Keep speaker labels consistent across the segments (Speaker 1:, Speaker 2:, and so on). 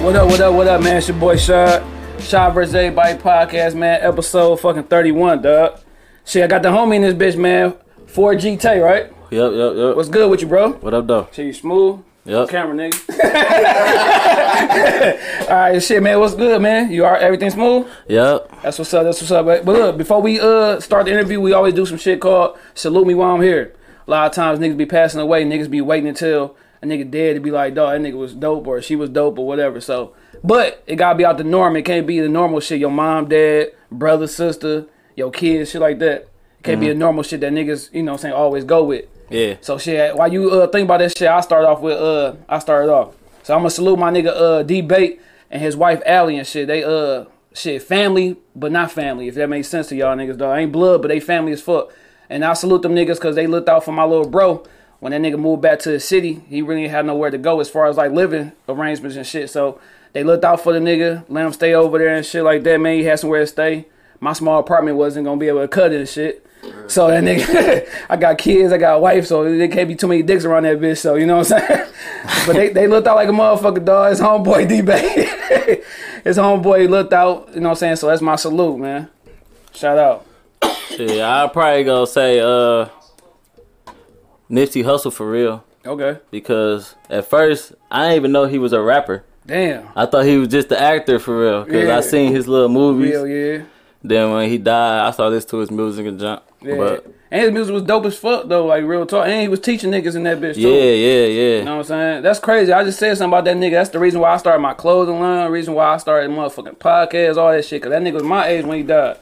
Speaker 1: What up, what up, what up, man? It's your boy Shad. Shad vs. Everybody podcast, man. Episode fucking 31, dog. Shit, I got the homie in this bitch, man. 4G Tay, right?
Speaker 2: Yep, yep, yep.
Speaker 1: What's good with you, bro?
Speaker 2: what up, though?
Speaker 1: Shit, you smooth?
Speaker 2: Yep.
Speaker 1: Camera, nigga. All right, shit, man. What's good, man? You are everything smooth?
Speaker 2: Yep.
Speaker 1: That's what's up. That's what's up. But but look, before we uh start the interview, we always do some shit called salute me while I'm here. A lot of times niggas be passing away, niggas be waiting until a nigga dead to be like, dog, that nigga was dope or she was dope or whatever. So, but it gotta be out the norm. It can't be the normal shit. Your mom, dad, brother, sister, your kids, shit like that. It can't be the normal shit that niggas, you know, what I'm saying always go with.
Speaker 2: Yeah.
Speaker 1: So shit, while you uh, think about that shit, I start off with uh, I started off. So I'm gonna salute my nigga uh, D Bate and his wife Allie and shit. They uh, shit family, but not family. If that makes sense to y'all niggas, dog. Ain't blood, but they family as fuck. And I salute them niggas because they looked out for my little bro. When that nigga moved back to the city, he really had nowhere to go as far as like living arrangements and shit. So they looked out for the nigga, let him stay over there and shit like that. Man, he had somewhere to stay. My small apartment wasn't gonna be able to cut it and shit. So that nigga, I got kids, I got a wife, so there can't be too many dicks around that bitch. So you know what I'm saying? but they, they looked out like a motherfucker, dog. His homeboy D Bay, his homeboy looked out. You know what I'm saying? So that's my salute, man. Shout out.
Speaker 2: Shit, I probably gonna say uh Nipsey Hustle for real
Speaker 1: Okay.
Speaker 2: because at first I didn't even know he was a rapper.
Speaker 1: Damn.
Speaker 2: I thought he was just the actor for real because
Speaker 1: Yeah.
Speaker 2: I seen his little movies.
Speaker 1: Real yeah.
Speaker 2: Then when he died, I saw this to his music and jump.
Speaker 1: Yeah.
Speaker 2: But
Speaker 1: and his music was dope as fuck though, like real talk. And he was teaching niggas in that bitch too.
Speaker 2: yeah, yeah, yeah.
Speaker 1: You know what I'm saying? That's crazy. I just said something about that nigga. That's the reason why I started my clothing line, reason why I started motherfucking podcast, all that shit. Cause that nigga was my age when he died.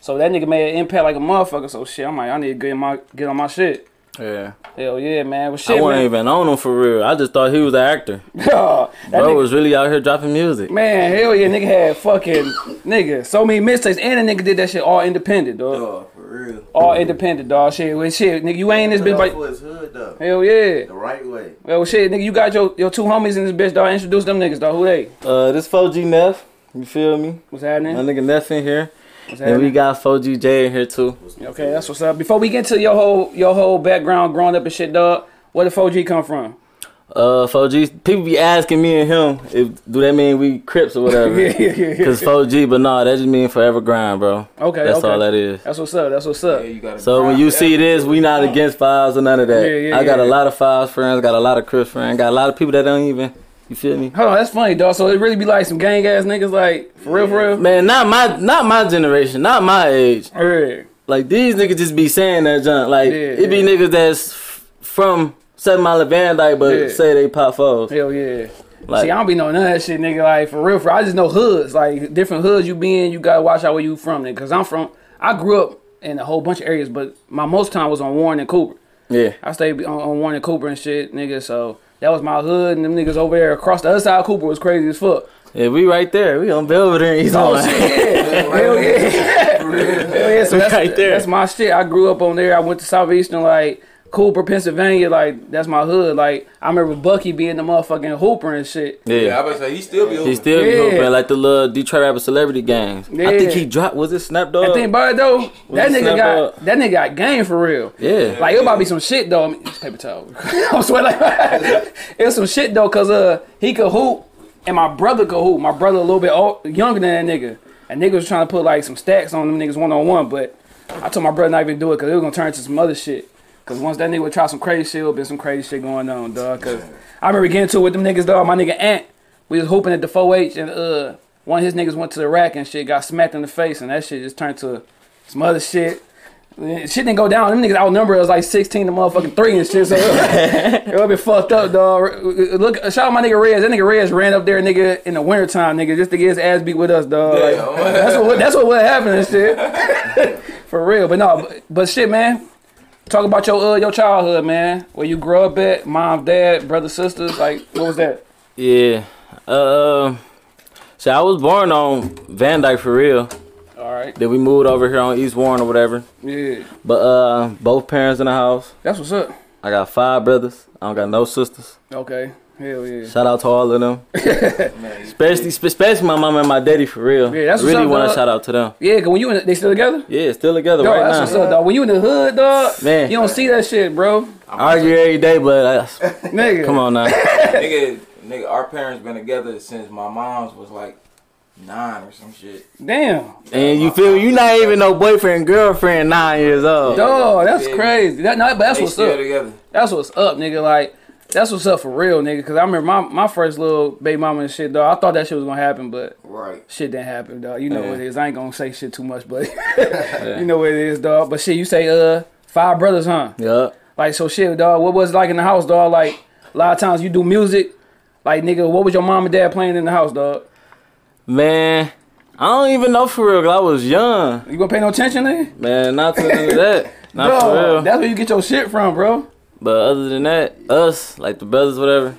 Speaker 1: So that nigga made an impact like a motherfucker. So shit, I'm like, I need to get my get on my shit.
Speaker 2: yeah.
Speaker 1: Hell yeah, man. Well,
Speaker 2: I
Speaker 1: shit,
Speaker 2: wasn't
Speaker 1: man.
Speaker 2: even on him for real. I just thought he was an actor.
Speaker 1: God, that
Speaker 2: Bro
Speaker 1: nigga,
Speaker 2: was really out here dropping music.
Speaker 1: man, hell yeah, nigga had fucking nigga so many mistakes, and the nigga did that shit all independent, dog.
Speaker 3: Oh, for real.
Speaker 1: All independent, dog. Shit, well, shit, nigga, you ain't this bitch,
Speaker 3: Put off
Speaker 1: but
Speaker 3: for his hood though,
Speaker 1: hell yeah.
Speaker 3: the right way.
Speaker 1: Well, shit, nigga, you got your, your two homies in this bitch, dog. Introduce them niggas, dog. Who they?
Speaker 2: Uh, this 4G Neff, you feel me?
Speaker 1: What's
Speaker 2: My
Speaker 1: happening?
Speaker 2: nigga Neff in here.
Speaker 1: What's
Speaker 2: And we
Speaker 1: happening?
Speaker 2: got 4G J in here too.
Speaker 1: Okay, that's what's up. Before we get to your whole your whole background, growing up and shit, dog. Where did 4G come from?
Speaker 2: Uh, 4G. People be asking me and him if do that mean we Crips or whatever?
Speaker 1: Yeah, yeah, yeah, yeah.
Speaker 2: Cause 4G, but nah, that just mean forever grind, bro.
Speaker 1: Okay,
Speaker 2: that's
Speaker 1: okay.
Speaker 2: all that is.
Speaker 1: That's what's up. That's what's up.
Speaker 3: you gotta
Speaker 2: So when you see this, we not against fives or none of that.
Speaker 1: Yeah, yeah,
Speaker 2: I got
Speaker 1: yeah.
Speaker 2: a lot of fives friends, got a lot of Crips friends, got a lot of people that don't even. You feel me?
Speaker 1: Hold on, that's funny, dog. So it really be like some gang ass niggas, like for real, for real.
Speaker 2: Man, not my not my generation, not my age.
Speaker 1: Yeah.
Speaker 2: Like these niggas just be saying that junk. Like
Speaker 1: Yeah,
Speaker 2: it be
Speaker 1: yeah.
Speaker 2: niggas that's f- from Seven Mile of Vandyke, but
Speaker 1: Yeah.
Speaker 2: say they pop foes.
Speaker 1: Hell yeah.
Speaker 2: Like-
Speaker 1: See, I don't be knowing none of that shit, nigga. Like for real, for I just know hoods, like different hoods you be in. You gotta watch out where you from, nigga. Cause I'm from, I grew up in a whole bunch of areas, but my most time was on Warren and Cooper.
Speaker 2: Yeah.
Speaker 1: I stayed on, on Warren and Cooper and shit, nigga. So that was my hood, and them niggas over there across the other side of Cooper was crazy as fuck.
Speaker 2: Yeah, we right there. We on Belvedere and East
Speaker 1: Oh
Speaker 2: Orange.
Speaker 1: shit! yeah. Hell yeah! Hell yeah! So that's,
Speaker 2: Right there.
Speaker 1: that's my shit. I grew up on there. I went to Southeastern, like Cooper, Pennsylvania. Like that's my hood. Like I remember Bucky being the motherfucking hooper and shit.
Speaker 2: Yeah.
Speaker 3: Yeah, I about to say he still be
Speaker 2: He
Speaker 3: open.
Speaker 2: still be
Speaker 1: Yeah.
Speaker 2: hooping like the little Detroit rapper celebrity games. I
Speaker 1: Yeah.
Speaker 2: think he dropped. Was it Snap Dog?
Speaker 1: The thing about it though, that
Speaker 2: it
Speaker 1: nigga
Speaker 2: Snap
Speaker 1: got
Speaker 2: Up?
Speaker 1: that nigga got game for real.
Speaker 2: yeah.
Speaker 1: Like it about to be some shit though. I mean, paper towel. I'm sweating. Like, it was some shit though, cause uh he could hoop and my brother could hoop. My brother a little bit old, younger than that nigga, and niggas was trying to put like some stacks on them niggas one on one. But I told my brother not even do it, cause it was gonna turn into some other shit. Cause once that nigga would try some crazy shit, it been some crazy shit going on, dog. Cause I remember getting to it with them niggas, dog. My nigga Ant, we was hooping at the 4-H, and uh one of his niggas went to the rack and shit, got smacked in the face, and that shit just turned to some other shit. Man, Shit didn't go down. Them niggas outnumbered us like 16 to motherfucking 3 and shit. So it would be fucked up, dog. Look, shout out my nigga Rez. That nigga Rez ran up there, nigga, in the wintertime, nigga, just to get his ass beat with us, dog. Like,
Speaker 3: Damn.
Speaker 1: that's what that's what would happen and shit. For real. But no, but, but shit, man. Talk about your uh, your childhood, man. Where you grew up at, mom, dad, brother, sisters. Like, what was that?
Speaker 2: Yeah. Uh, so I was born on Van Dyke for real.
Speaker 1: All right.
Speaker 2: Then we moved over here on East Warren or whatever.
Speaker 1: Yeah.
Speaker 2: But uh, both parents in the house.
Speaker 1: That's what's up.
Speaker 2: I got five brothers. I don't got no sisters.
Speaker 1: Okay. Hell yeah.
Speaker 2: Shout out to all of them. especially, especially my mama and my daddy for real.
Speaker 1: Yeah, that's
Speaker 2: I
Speaker 1: what's
Speaker 2: really
Speaker 1: up,
Speaker 2: want
Speaker 1: dog.
Speaker 2: to shout out to them.
Speaker 1: Yeah, 'cause when you in, they still together?
Speaker 2: Yeah, still together
Speaker 1: Dog,
Speaker 2: right
Speaker 1: that's
Speaker 2: now.
Speaker 1: what's up, dog. When you in the hood, dog,
Speaker 2: Man.
Speaker 1: you don't see that shit, bro.
Speaker 2: I argue every day, but I,
Speaker 1: Nigga.
Speaker 2: come on now.
Speaker 3: nigga,
Speaker 4: nigga, our parents been together since my mom's was like nine or some shit.
Speaker 1: Damn.
Speaker 2: And you feel me? You not even no boyfriend, girlfriend, nine years old.
Speaker 1: Dog, that's
Speaker 4: Yeah.
Speaker 1: crazy. That, no, but that's
Speaker 4: they
Speaker 1: what's
Speaker 4: still
Speaker 1: up.
Speaker 4: together.
Speaker 1: That's what's up, nigga. Like, that's what's up for real, nigga. Cause I remember my, my first little baby mama and shit, dog. I thought that shit was gonna happen, but
Speaker 4: Right.
Speaker 1: shit didn't happen, dog. You know
Speaker 2: Yeah.
Speaker 1: what it is. I ain't gonna say shit too much, but you know what it is, dog. But shit, you say uh five brothers, huh?
Speaker 2: Yup.
Speaker 1: Like so shit, dog. What was it like in the house, dog? Like a lot of times you do music. Like nigga, what was your mom and dad playing in the house, dog?
Speaker 2: Man, I don't even know for real. 'cause I was young.
Speaker 1: You gonna pay no attention, nigga?
Speaker 2: Man, not to none of that. Not
Speaker 1: Dog,
Speaker 2: for real.
Speaker 1: That's where you get your shit from, bro.
Speaker 2: But other than that, us, like the brothers, whatever,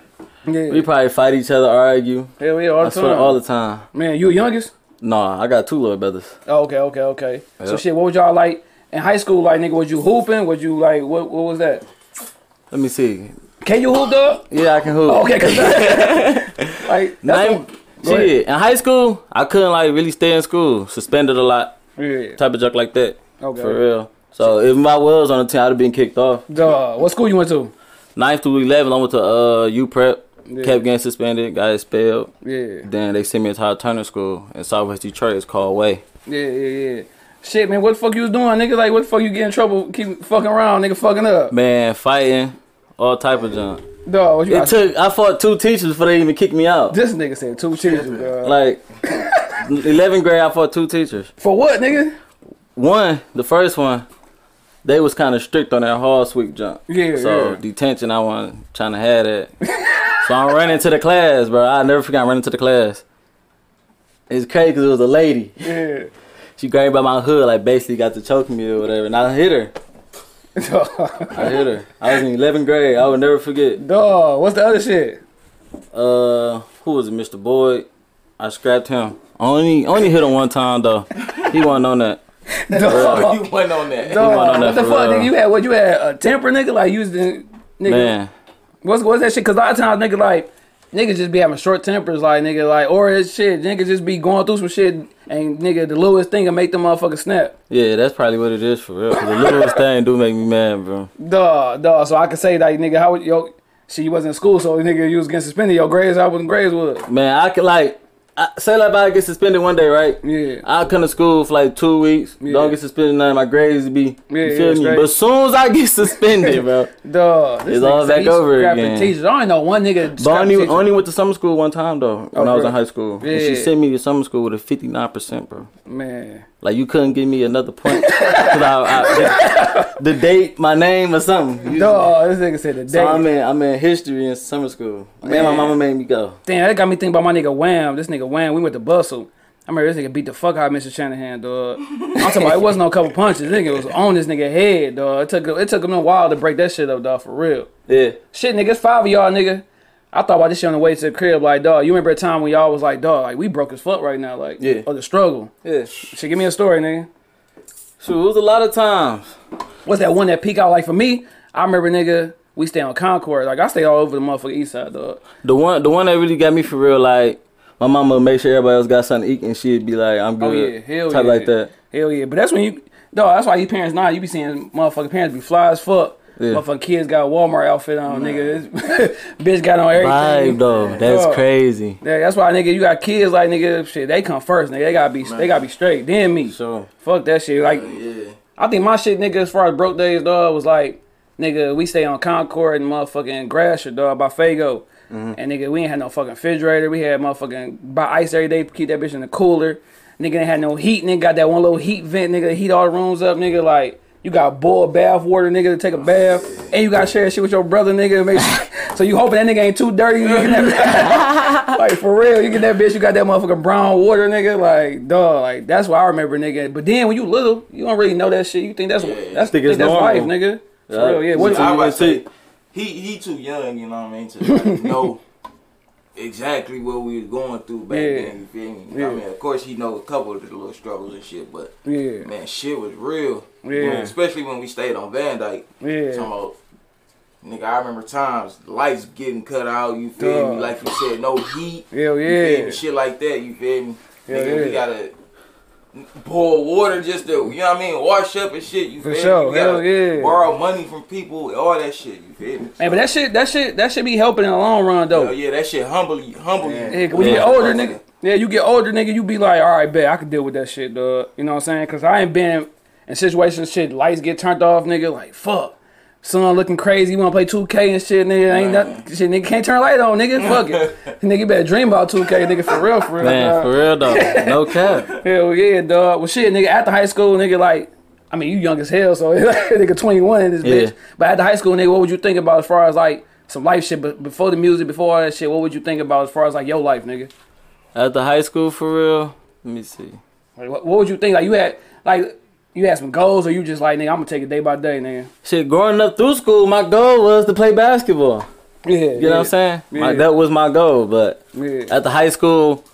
Speaker 1: Yeah,
Speaker 2: we probably fight each other, argue.
Speaker 1: hell yeah, all the
Speaker 2: I
Speaker 1: time.
Speaker 2: swear, all the time.
Speaker 1: Man, you the youngest?
Speaker 2: Nah, I got two little brothers.
Speaker 1: Oh, okay, okay, okay. So
Speaker 2: Yep.
Speaker 1: shit, what was y'all like in high school? Like nigga, was you hooping? Was you like what? What was that?
Speaker 2: Let me see.
Speaker 1: Can you hoop, dog?
Speaker 2: Yeah, I can hoop.
Speaker 1: Oh, Okay, 'cause- like that's
Speaker 2: Nine,
Speaker 1: Go ahead.
Speaker 2: shit. In high school, I couldn't like really stay in school. Suspended a lot,
Speaker 1: what- yeah.
Speaker 2: type of junk like that.
Speaker 1: Okay.
Speaker 2: For real. So if I was on the team, I'd have been kicked off.
Speaker 1: Dog, what school you went to?
Speaker 2: Ninth through eleven, I went to uh U Prep.
Speaker 1: Yeah.
Speaker 2: Kept getting suspended, got expelled.
Speaker 1: Yeah,
Speaker 2: Then they sent me to High Turner School in Southwest Detroit. It's called Way.
Speaker 1: yeah, yeah, yeah. Shit, man, what the fuck you was doing, nigga? Like, what the fuck you get in trouble? Keep fucking around, nigga, fucking up.
Speaker 2: Man, fighting, all type of junk.
Speaker 1: Dog, what you
Speaker 2: It took I fought two teachers before they even kicked me out.
Speaker 1: This nigga said two children, dog.
Speaker 2: Like 11th grade, I fought two teachers.
Speaker 1: For what, nigga?
Speaker 2: One, the first one, they was kind of strict on that hard sweep jump.
Speaker 1: Yeah,
Speaker 2: So
Speaker 1: yeah.
Speaker 2: detention, I wasn't trying to have that. so I ran into the class, bro. I never forgot I ran into the class. It's crazy because it was a lady.
Speaker 1: Yeah.
Speaker 2: She grabbed by my hood, like basically got to choke me or whatever, and I hit her.
Speaker 1: Dog,
Speaker 2: I hit her. I was in 11th grade. I will never forget.
Speaker 1: dog, what's the other shit?
Speaker 2: Uh, who was it, Mr. Boyd? I scrapped him. Only, only hit him one time though. He wasn't on that.
Speaker 1: Dog,
Speaker 4: you went on that.
Speaker 2: went
Speaker 1: dog what
Speaker 2: on that
Speaker 1: the
Speaker 2: for
Speaker 1: fuck,
Speaker 2: real.
Speaker 1: nigga? You had what? You had a temper, nigga? Like, you was the nigga.
Speaker 2: Man,
Speaker 1: What's what's that shit? Cause a lot of times, nigga, like niggas just be having short tempers, like nigga, like or it's shit. Niggas just be going through some shit, and nigga, the lowest thing will make the motherfucker snap.
Speaker 2: yeah, that's probably what it is for real. 'cause the littlest thing do make me mad, bro.
Speaker 1: Duh, duh. So I can say like, nigga, how would yo? Shit, you wasn't in school, so nigga, you was getting suspended. Your grades, I wasn't grades was.
Speaker 2: Man, I could like, I, say like if I get suspended one day, right?
Speaker 1: Yeah.
Speaker 2: I come to school for like two weeks.
Speaker 1: Yeah.
Speaker 2: Don't get suspended. None of my grades be.
Speaker 1: Yeah,
Speaker 2: you
Speaker 1: yeah,
Speaker 2: feel
Speaker 1: it's
Speaker 2: me?
Speaker 1: great.
Speaker 2: But soon as I get suspended, bro,
Speaker 1: Duh. This
Speaker 2: It's
Speaker 1: nigga
Speaker 2: all
Speaker 1: said
Speaker 2: back
Speaker 1: he
Speaker 2: over
Speaker 1: scrapping
Speaker 2: again.
Speaker 1: Teachers. I ain't know one nigga.
Speaker 2: but I
Speaker 1: scrapping
Speaker 2: only,
Speaker 1: teachers.
Speaker 2: only went to summer school one time though when I was in
Speaker 1: Okay.
Speaker 2: high school. And
Speaker 1: Oh, Yeah.
Speaker 2: she sent me to summer school with a fifty nine percent, bro.
Speaker 1: man.
Speaker 2: Like you couldn't give me another point 'Cause I- I- the, the date, my name, or something. You-
Speaker 1: Duh, this nigga said the day.
Speaker 2: So I'm in, I'm in history in summer school. Man, my
Speaker 1: Man.
Speaker 2: mama made me go.
Speaker 1: Damn, that got me thinking about my nigga Wham. This nigga Wham, we went to Bustle. I remember this nigga beat the fuck out of Mr. Shanahan, dog. I'm talking about it wasn't no couple punches. Nigga was on this nigga head, dog. It took it took him a while to break that shit up, dog, for real.
Speaker 2: Yeah,
Speaker 1: Shit, nigga, it's five of y'all, nigga. I thought about this shit on the way to the crib, like, dog. You remember a time when y'all was like, dog, like we broke as fuck right now, like,
Speaker 2: Yeah.
Speaker 1: or the struggle.
Speaker 2: yeah.
Speaker 1: Shit, give me a story, nigga.
Speaker 2: Shoot, it was a lot of times.
Speaker 1: What's that one that peak out like for me? I remember, nigga, we stay on Concord. Like I stay all over the motherfucking east side, dog.
Speaker 2: The one, the one that really got me for real, like my mama would make sure everybody else got something to eat, and she'd be like, "I'm
Speaker 1: Oh
Speaker 2: good,"
Speaker 1: yeah, hell
Speaker 2: type
Speaker 1: yeah.
Speaker 2: like that.
Speaker 1: Hell yeah, but that's when you, dog. That's why you parents now you be seeing motherfucking parents be fly as fuck.
Speaker 2: Yeah.
Speaker 1: Motherfucking kids got Walmart outfit on, nigga. This bitch got on everything.
Speaker 2: Vibe though, that's
Speaker 1: Dog.
Speaker 2: crazy.
Speaker 1: Yeah, that's why, nigga, you got kids like nigga. Shit, they come first, nigga. They gotta be, they gotta be straight. Then me.
Speaker 2: So
Speaker 1: Fuck that shit. Like,
Speaker 4: Yeah.
Speaker 1: I think my shit, nigga, as far as broke days, dog, was like, nigga, we stay on Concord and motherfucking Gratiot, dog, by Fago.
Speaker 2: Mm-hmm.
Speaker 1: And nigga, we ain't had no fucking refrigerator. We had motherfucking buy ice every day, keep that bitch in the cooler. Nigga ain't had no heat, nigga got that one little heat vent, nigga, to heat all the rooms up, nigga, like you got boiled bath water, nigga, to take a bath, and you got to share shit with your brother, nigga. to Make sure, so you hoping that nigga ain't too dirty. You get that, like for real, you get that bitch, you got that motherfucking brown water, nigga. Like dog, like that's what I remember, nigga. But then when you little, you don't really know that shit. You think that's that's
Speaker 2: Think
Speaker 1: think
Speaker 2: it's
Speaker 1: that's
Speaker 2: normal.
Speaker 1: life, nigga. For
Speaker 2: Yeah.
Speaker 1: real, yeah. What,
Speaker 4: I
Speaker 2: you
Speaker 4: was
Speaker 2: say-
Speaker 4: say, he he too young, you know what I mean, to like, know exactly what we was going through back
Speaker 1: Yeah.
Speaker 4: then. You feel me?
Speaker 1: Yeah.
Speaker 4: I mean, of course, he know a couple of the little struggles and shit, but
Speaker 1: yeah,
Speaker 4: man, shit was real.
Speaker 1: Yeah.
Speaker 4: especially when we stayed on Van Dyke. Talking
Speaker 1: yeah,
Speaker 4: about, nigga, I remember times lights getting cut out. You feel
Speaker 1: Duh.
Speaker 4: me? Like you said, no heat.
Speaker 1: hell
Speaker 4: You feel me?
Speaker 1: yeah.
Speaker 4: Shit like that. You feel me?
Speaker 1: Yeah,
Speaker 4: nigga,
Speaker 1: yeah.
Speaker 4: we gotta. boil water just to, you know what I mean, wash up and shit. You
Speaker 1: For
Speaker 4: feel me?
Speaker 1: sure,
Speaker 4: You gotta
Speaker 1: hell yeah.
Speaker 4: Borrow money from people, all that shit. You feel me?
Speaker 1: Man, but that shit, that shit, that shit be helping in the long run though.
Speaker 4: Hell yeah, that shit humble you, humble you.
Speaker 1: Yeah, when you get older, nigga. Yeah, you get older, nigga. You be like, all right, bet I can deal with that shit, dog. You know what I'm saying? Cause I ain't been in situations shit. Lights get turned off, nigga. Like fuck, son looking crazy. You wanna play 2K and shit, nigga? Ain't nothing. Shit, nigga can't turn a light on, nigga. Fuck it, nigga. You better dream about 2K, nigga. For real, for real.
Speaker 2: Man,
Speaker 1: dawg.
Speaker 2: for real though. No cap.
Speaker 1: Hell yeah, dog. Well, shit, nigga. After high school, nigga, like. I mean, you young as hell, so nigga 21 in this
Speaker 2: Yeah.
Speaker 1: bitch. But after high school, nigga, what would you think about as far as like some life shit? But before the music, before all that shit, what would you think about as far as like your life, nigga?
Speaker 2: After high school, for real. Let me see.
Speaker 1: Like, what, what would you think? Like you had like you had some goals, or you just like nigga, I'm gonna take it day by day, nigga.
Speaker 2: Shit, growing up through school, my goal was to play basketball.
Speaker 1: Yeah,
Speaker 2: You know what I'm saying? My,
Speaker 1: Yeah.
Speaker 2: that was my goal. But
Speaker 1: Yeah.
Speaker 2: at the high school,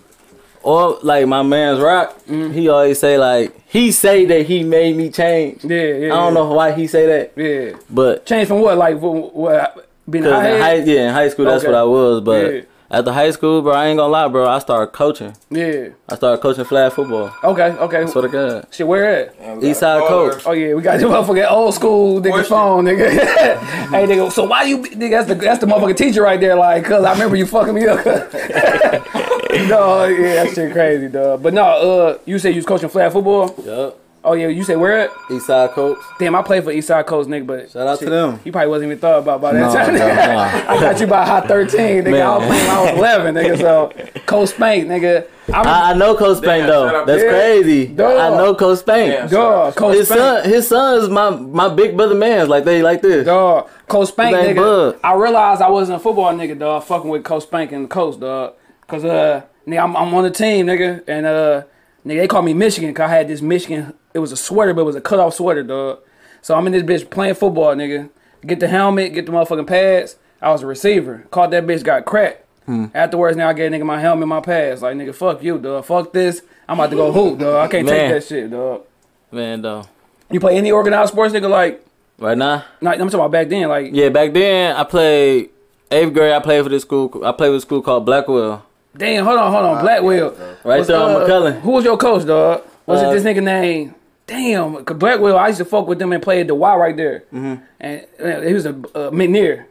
Speaker 2: or like my man's Rock,
Speaker 1: Mm-hmm.
Speaker 2: he always say like he say that he made me change.
Speaker 1: Yeah, yeah.
Speaker 2: I don't know why he say that,
Speaker 1: Yeah,
Speaker 2: but
Speaker 1: change from what? Like what? what being
Speaker 2: because in high
Speaker 1: high?
Speaker 2: yeah in high school that's
Speaker 1: Okay.
Speaker 2: what I was. But
Speaker 1: Yeah.
Speaker 2: at the high school, bro, I ain't gonna lie, bro, I started coaching.
Speaker 1: Yeah.
Speaker 2: I started coaching flag football.
Speaker 1: Okay. Okay.
Speaker 2: Swear to God.
Speaker 1: Shit, where at?
Speaker 2: Eastside Coast.
Speaker 1: Oh yeah, we got this motherfucking old school nigga
Speaker 4: Question.
Speaker 1: phone, nigga. hey nigga, so why you be- nigga? That's the that's the motherfucking teacher right there, like, cause I remember you fucking me up. no, yeah, that shit crazy, dog. But no, uh, you said you was coaching flag football.
Speaker 2: Yup.
Speaker 1: Oh yeah, you said where at?
Speaker 2: Eastside Coast.
Speaker 1: Damn, I played for Eastside Coast, nigga, but
Speaker 2: Shout out to them.
Speaker 1: You probably wasn't even thought about by
Speaker 2: No,
Speaker 1: that time.
Speaker 2: no, no.
Speaker 1: I got you by hot 13, nigga. I was
Speaker 2: Man.
Speaker 1: playing when I was 11, nigga. So, Coach Spank, nigga. I'm
Speaker 2: I, I know Coach Spank
Speaker 4: Damn, shout
Speaker 2: though.
Speaker 4: out
Speaker 2: That's
Speaker 1: to-
Speaker 2: crazy.
Speaker 1: Duh.
Speaker 2: I know Coach Spank.
Speaker 4: Damn.
Speaker 1: dog, Coach
Speaker 2: His
Speaker 1: Spank.
Speaker 2: son, his son's my my big brother man's like they like this.
Speaker 1: Dog, Coach Spank,
Speaker 2: His name
Speaker 1: nigga.
Speaker 2: Bud.
Speaker 1: I realized I wasn't a football nigga, dog. Fucking with Coach Spank and the coach, dog. Cause uh, nigga, I'm, I'm on the team, nigga, and uh, nigga, they call me Michigan. Cause I had this Michigan. It was a sweater, but it was a cut off sweater, dog. So I'm in this bitch playing football, nigga. Get the helmet, get the motherfucking pads. I was a receiver. Caught that bitch, got cracked.
Speaker 2: Hmm.
Speaker 1: Afterwards, now I gave nigga my helmet, my pads. Like nigga, fuck you, dog. Fuck this. I'm about to go hoop, dog. I can't
Speaker 2: Man.
Speaker 1: take that shit, dog.
Speaker 2: Man though.
Speaker 1: You play any organized sports, nigga? Like,
Speaker 2: Right now?
Speaker 1: like I'm talking about back then, like.
Speaker 2: Yeah, back then I played eighth grade I played for this school I played with a school called Blackwell.
Speaker 1: Damn, hold on, hold on. Blackwell.
Speaker 2: Right
Speaker 1: Was,
Speaker 2: there on
Speaker 1: uh,
Speaker 2: McCullen.
Speaker 1: Who was your coach, dog? Was
Speaker 2: Uh,
Speaker 1: it this nigga named? Damn, 'cause Blackwell. I used to fuck with them and play at the Y right there. Mm-hmm. And uh, he was a uh, McNair.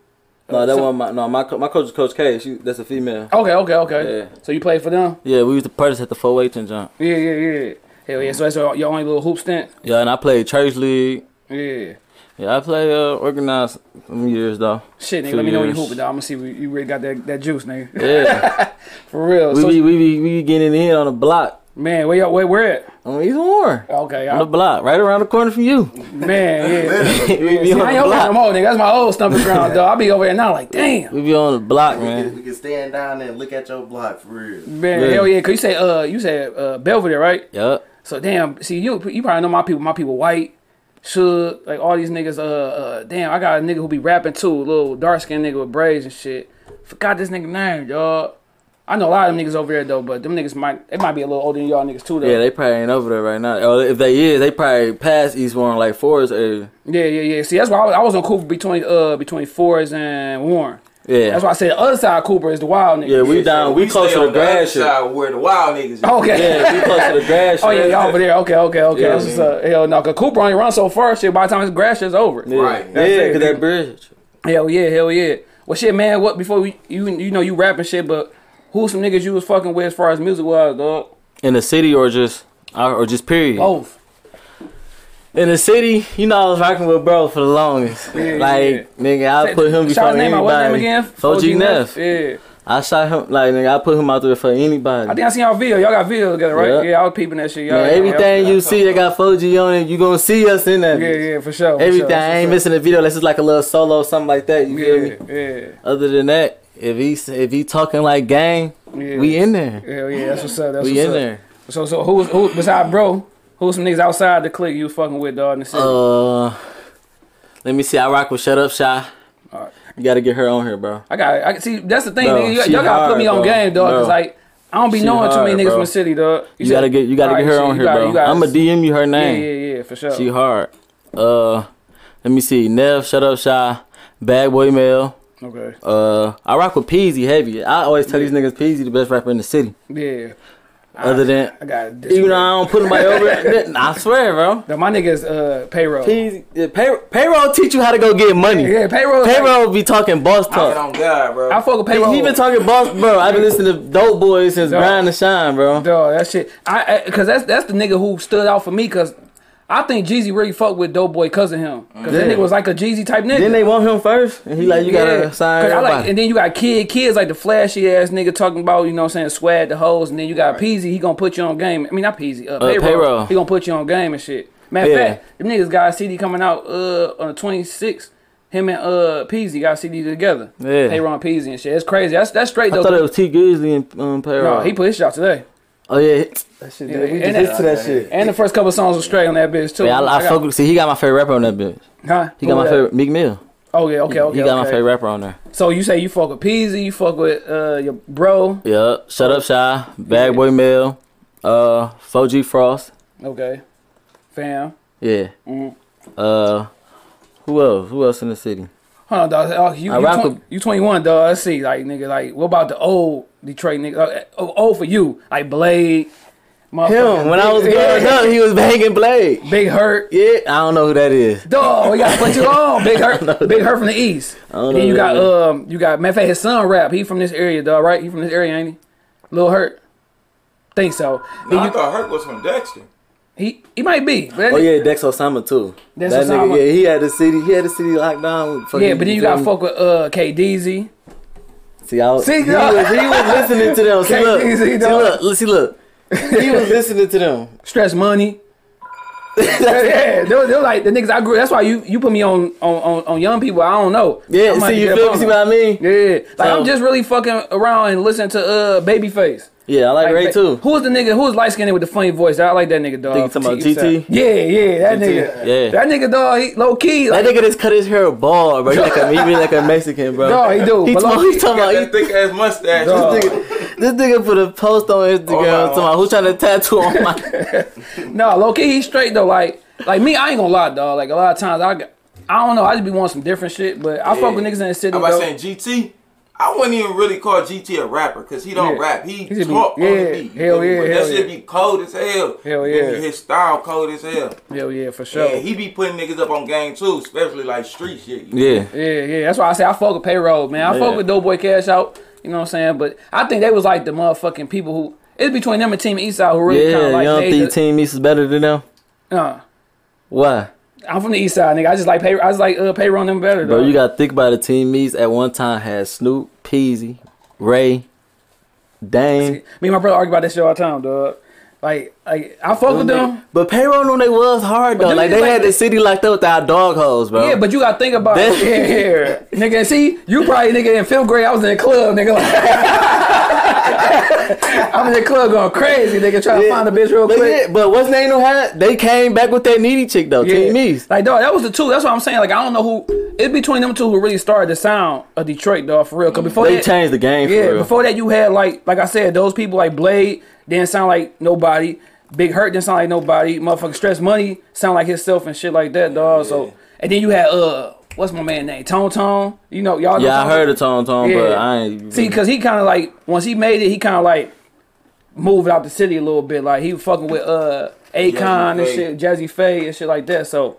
Speaker 2: No, that
Speaker 1: so-
Speaker 2: one my no my co- my coach is Coach K. She that's a female.
Speaker 1: Okay, okay, okay.
Speaker 2: Yeah.
Speaker 1: So you played for them?
Speaker 2: Yeah, we used to practice at the four weight and jump.
Speaker 1: Yeah, yeah, yeah. Hell yeah. So that's your, your only little hoop stint?
Speaker 2: Yeah, and I played church league.
Speaker 1: Yeah.
Speaker 2: Yeah, I played uh, organized some years though.
Speaker 1: Shit, nigga,
Speaker 2: Few
Speaker 1: let me know when you
Speaker 2: years.
Speaker 1: hooping, dog. I'm gonna see if you really got that, that juice, nigga.
Speaker 2: Yeah,
Speaker 1: For real.
Speaker 2: we
Speaker 1: So,
Speaker 2: be we be we be getting in on the block.
Speaker 1: man, where y'all, where, where at?
Speaker 2: On East Warren.
Speaker 1: Okay,
Speaker 2: On the
Speaker 1: I,
Speaker 2: block, right around the corner from you.
Speaker 1: man, yeah.
Speaker 2: we be
Speaker 1: See,
Speaker 2: on
Speaker 1: I ain't over
Speaker 2: the
Speaker 1: there no
Speaker 2: block.
Speaker 1: more, nigga. That's my old stumping ground, dog. I be over there now, like, damn.
Speaker 2: We be on the block,
Speaker 3: We
Speaker 2: man.
Speaker 3: can, we can stand down there and look at your block for real.
Speaker 1: Man,
Speaker 2: Yeah.
Speaker 1: hell yeah! Cause you say uh, you said uh, Belvedere, right?
Speaker 2: Yup.
Speaker 1: So damn, see you, you probably know my people. My people white, Suge, like all these niggas. Uh, uh, damn, I got a nigga who be rapping too, a little dark skinned nigga with braids and shit. Forgot this nigga name, dog. I know a lot of them niggas over there though, but them niggas might, they might be a little older than y'all niggas too though.
Speaker 2: Yeah, they probably ain't over there right now. Or if they is, they probably past East Warren like Forest area.
Speaker 1: yeah, yeah, yeah. See, that's why I was, I was on Cooper between uh between Forrest and Warren.
Speaker 2: Yeah.
Speaker 1: That's why I said the other side of Cooper is the wild nigga.
Speaker 2: Yeah, we down. We close
Speaker 4: stay
Speaker 2: to the
Speaker 4: on other
Speaker 2: grass shit.
Speaker 4: side Where the wild niggas. at.
Speaker 1: Okay.
Speaker 2: Yeah, we close to the grass shit.
Speaker 1: Oh yeah, y'all over there. Okay, okay, okay.
Speaker 2: Yeah,
Speaker 1: That's what's up. Hell no, cause Cooper only run so far. Shit, by the time his grass is over.
Speaker 2: Yeah,
Speaker 4: Right.
Speaker 2: Yeah,
Speaker 1: That's it,
Speaker 2: 'cause that bridge.
Speaker 1: Hell yeah, hell yeah. Well, shit, man. What before we, you you know you rapping shit, but who some niggas you was fucking with as far as music was, dog?
Speaker 2: In the city or just or or just period.
Speaker 1: Both.
Speaker 2: In the city, you know I was rocking with bro for the longest.
Speaker 1: Yeah,
Speaker 2: like nigga, I
Speaker 1: Say-
Speaker 2: put him
Speaker 1: shout
Speaker 2: before
Speaker 1: his name out, what's his name
Speaker 2: anybody.
Speaker 1: again? Oh,
Speaker 2: 4G Neff.
Speaker 1: Yeah.
Speaker 2: I shot him like nigga. I put him out there for anybody.
Speaker 1: I think I seen y'all video. Y'all got video together, right?
Speaker 2: Yeah.
Speaker 1: Yeah, I was peeping that shit. Y'all,
Speaker 2: Man,
Speaker 1: y'all-
Speaker 2: everything you see that got 4G on it, you gonna see us in that.
Speaker 1: Yeah, yeah, for sure. for
Speaker 2: Everything.
Speaker 1: sure, for
Speaker 2: I ain't
Speaker 1: sure.
Speaker 2: missing a video unless it's like a little solo, something like that. You feel me?
Speaker 1: Yeah,
Speaker 2: Other than that, if he's if he talking like gang,
Speaker 1: yeah, yeah.
Speaker 2: we in there.
Speaker 1: Hell yeah, that's what's up. That's
Speaker 2: We
Speaker 1: what's
Speaker 2: in
Speaker 1: up.
Speaker 2: there.
Speaker 1: So so who's who besides bro? Who's some niggas outside the clique you was fucking with, dog? In the city?
Speaker 2: Uh, let me see. I rock with Shut Up Shy.
Speaker 1: Alright.
Speaker 2: You gotta get her on here, bro.
Speaker 1: I got. I see. That's the thing.
Speaker 2: Bro,
Speaker 1: nigga. You-
Speaker 2: she
Speaker 1: Y'all gotta put me
Speaker 2: hard,
Speaker 1: on
Speaker 2: bro.
Speaker 1: game, dog. Cause
Speaker 2: Bro.
Speaker 1: like I don't be
Speaker 2: She
Speaker 1: knowing too
Speaker 2: hard,
Speaker 1: many niggas
Speaker 2: bro.
Speaker 1: from the city, dog.
Speaker 2: You gotta get you gotta
Speaker 1: All
Speaker 2: get her
Speaker 1: right,
Speaker 2: on
Speaker 1: shit,
Speaker 2: here,
Speaker 1: you gotta-
Speaker 2: bro.
Speaker 1: you gotta-
Speaker 2: I'ma DM you her
Speaker 1: Yeah,
Speaker 2: name.
Speaker 1: yeah, yeah, for sure.
Speaker 2: She hard. Uh, let me see. Nev, Shut Up Shy, Bad Boy Mel.
Speaker 1: okay.
Speaker 2: Uh, I rock with Peasy heavy. I always tell these niggas Peasy the best rapper in the city.
Speaker 1: Yeah.
Speaker 2: Other than
Speaker 1: I got this.
Speaker 2: even though I don't put nobody over, it, I swear, bro.
Speaker 1: No, my nigga's uh, payroll.
Speaker 2: He's, yeah, pay, payroll teach you how to go get money.
Speaker 1: yeah, payroll.
Speaker 2: Payroll be talking boss
Speaker 4: I bet
Speaker 2: talk.
Speaker 4: on God, bro.
Speaker 1: I fuck with payroll.
Speaker 2: He been talking boss, bro. I've been listening to Dope Boys since
Speaker 1: Dog.
Speaker 2: Grind and Shine, bro.
Speaker 1: Dog, that shit. I I- cause that's that's the nigga who stood out for me. Cause I think Jeezy really fucked with Doughboy cause of him. Cause that
Speaker 2: Yeah.
Speaker 1: nigga was like a Jeezy type nigga.
Speaker 2: Then they want him first, and he like, you
Speaker 1: Yeah.
Speaker 2: gotta sign
Speaker 1: 'Cause I
Speaker 2: everybody.
Speaker 1: like, and then you got kid kids like the flashy ass nigga talking about you know what I'm saying swag the hoes, and then you got Peasy he gonna put you on game. I mean not Peasy, uh, payroll.
Speaker 2: Payroll.
Speaker 1: He gonna put you on game and shit. Matter of
Speaker 2: Yeah.
Speaker 1: fact, them niggas got a CD coming out uh on the 26th. Him and uh Peasy got a CD together.
Speaker 2: Yeah.
Speaker 1: payroll and Peasy and shit. It's crazy. That's that's straight
Speaker 2: I
Speaker 1: though.
Speaker 2: thought it was T Grizzly and um, Payroll.
Speaker 1: no, he put his shit out today.
Speaker 2: oh yeah, that shit.
Speaker 1: Yeah,
Speaker 2: we
Speaker 1: and
Speaker 2: just listened to that shit.
Speaker 1: And the first couple songs were straight on that bitch too.
Speaker 2: Yeah, I, I,
Speaker 1: got-
Speaker 2: fuck with- See, he got my favorite rapper on that bitch.
Speaker 1: Huh?
Speaker 2: He got
Speaker 1: Who
Speaker 2: my
Speaker 1: that?
Speaker 2: favorite Meek Mill.
Speaker 1: Oh yeah, okay, okay.
Speaker 2: he got my
Speaker 1: okay.
Speaker 2: favorite rapper on there.
Speaker 1: So you say you fuck with Peasy, you fuck with uh your bro.
Speaker 2: Yup. Shut up, shy. Bad boy Mill. Uh, 4G Frost.
Speaker 1: Okay, fam.
Speaker 2: Yeah. Uh, who else? Who else in the city?
Speaker 1: Hold on, dog. Oh, you,
Speaker 2: I
Speaker 1: you,
Speaker 2: rock
Speaker 1: twen-
Speaker 2: with-
Speaker 1: you 21, dog. Let's see, like nigga, like what about the old Detroit nigga? Like, oh, old for you, like Blade, motherfucking
Speaker 2: Him. When I was
Speaker 1: Big-
Speaker 2: growing up, he was banging Blade.
Speaker 1: Big Hurt.
Speaker 2: Yeah. I don't know who that is.
Speaker 1: Dog, we gotta put you on. Big Hurt, Big Hurt from the East.
Speaker 2: don't
Speaker 1: Then
Speaker 2: know
Speaker 1: you
Speaker 2: that
Speaker 1: got
Speaker 2: nigga.
Speaker 1: um, you got matter of fact, his son rap. He from this area, dog. Right? He from this area, ain't he? Lil Hurt. Think so. Then
Speaker 4: No, I
Speaker 1: you-
Speaker 4: thought Hurt was from Dexter.
Speaker 1: he he might be. But that
Speaker 2: Oh
Speaker 1: nigga-
Speaker 2: yeah, Dex Osama too.
Speaker 1: Dex
Speaker 2: that
Speaker 1: Osama.
Speaker 2: nigga, yeah, he had the city, he had the city locked down. with fucking-
Speaker 1: yeah, but then you gotta fuck with uh KDZ.
Speaker 2: See, I was,
Speaker 1: See,
Speaker 2: he,
Speaker 1: dog.
Speaker 2: was, he was listening to them. See,
Speaker 1: Can't
Speaker 2: look,
Speaker 1: see, see,
Speaker 2: see,
Speaker 1: dog.
Speaker 2: look, look, see, look. He was listening to them.
Speaker 1: Stress money. yeah, they're, they're like the niggas I grew. That's why you, you put me on on, on on young people. I don't know.
Speaker 2: Yeah,
Speaker 1: I might
Speaker 2: see, you
Speaker 1: get
Speaker 2: feel
Speaker 1: up
Speaker 2: me?
Speaker 1: on
Speaker 2: See
Speaker 1: them.
Speaker 2: what I mean? Yeah,
Speaker 1: Yeah, like
Speaker 2: So-
Speaker 1: I'm just really fucking around and listening to uh Babyface.
Speaker 2: I like, Ray
Speaker 1: ba-
Speaker 2: too.
Speaker 1: Who was the nigga? Who was light skinned with the funny voice? I like that nigga dog.
Speaker 2: Think you talking about GT?
Speaker 1: Yeah, yeah, that nigga.
Speaker 2: yeah.
Speaker 1: that nigga dog. He low key.
Speaker 2: That
Speaker 1: Like,
Speaker 2: nigga just cut his hair bald, bro. He like a, he be like a Mexican, bro.
Speaker 1: No, he do,
Speaker 2: He
Speaker 1: but
Speaker 2: talking,
Speaker 1: like-
Speaker 2: he talking
Speaker 4: Got
Speaker 2: about
Speaker 4: that
Speaker 2: he-
Speaker 4: thick ass mustache.
Speaker 1: Dog.
Speaker 4: This nigga-
Speaker 2: this nigga put a post on Instagram
Speaker 4: Oh, wow.
Speaker 2: talking about who trying to tattoo on my.
Speaker 1: no, low key. He straight though. Like like me, I ain't gonna lie, dog. Like a lot of times I got. I don't know. I just be wanting some different shit, but I fuck with niggas in the city.
Speaker 4: Am I
Speaker 1: though.
Speaker 4: saying GT? I wouldn't even really call GT a rapper because he don't
Speaker 1: Yeah.
Speaker 4: rap. He,
Speaker 1: He just be-
Speaker 4: talk on
Speaker 1: yeah,
Speaker 4: the beat.
Speaker 1: hell
Speaker 4: But
Speaker 1: yeah, hell
Speaker 4: that shit
Speaker 1: yeah.
Speaker 4: be cold as hell.
Speaker 1: Hell
Speaker 4: It be
Speaker 1: yeah.
Speaker 4: His style cold as hell.
Speaker 1: Hell yeah, for sure.
Speaker 4: Yeah, he be putting niggas up on game too, especially like street shit. you
Speaker 2: Yeah,
Speaker 1: Yeah, yeah. That's why I say I fuck with payroll, man. I fuck
Speaker 2: Yeah.
Speaker 1: with Doughboy Cash out. You know what I'm saying? But I think they was like the motherfucking people who it's between them and Team Eastside who really kind
Speaker 2: yeah.
Speaker 1: of like
Speaker 2: Young
Speaker 1: they
Speaker 2: Thee
Speaker 1: the-
Speaker 2: Team East is better than them.
Speaker 1: Nah,
Speaker 2: Why,
Speaker 1: I'm from the East Side, nigga. I just like pay. I just like uh, payroll and them better,
Speaker 2: bro?
Speaker 1: though.
Speaker 2: You got to think about it. Team East at one time had Snoop, Peasy, Ray, Dame.
Speaker 1: Me and my brother argue about that shit all the time, dog. Like, like I fuck with them.
Speaker 2: But payroll knew they was hard though.
Speaker 1: them
Speaker 2: Like
Speaker 1: niggas
Speaker 2: they
Speaker 1: like
Speaker 2: had
Speaker 1: that-
Speaker 2: the city locked up with our dog hoes, bro.
Speaker 1: Yeah, but you gotta think about
Speaker 2: That-
Speaker 1: it. Yeah, nigga. See, you probably nigga in fifth grade. I was in the club, nigga. Like, I'm in the club going crazy, nigga. Trying to find a bitch real
Speaker 2: But
Speaker 1: quick.
Speaker 2: yeah, but what's name no had? They came back with that needy chick though.
Speaker 1: Yeah.
Speaker 2: Team East.
Speaker 1: Like, dog, that was the two. That's what I'm saying. Like, I don't know who. It's between them two who really started the sound of Detroit, dog, for real. Because before
Speaker 2: They
Speaker 1: that,
Speaker 2: changed the game
Speaker 1: yeah,
Speaker 2: for real.
Speaker 1: before that, you had like, like I said, those people like Blade didn't sound like nobody. Big Hurt didn't sound like nobody. Motherfucking Stress Money sound like himself and shit like that, dog. So, and then you had uh, what's my man name? Tone Tone. You know, y'all. know
Speaker 2: yeah, I
Speaker 1: Tone
Speaker 2: heard
Speaker 1: Tone?
Speaker 2: of Tone Tone, but I ain't.
Speaker 1: See, because he kind of like once he made it, he kind of like moved out the city a little bit. Like he was fucking with uh Akon and
Speaker 4: Jazzy
Speaker 1: shit, Jazzy Faye and shit like that. So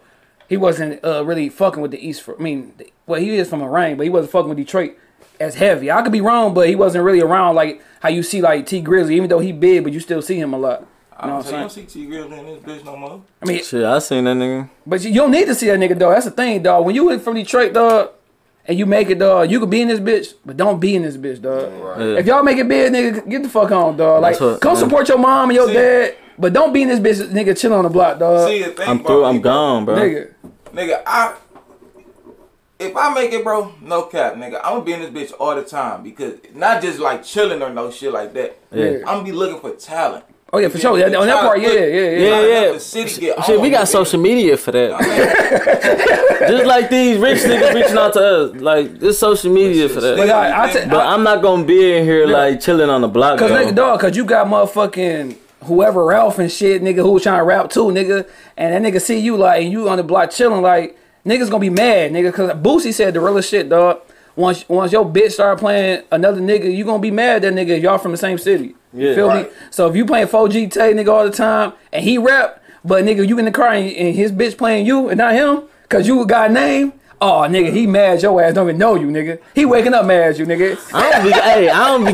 Speaker 1: he wasn't uh really fucking with the East. For, I mean, the- well, he is from Iran, but he wasn't fucking with Detroit as heavy. I could be wrong, but he wasn't really around like how you see like T Grizzly, even though he big, but you still see him a lot.
Speaker 4: I
Speaker 1: You know
Speaker 4: don't
Speaker 1: what
Speaker 4: say Uh, you
Speaker 1: I'm
Speaker 4: don't
Speaker 1: saying?
Speaker 4: see T Grizzly in this bitch no more.
Speaker 1: I mean,
Speaker 2: shit, I seen that nigga.
Speaker 1: but you, you don't need to see that nigga dog. That's the thing, dog. When you in from Detroit, dog, and you make it, dog, you could be in this bitch, but don't be in this bitch, dog.
Speaker 2: Yeah.
Speaker 1: If y'all make it big, nigga, get the fuck on, dog. Like,
Speaker 2: That's what-
Speaker 1: come
Speaker 2: yeah.
Speaker 1: support your mom and your
Speaker 4: See-
Speaker 1: dad, but don't be in this bitch, nigga. Chill on the block, dog.
Speaker 4: See the thing,
Speaker 2: I'm
Speaker 4: about
Speaker 2: through. I'm
Speaker 4: me, bro,
Speaker 2: gone, bro.
Speaker 1: nigga.
Speaker 4: nigga. I if I make it, bro, no cap, nigga. I'm gonna be in this bitch all the time because not just like chilling or no shit like that.
Speaker 2: Yeah.
Speaker 4: I'm be looking for talent.
Speaker 1: Oh yeah, for sure. Yeah, on that part, yeah, yeah, yeah.
Speaker 2: Yeah,
Speaker 4: Like,
Speaker 2: yeah.
Speaker 4: let the city get
Speaker 2: Shit,
Speaker 4: on,
Speaker 2: we got
Speaker 4: nigga.
Speaker 2: social media for that. Just like these rich niggas reaching out to us. Like this social media for
Speaker 1: But
Speaker 2: that.
Speaker 1: I, I, t-
Speaker 2: But I'm not gonna be in here like chilling on the block.
Speaker 1: Cause
Speaker 2: though.
Speaker 1: nigga, dog, cause you got motherfucking whoever Ralph and shit, nigga, who was trying to rap too, nigga, and that nigga see you like and you on the block chilling, like niggas gonna be mad, nigga, cause Boosie said the realest shit, dog. Once once your bitch start playing another nigga, you gonna be mad at that nigga. if Y'all from the same city.
Speaker 2: Yeah.
Speaker 1: Feel
Speaker 3: Right.
Speaker 1: me? So if you playing 4G Tay nigga all the time and he rap, but nigga you in the car and, and his bitch playing you and not him, cause you got a name. Oh nigga, he mad your ass don't even know you nigga. He waking up mad at you nigga.
Speaker 2: I don't be, hey, I don't be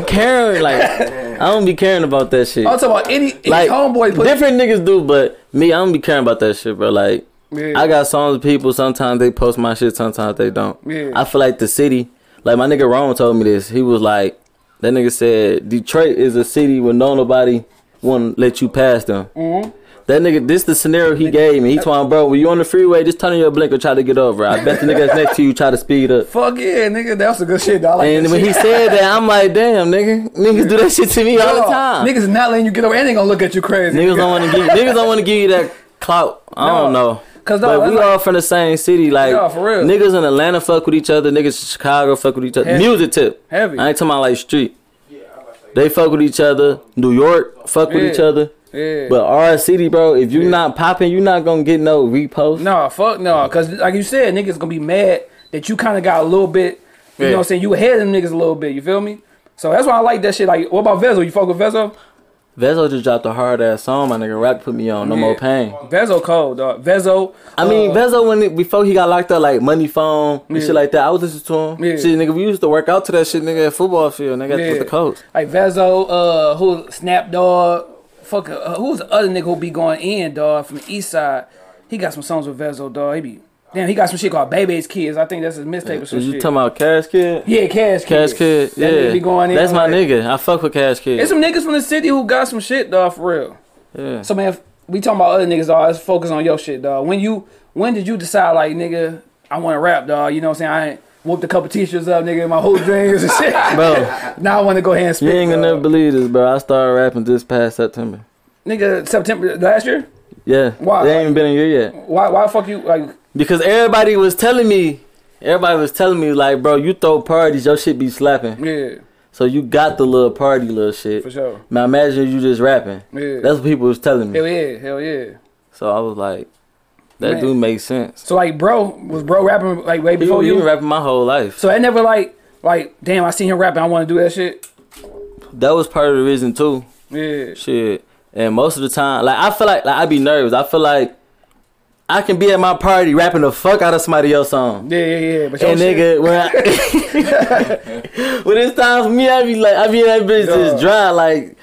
Speaker 2: caring. Like, I don't be caring about that shit.
Speaker 1: I'm talking about any, any
Speaker 2: like,
Speaker 1: homeboy put
Speaker 2: different niggas do, but me, I don't be caring about that shit, bro. Like,
Speaker 1: Yeah.
Speaker 2: I got songs with people. Sometimes they post my shit. Sometimes they don't.
Speaker 1: Yeah.
Speaker 2: I feel like the city. Like my nigga Rome told me this. He was like, that nigga said Detroit is a city where no nobody want to let you pass them.
Speaker 1: Mm-hmm.
Speaker 2: That nigga, this the scenario he gave me. He told me, bro, when you on the freeway, just turn on your blinker, try to get over. I bet the nigga that's next to you try to speed up.
Speaker 1: Fuck yeah, nigga, that's a good shit. Dog. I like
Speaker 2: And
Speaker 1: that
Speaker 2: when
Speaker 1: shit.
Speaker 2: he said that, I'm like, damn, nigga, niggas do that shit to me all the
Speaker 1: Dog,
Speaker 2: time.
Speaker 1: Niggas not letting you get over and they gonna look at you crazy.
Speaker 2: Niggas don't want to give. Niggas don't want to give you that clout. I don't
Speaker 1: No.
Speaker 2: know.
Speaker 1: 'Cause, dog,
Speaker 2: but
Speaker 1: that's
Speaker 2: we
Speaker 1: like-
Speaker 2: all from the same city. Like
Speaker 1: Yeah, for real.
Speaker 2: niggas in Atlanta fuck with each other. Niggas in Chicago fuck with each other.
Speaker 1: Heavy.
Speaker 2: Music tip.
Speaker 1: Heavy.
Speaker 2: I ain't talking about like street. They fuck with each other. New York fuck
Speaker 1: Yeah.
Speaker 2: with each other.
Speaker 1: Yeah.
Speaker 2: But our city, bro, if you not popping, you not gonna get no repost.
Speaker 1: No, fuck no. Cause like you said, niggas gonna be mad that you kinda got a little bit you know
Speaker 2: Yeah.
Speaker 1: what I'm saying, you ahead of them niggas a little bit, you feel me? So that's why I like that shit. Like, what about Vezo? You fuck with Vezo?
Speaker 2: Vezo just dropped a hard ass song. My nigga rap put me on. No more
Speaker 1: Yeah.
Speaker 2: pain.
Speaker 1: Vezo cold, dog. Vezo.
Speaker 2: I mean,
Speaker 1: uh,
Speaker 2: Vezo when it, before he got locked up, like Money Phone and
Speaker 1: Yeah.
Speaker 2: shit like that. I was listening to him.
Speaker 1: Yeah.
Speaker 2: Shit, nigga, we used to work out to that shit, nigga, at football field, nigga,
Speaker 1: Yeah.
Speaker 2: with the coach.
Speaker 1: Like Vezo, uh, who Snap Dog, fuck, uh, who's the other nigga who be going in, dog, from the East Side? He got some songs with Vezo, dog. He be damn, he got some shit called Baby's Kids. I think that's his mixtape or some
Speaker 2: Was you
Speaker 1: shit.
Speaker 2: talking about Cash Kid?
Speaker 1: yeah, Cash Kid.
Speaker 2: Cash Kid,
Speaker 1: That
Speaker 2: yeah.
Speaker 1: nigga be going in.
Speaker 2: That's my
Speaker 1: like-
Speaker 2: nigga. I fuck with Cash Kid.
Speaker 1: There's some niggas from the city who got some shit, dog, for real.
Speaker 2: yeah.
Speaker 1: So man, if we talking about other niggas, dog. Let's focus on your shit, dog. When you when did you decide like nigga, I want to rap, dog? You know what I'm saying? I ain't whooped a couple t-shirts up, nigga, in my whole dreams and shit.
Speaker 2: Bro.
Speaker 1: now I want to go ahead and
Speaker 2: You
Speaker 1: spit.
Speaker 2: ain't gonna never
Speaker 1: dog.
Speaker 2: believe this, bro. I started rapping this past September.
Speaker 1: nigga, September last year.
Speaker 2: Yeah.
Speaker 1: Why?
Speaker 2: It ain't even been a year yet.
Speaker 1: Why why fuck you like
Speaker 2: Because everybody was telling me, everybody was telling me, like, bro, you throw parties, your shit be slapping.
Speaker 1: yeah
Speaker 2: So you got the little party little shit.
Speaker 1: for sure
Speaker 2: Now imagine you just rapping.
Speaker 1: yeah
Speaker 2: That's what people was telling me.
Speaker 1: hell yeah hell yeah.
Speaker 2: So I was like, that
Speaker 1: Man.
Speaker 2: do make sense.
Speaker 1: So like bro was bro rapping like way
Speaker 2: He
Speaker 1: before
Speaker 2: was
Speaker 1: you.
Speaker 2: rapping my whole life.
Speaker 1: So I never like like damn I seen him rapping I want to do that shit.
Speaker 2: that was part of the reason too.
Speaker 1: Yeah
Speaker 2: Shit. And most of the time, like I feel like, like I be nervous. I feel like I can be at my party rapping the fuck out of somebody else's song.
Speaker 1: yeah yeah yeah. But your
Speaker 2: And
Speaker 1: shit-
Speaker 2: nigga, when, I, when it's time for me, I be like, I be that bitch
Speaker 1: Dog.
Speaker 2: just dry, like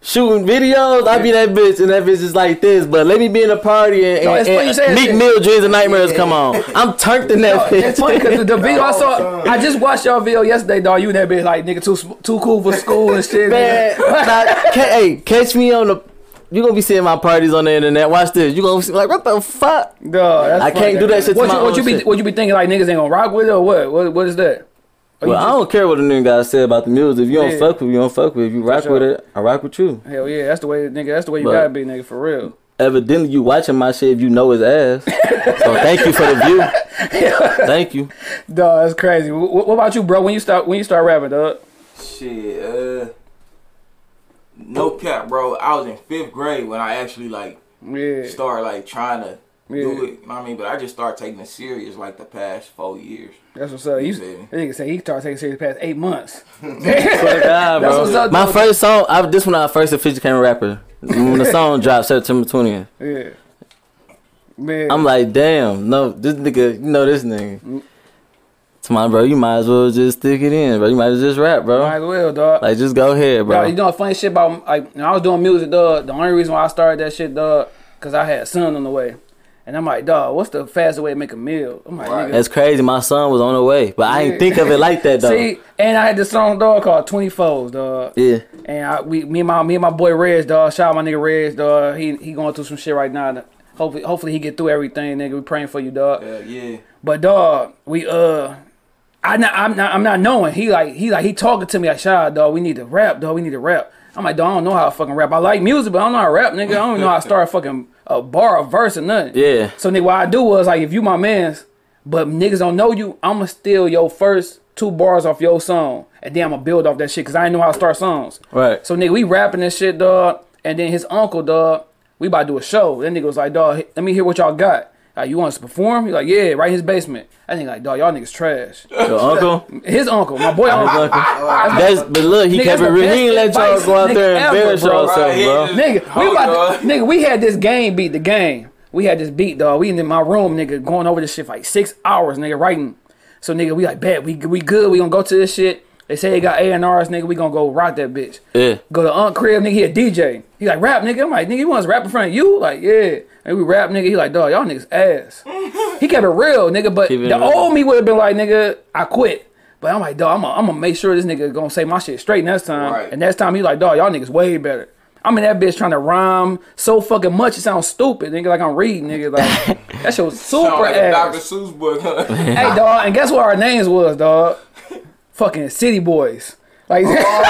Speaker 2: shooting videos. I be that bitch, and that bitch is like this. But let me be in a party and,
Speaker 1: No,
Speaker 2: and,
Speaker 1: it's funny you
Speaker 2: and,
Speaker 1: say that
Speaker 2: Meek
Speaker 1: shit.
Speaker 2: Mill dreams and nightmares come on. I'm turked in that bitch.
Speaker 1: It's funny because the video I saw, I just watched y'all video yesterday, dog. You and that bitch like nigga too sm- too cool for school and shit.
Speaker 2: Man,
Speaker 1: nigga.
Speaker 2: now, ca- hey, catch me on the. You gonna be seeing my parties on the internet. Watch this. You gonna be like, what the fuck?
Speaker 1: Dog, that's
Speaker 2: I
Speaker 1: funny,
Speaker 2: can't do that shit to
Speaker 1: What
Speaker 2: my
Speaker 1: you, what
Speaker 2: own
Speaker 1: you be
Speaker 2: shit.
Speaker 1: what you be thinking like niggas ain't gonna rock with it or what? What what is that? Or you
Speaker 2: Well, I
Speaker 1: just-
Speaker 2: don't care what the nigga guys say about the music. If you don't
Speaker 1: Yeah.
Speaker 2: fuck with, it, you don't fuck with. it. If you rock
Speaker 1: sure.
Speaker 2: with it, I rock with you.
Speaker 1: Hell yeah, that's the way, nigga. That's the way you
Speaker 2: But-
Speaker 1: gotta be, nigga, for real.
Speaker 2: Evidently, you watching my shit. If you know his ass, so thank you for the view. Thank you.
Speaker 1: Dog, that's crazy. What, what about you, bro? When you start when you start rapping, dog?
Speaker 4: Shit, uh, no cap, bro. I was in fifth grade when I actually like
Speaker 1: Yeah,
Speaker 4: started like trying to
Speaker 1: Yeah.
Speaker 4: do it. You know what I mean, but I just started taking it serious like the past four years.
Speaker 1: that's what's up. You,
Speaker 4: Baby.
Speaker 1: that nigga say he started taking serious past eight months.
Speaker 2: Fuck God,
Speaker 1: That's
Speaker 2: bro.
Speaker 1: what's up,
Speaker 2: my
Speaker 1: though.
Speaker 2: first song, I, this when I first officially became a rapper. When the song dropped September twentieth,
Speaker 1: Yeah, man.
Speaker 2: I'm like, damn, no, this nigga, you know this nigga. To my bro, you might as well just stick it in, bro. You might as well just rap, bro.
Speaker 1: might as well, dog.
Speaker 2: Like, just go ahead,
Speaker 1: Bro,
Speaker 2: bro.
Speaker 1: you know the funny shit about like when I was doing music, dog. The only reason why I started that shit, dog, cause I had a son on the way, and I'm like, dog, what's the fastest way to make a meal? I'm like,
Speaker 4: Right.
Speaker 1: nigga.
Speaker 2: That's crazy. My son was on the way, but I
Speaker 1: Yeah.
Speaker 2: ain't think of it like that though.
Speaker 1: See, and I had this song, dog, called Twenty Foes, dog.
Speaker 2: yeah,
Speaker 1: And I, we, me and my, me and my boy Rez, dog. Shout out my nigga Rez, dog. He, he going through some shit right now. Hopefully, hopefully he get through everything, nigga. We praying for you, dog.
Speaker 4: Uh, yeah,
Speaker 1: But dog, we uh, I not, I'm not I'm not knowing. He like he like he talking to me like, "Shad, dog, we need to rap, dog. We need to rap." I'm like, "Dog, I don't know how to fucking rap. I like music, but I don't know how to rap, nigga. I don't even know how to start a fucking a bar, a verse, or nothing."
Speaker 2: Yeah.
Speaker 1: So nigga, what I do was like, if you my man's, but niggas don't know you, I'ma steal your first two bars off your song, and then I'ma build off that shit because I ain't know how to start songs.
Speaker 2: right.
Speaker 1: So nigga, we rapping this shit, dog. And then his uncle, dog, we about to do a show. That nigga was like, dog, let me hear what y'all got. Like, you want us to perform? He like, yeah, right in his basement. I think like, dog, y'all niggas trash.
Speaker 2: Your uncle.
Speaker 1: His uncle, my boy uncle.
Speaker 2: That's but look, he
Speaker 1: Nigga,
Speaker 2: kept it
Speaker 1: that's
Speaker 2: real.
Speaker 1: the
Speaker 2: He ain't let
Speaker 1: best
Speaker 2: y'all go out
Speaker 1: advice
Speaker 2: there and
Speaker 1: nigga ever,
Speaker 2: embarrass
Speaker 1: bro.
Speaker 2: yourself,
Speaker 4: Right,
Speaker 2: bro.
Speaker 4: yeah, just-
Speaker 1: Nigga, we
Speaker 4: Hold
Speaker 1: about
Speaker 4: on.
Speaker 1: to, nigga, we had this game beat the game. We had this beat, dog. We in my room, nigga, going over this shit for like six hours, nigga, writing. So nigga, we like, bet we we good. We gonna go to this shit. They say they got A and R's, nigga. We gonna go rock that bitch.
Speaker 2: Yeah.
Speaker 1: Go to Unc Crib, nigga. He a DJ. He like rap, nigga. I'm like, nigga, you want us to rap in front of you? Like, yeah. And we rap, nigga. He like, dog, y'all niggas ass. he kept it real, nigga. But
Speaker 2: Keep it
Speaker 1: the
Speaker 2: real.
Speaker 1: old me would have been like, nigga, I quit. But I'm like, dog, I'm gonna I'm gonna make sure this nigga gonna say my shit straight next time.
Speaker 4: Right.
Speaker 1: And next time he like, dog, y'all niggas way better. I'm in that bitch trying to rhyme so fucking much it sounds stupid, nigga. Like I'm reading, nigga. Like that shit was super
Speaker 4: Sound like a
Speaker 1: ass.
Speaker 4: Dr. Seuss book. huh?
Speaker 1: Hey, dog, and guess what our names was, dog? fucking City Boys. Like
Speaker 3: Oh,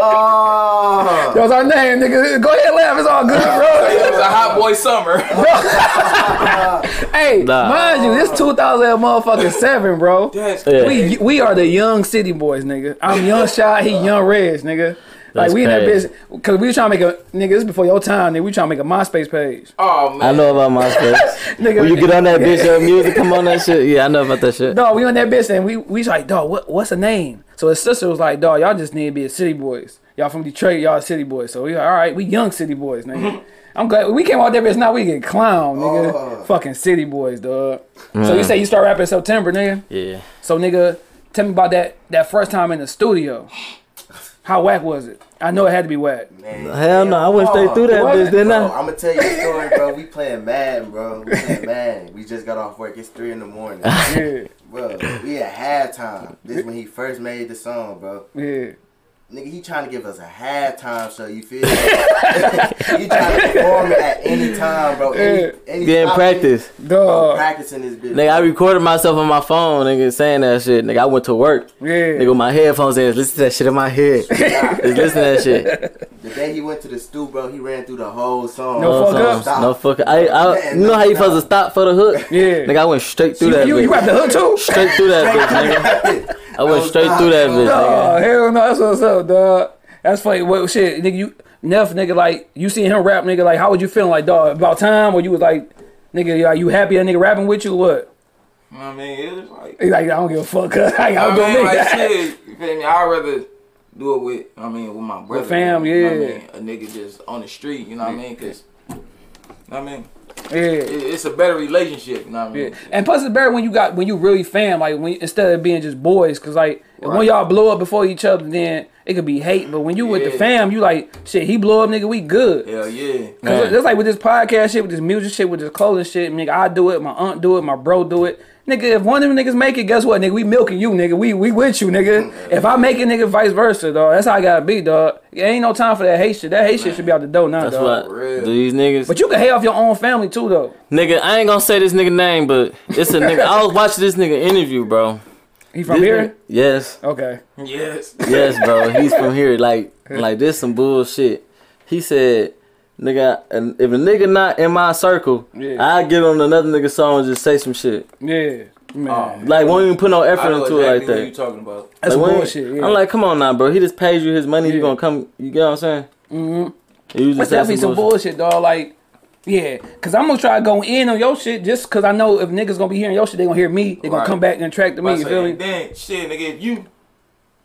Speaker 4: Uh,
Speaker 1: that was our name, nigga. Go ahead, laugh. It's all good,
Speaker 4: it was a hot boy summer.
Speaker 1: bro. hey,
Speaker 2: Nah.
Speaker 1: mind you, this 2000 motherfucking seven, bro.
Speaker 4: That's
Speaker 2: Yeah.
Speaker 1: We we are the young city boys, nigga. I'm young shy, he young reg, nigga. Like
Speaker 2: That's
Speaker 1: we in that
Speaker 2: crazy.
Speaker 1: bitch, cause we trying to make a nigga. This before your time, nigga. We trying to make a MySpace page,
Speaker 4: Oh man.
Speaker 2: I know about my stuff.
Speaker 1: nigga.
Speaker 2: When you get on that bitch, your music come on that shit. Yeah, I know about that shit.
Speaker 1: dog, we on that bitch, and we we was like, dog, what what's the name? So his sister was like, dog, y'all just need to be a city boys. Y'all from Detroit, y'all city boys. So we like, all right, we young city boys, nigga. I'm glad we came out that bitch. Now we get clown, nigga.
Speaker 3: Oh.
Speaker 1: Fucking city boys, dog. So
Speaker 2: Mm.
Speaker 1: you say you start rapping in September, nigga.
Speaker 2: Yeah.
Speaker 1: So nigga, tell me about that that first time in the studio. How whack was it? I know it had to be whack.
Speaker 3: man.
Speaker 2: Hell no, I wish they threw that
Speaker 1: Oh, What?
Speaker 2: bitch, didn't
Speaker 3: Bro,
Speaker 2: I?
Speaker 3: I'm gonna tell you a story, bro. We playing Madden, bro. We playing Madden. We just got off work. It's three in the morning,
Speaker 1: Yeah,
Speaker 3: bro. We at halftime. This when he first made the song, bro.
Speaker 1: yeah.
Speaker 3: Nigga, he trying to give us a halftime show. You feel? me? he trying to perform it at any time, bro.
Speaker 1: Yeah.
Speaker 3: Any, any
Speaker 2: Getting
Speaker 3: time.
Speaker 2: practice.
Speaker 3: Bro,
Speaker 1: Dog.
Speaker 3: practicing this bitch.
Speaker 2: Nigga, Oh, I recorded myself on my phone, nigga, saying that shit. Nigga, I went to work. Nigga,
Speaker 1: Yeah.
Speaker 2: with my headphones in, listen to that shit in my head. Just listen to that shit.
Speaker 3: The day he went to the stew, bro, he ran through the whole song.
Speaker 1: No
Speaker 2: No
Speaker 1: fuck
Speaker 2: songs,
Speaker 1: ups?
Speaker 3: Stop.
Speaker 2: No fucking. I, I,
Speaker 3: Man,
Speaker 2: you know how you
Speaker 3: stop.
Speaker 2: supposed to stop for the hook?
Speaker 1: Yeah.
Speaker 2: Nigga, I went straight through
Speaker 1: You,
Speaker 2: that
Speaker 1: you,
Speaker 2: bitch.
Speaker 1: you rap the hook too?
Speaker 2: straight through that bitch, nigga. I went
Speaker 3: No
Speaker 2: straight
Speaker 3: stop.
Speaker 2: through that bitch, nigga.
Speaker 1: Dog, Oh, hell no, that's what's up, dog. That's funny. What shit, nigga? You Neff, nigga, like you seen him rap, nigga. Like, how would you feeling, like, dog? About time, or you was like, nigga, you- are you happy that nigga rapping with you? What?
Speaker 4: I mean, it was like
Speaker 1: He's like, I don't give a fuck. Cause I,
Speaker 4: I
Speaker 1: I'm
Speaker 4: mean,
Speaker 1: gonna
Speaker 4: like
Speaker 1: make that.
Speaker 4: shit. You feel me? I'd rather do it with, I mean, with my brother.
Speaker 1: fam,
Speaker 4: you know what I
Speaker 1: yeah.
Speaker 4: mean? A nigga just on the street, you know what I mean? Because, I mean,
Speaker 1: Yeah.
Speaker 4: it, it's a better relationship, you know what I mean?
Speaker 1: Yeah. And plus, it's better when you got when you really fam like when instead of being just boys, cause like if when
Speaker 4: Right.
Speaker 1: y'all blow up before each other, then it could be hate. But when you with the
Speaker 4: Yeah.
Speaker 1: fam, you like shit. He blow up, nigga. We good.
Speaker 4: Hell yeah.
Speaker 1: Cause
Speaker 2: Man.
Speaker 1: that's like with this podcast shit, with this music shit, with this clothing shit, nigga. I do it, my aunt do it, my bro do it. Nigga, if one of them niggas make it, guess what, nigga? We milking you, nigga. We we with you, nigga. If I make it, nigga, vice versa, dog. That's how I gotta be, dog. ain't no time for that hate shit. That hate shit should be out the door now,
Speaker 2: That's
Speaker 1: dog.
Speaker 2: what
Speaker 4: real.
Speaker 2: do these niggas.
Speaker 1: But you can hate off your own family too, though.
Speaker 2: nigga, I ain't gonna say this nigga name, but it's a nigga. I was watching this nigga interview, bro.
Speaker 1: He from
Speaker 2: This
Speaker 1: here?
Speaker 2: nigga- Yes.
Speaker 1: Okay.
Speaker 4: Yes.
Speaker 2: Yes, bro. He's from here. Like, like this some bullshit. He said, "Nigga, and if a nigga not in my circle,
Speaker 1: Yeah.
Speaker 2: I get on another nigga song and just say some shit.
Speaker 1: Yeah. Man.
Speaker 4: Oh,
Speaker 2: Like, won't even put no
Speaker 4: I
Speaker 2: effort
Speaker 4: know
Speaker 2: into
Speaker 4: exactly
Speaker 2: it like
Speaker 4: what you
Speaker 2: that.
Speaker 4: talking about.
Speaker 1: That's
Speaker 2: Like, won't-
Speaker 1: bullshit. Yeah.
Speaker 2: I'm like, come on now, bro. He just paid you his money. You
Speaker 1: Yeah.
Speaker 2: gonna come? You get what I'm saying? Mm-hmm. You just
Speaker 1: that's
Speaker 2: say
Speaker 1: definitely some
Speaker 2: some
Speaker 1: bullshit,
Speaker 2: bullshit.
Speaker 1: dog. Like, yeah, cause I'm gonna try to go in on your shit just cause I know if niggas gonna be hearing your shit, they gonna hear me. They gonna
Speaker 4: Right.
Speaker 1: come back and attract to me.
Speaker 4: But I
Speaker 1: You
Speaker 4: say,
Speaker 1: feel
Speaker 4: and
Speaker 1: me?
Speaker 4: Then shit, nigga, if you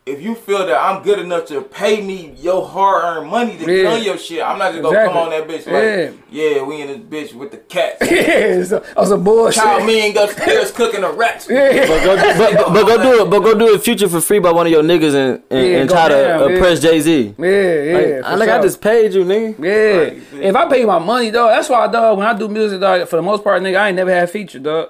Speaker 4: if you feel that I'm good enough to pay me your hard earned money to
Speaker 1: Yeah.
Speaker 4: yeah. your shit, I'm not just gonna
Speaker 1: Exactly.
Speaker 4: come on that bitch like, yeah, we in this bitch with the cats.
Speaker 1: Yeah, so, oh, some bullshit.
Speaker 4: Child me ain't upstairs cooking the rats.
Speaker 1: Yeah,
Speaker 2: But go, but, but, but go do it. But go do it. Future for free by one of your niggas and and,
Speaker 1: Yeah,
Speaker 2: and
Speaker 1: go
Speaker 2: try to
Speaker 1: down, yeah.
Speaker 2: oppress Jay Z.
Speaker 1: yeah, yeah.
Speaker 2: Like,
Speaker 1: for
Speaker 2: I, like, I
Speaker 1: sure.
Speaker 2: just paid you, nigga.
Speaker 1: Yeah.
Speaker 4: Right.
Speaker 1: If I pay my money, dog, that's why, dog, when I do music, dog, for the most part, nigga, I ain't never had feature, dog.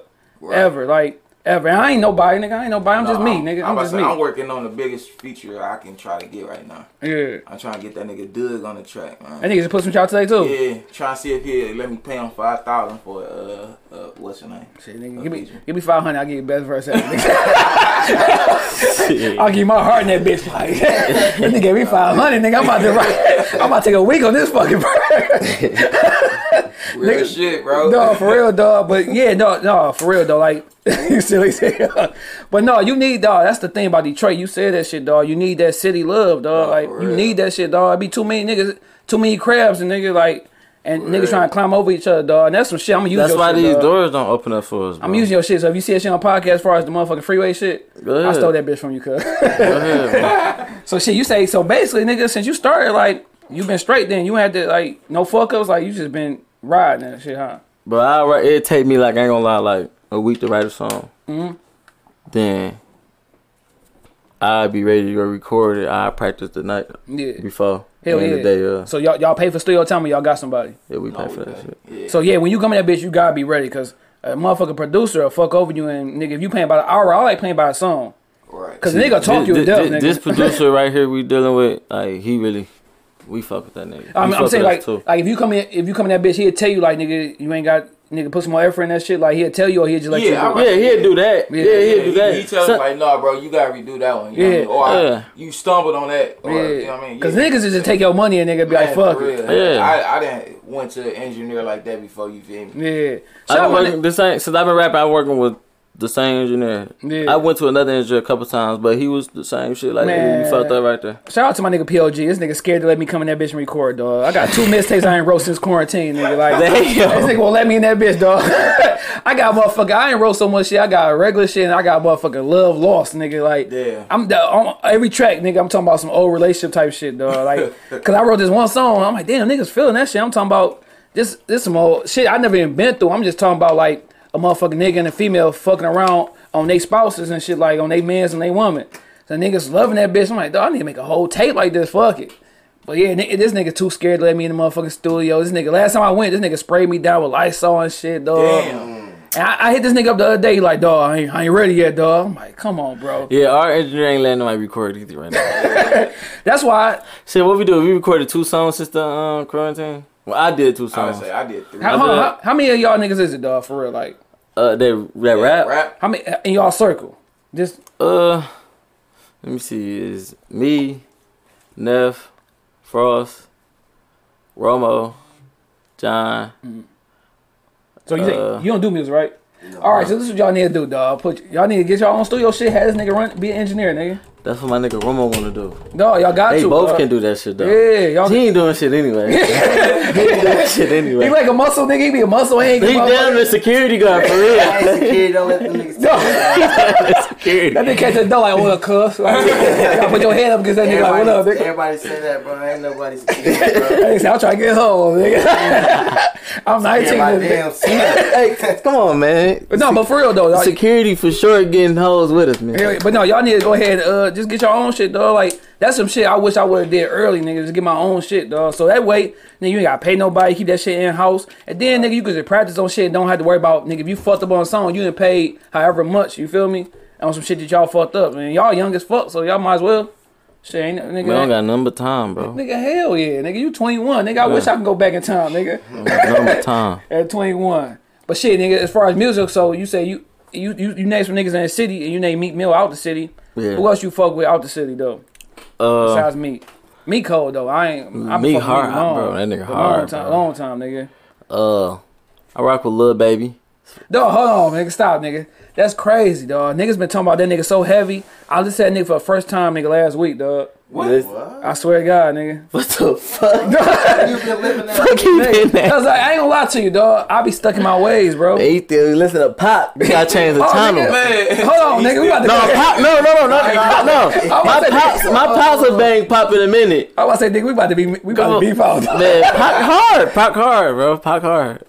Speaker 1: Ever. Like, ever. And I ain't nobody, nigga. I ain't nobody. I'm just me, nigga. I'm,
Speaker 4: about to
Speaker 1: just
Speaker 4: say,
Speaker 1: me.
Speaker 4: Oh, I'm working on the biggest feature I can try to get right now.
Speaker 1: yeah.
Speaker 4: I'm trying to get that nigga Doug on the track, man.
Speaker 1: That nigga just put some shit out today, too.
Speaker 4: Yeah, trying to see if he let me pay him five thousand for uh, uh what's your name?
Speaker 1: Shit, nigga, give me,
Speaker 4: Okay.
Speaker 1: give me 500, I'll give you best verse ever. nigga. I'll give you my heart in that bitch. Like, that nigga gave me 500, nigga. I'm about to write, I'm about to take a week on this fucking verse.
Speaker 4: Real
Speaker 1: nigga-
Speaker 4: shit, bro.
Speaker 1: no, for real, dog. But yeah, no, no, for real, though. Like, you silly shit. But no, you need, dog. That's the thing about Detroit. You said that shit, dog. You need that city love, dog.
Speaker 2: Oh,
Speaker 4: No,
Speaker 1: like,
Speaker 4: for
Speaker 1: you
Speaker 4: real.
Speaker 1: need that shit, dog. It be too many niggas, too many crabs, and nigga, like, and niggas trying to climb over each other, dog. And that's some shit. I'm gonna use.
Speaker 2: That's
Speaker 1: your
Speaker 2: why
Speaker 1: shit,
Speaker 2: these
Speaker 1: dog.
Speaker 2: doors don't open up for us. Bro.
Speaker 1: I'm using your shit. So if you see that shit on podcast, as far as the motherfucking freeway shit, I
Speaker 2: ahead.
Speaker 1: stole that bitch from you, cuz.
Speaker 2: Go ahead, bro.
Speaker 1: so shit, you say so basically, nigga. Since you started, like you been straight, then you had to like no fuck ups. Like you just been riding that shit, huh?
Speaker 2: But I write, it take me like I ain't gonna lie, like a week to write a song.
Speaker 1: Mm-hmm.
Speaker 2: Then I'd be ready to go record it. I practice the night
Speaker 1: Yeah.
Speaker 2: before.
Speaker 1: Hell
Speaker 2: and
Speaker 1: yeah.
Speaker 2: The day, uh,
Speaker 1: So y'all y'all pay for studio time or y'all got somebody.
Speaker 2: yeah, we pay for that shit.
Speaker 1: So yeah, when you come in that bitch, you gotta be ready, cause a motherfucking producer will fuck over you and nigga, if you paying by the hour, I like paying by a song.
Speaker 4: Right.
Speaker 1: Cause nigga talk
Speaker 2: this,
Speaker 1: you to
Speaker 2: this,
Speaker 1: death,
Speaker 2: this-
Speaker 1: nigga.
Speaker 2: this producer right here we dealing with, like he really, we fuck with that nigga.
Speaker 1: I mean,
Speaker 2: He fuck
Speaker 1: I'm
Speaker 2: with
Speaker 1: saying
Speaker 2: us
Speaker 1: like
Speaker 2: too.
Speaker 1: like if you come in if you come in that bitch, he'll tell you like nigga, you ain't got nigga put some more effort in that shit. Like he'll tell you or he'll just let
Speaker 4: Yeah,
Speaker 1: you.
Speaker 4: I-
Speaker 1: do it.
Speaker 2: yeah, he'll do that. Yeah,
Speaker 1: Yeah,
Speaker 2: he'll do that.
Speaker 4: He, he tells
Speaker 2: Some-
Speaker 4: us like, nah, bro, you gotta redo that one. You
Speaker 1: Yeah.
Speaker 4: yeah. know what I mean? Or
Speaker 2: Yeah.
Speaker 4: you stumbled on that. Or,
Speaker 1: Yeah.
Speaker 4: You know what I mean?
Speaker 1: Cause
Speaker 4: Yeah.
Speaker 1: niggas is just take your money and nigga be like
Speaker 4: Man,
Speaker 1: fuck
Speaker 4: for
Speaker 1: it.
Speaker 4: real.
Speaker 2: Yeah.
Speaker 4: I, I didn't went to engineer like that before. You feel me?
Speaker 1: Yeah. Shout
Speaker 2: I've
Speaker 1: out
Speaker 2: been
Speaker 1: my
Speaker 2: working the same since I've been rapping. I'm working with the same engineer.
Speaker 1: Yeah.
Speaker 2: I went to another engineer a couple times, but he was the same shit. Like
Speaker 1: Man.
Speaker 2: we fucked up right there.
Speaker 1: Shout out to my nigga PLG. This nigga scared to let me come in that bitch and record, dog. I got two mistakes I ain't wrote since quarantine, nigga. Like,
Speaker 2: Damn.
Speaker 1: this nigga won't let me in that bitch, dog. I got motherfucker. I ain't wrote so much shit. I got regular shit and I got motherfucking love lost, nigga. Like,
Speaker 4: Yeah.
Speaker 1: I'm the, on every track, nigga. I'm talking about some old relationship type shit, dog. Like, cause I wrote this one song. I'm like, damn, niggas feeling that shit. I'm talking about this, this some old shit I never even been through. I'm just talking about like a motherfucking nigga and a female fucking around on they spouses and shit, like on they mans and they woman. So niggas loving that bitch. I'm like, dog, I need to make a whole tape like this. Fuck it. But yeah, ni- this nigga too scared to let me in the motherfucking studio. This nigga, last time I went, this nigga sprayed me down with Lysol and shit, dog.
Speaker 3: Mm.
Speaker 4: Damn.
Speaker 1: And I, I hit this nigga up the other day, he like, dog, I ain't, I ain't ready yet, dog. I'm like, come on, bro.
Speaker 2: Yeah, our engineer ain't letting nobody record either right now.
Speaker 1: That's why.
Speaker 2: Shit, what we do? We recorded two songs since the um, quarantine. Well, I did two
Speaker 4: I would
Speaker 2: songs.
Speaker 4: say I did three.
Speaker 1: How, hold on,
Speaker 2: did.
Speaker 1: how, how many of y'all niggas is it, dog? For real, like,
Speaker 2: Uh, that that rap.
Speaker 4: Rap.
Speaker 1: how many in y'all circle? Just
Speaker 2: Uh, let me see. Is me, Neff, Frost, Romo, John.
Speaker 1: so you think-
Speaker 2: Uh,
Speaker 1: you don't do music, right? All right, so this is what y'all need to do, dog. Put y'all need to get y'all own studio shit. Have this nigga run, be an engineer, nigga.
Speaker 2: That's what my nigga Romo wanna do.
Speaker 1: Dog, y'all got
Speaker 2: They
Speaker 1: to.
Speaker 2: both
Speaker 1: dawg.
Speaker 2: can do that shit though.
Speaker 1: Yeah, y'all.
Speaker 2: He ain't doing shit anyway. he ain't doing that shit
Speaker 1: He
Speaker 2: anyway. He,
Speaker 1: like a muscle nigga. He be a muscle. He ain't give a
Speaker 2: down
Speaker 1: motherfucker.
Speaker 2: the security guard for real.
Speaker 3: Hey, security, don't let them niggas.
Speaker 1: No.
Speaker 2: security.
Speaker 1: That nigga catch that door like, what up, cuss? Like, y'all put your head up because that nigga like, what up,
Speaker 3: Everybody,
Speaker 1: nigga?
Speaker 3: everybody say that, bro. Ain't nobody security, bro.
Speaker 1: Hey, say, I'm trying to get home, nigga. I'm 19.
Speaker 3: Everybody
Speaker 1: nigga.
Speaker 3: damn security.
Speaker 2: hey, come on, man.
Speaker 1: But no, but for real though, like,
Speaker 2: Security for sure getting hoes with us, man.
Speaker 1: Yeah, but no, y'all need to go ahead. and, Uh, just get your own shit, dog. Like that's some shit I wish I would have did early, nigga. Just get my own shit, dog. So that way, nigga, you ain't gotta pay nobody. Keep that shit in house, and then nigga, you can just practice on shit. And don't have to worry about nigga. If you fucked up on a song, you didn't pay however much. You feel me? On some shit that y'all fucked up, man. Y'all young as fuck, so y'all might as well. Shit, ain't nigga.
Speaker 2: We don't got number time, bro.
Speaker 1: Nigga, hell yeah, nigga. You 21, nigga. I wish I could go back in time, nigga.
Speaker 2: Mm-hmm. number time.
Speaker 1: At 21, but shit, nigga. As far as music, so you say you you you, you name some niggas in the city, and you name Meek Mill out the city.
Speaker 2: Yeah.
Speaker 1: Who else you fuck with out the city though?
Speaker 2: Uh,
Speaker 1: Besides me, me cold though. I ain't. I
Speaker 2: Meek
Speaker 1: fuck with
Speaker 2: hard,
Speaker 1: long,
Speaker 2: bro. That nigga
Speaker 1: a Long
Speaker 2: hard,
Speaker 1: time,
Speaker 2: bro.
Speaker 1: long time, nigga.
Speaker 2: uh, I rock with Lil Baby.
Speaker 1: Dog, hold on, nigga. Stop, nigga. That's crazy, dog. Niggas been talking about that nigga so heavy. I just said nigga for the first time, nigga, last week, dog.
Speaker 4: What?
Speaker 2: This-
Speaker 1: I swear to God, nigga.
Speaker 2: What the fuck?
Speaker 3: You been living that.
Speaker 2: Fuck he did that.
Speaker 1: Cause like, I ain't gonna lie to you, dog. I be stuck in my ways, bro.
Speaker 2: He still listen to pop. We gotta change the
Speaker 1: Oh,
Speaker 2: channel.
Speaker 1: nigga.
Speaker 4: Man.
Speaker 1: Hold on, nigga. We about to
Speaker 2: No,
Speaker 1: go.
Speaker 2: pop, no, no, no, no, no.
Speaker 1: I
Speaker 2: My
Speaker 1: was about to
Speaker 2: pops,
Speaker 1: say- oh,
Speaker 2: my pops will bang pop in a minute. Oh.
Speaker 1: I was about to say, nigga, we about to be we about to beef out.
Speaker 2: Man, pop hard, pop hard, bro, pop hard.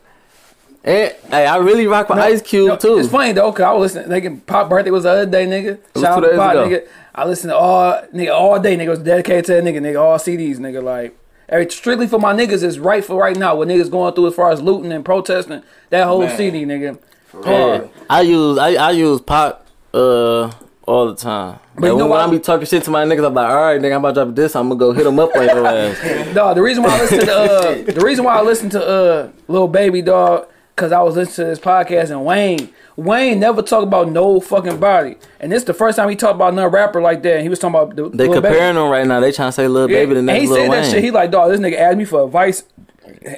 Speaker 2: And hey, I really rock with Ice Cube
Speaker 1: No,
Speaker 2: too.
Speaker 1: It's funny though, cause I was listening. Nigga, Pop birthday was the other day, nigga. Shout
Speaker 2: was two
Speaker 1: out to
Speaker 2: days
Speaker 1: Pop,
Speaker 2: ago.
Speaker 1: nigga. I listened to all nigga all day. Nigga It was dedicated to that nigga. Nigga, all CDs, nigga. Like, every, strictly for my niggas is right for right now. What niggas going through as far as looting and protesting. That whole
Speaker 4: Man.
Speaker 1: CD, nigga.
Speaker 2: Yeah, I use I, I use pop uh all the time. But
Speaker 1: you know
Speaker 2: when
Speaker 1: why-
Speaker 2: I be talking shit to my niggas, I'm like, all right, nigga, I'm about to drop this. I'm gonna go hit them up on your ass.
Speaker 1: Dog, the reason why I listen to uh, the reason why I listen to uh, Lil Baby Dog, cause I was listening to this podcast and Wayne, Wayne never talk about no fucking body, and this the first time he talked about another rapper like that. And he was talking about the,
Speaker 2: They
Speaker 1: Lil Baby.
Speaker 2: comparing them right now. They trying to say little baby the
Speaker 1: and
Speaker 2: next
Speaker 1: he
Speaker 2: little
Speaker 1: said that shit. He
Speaker 2: Wayne.
Speaker 1: like, dog, this nigga asked me for advice,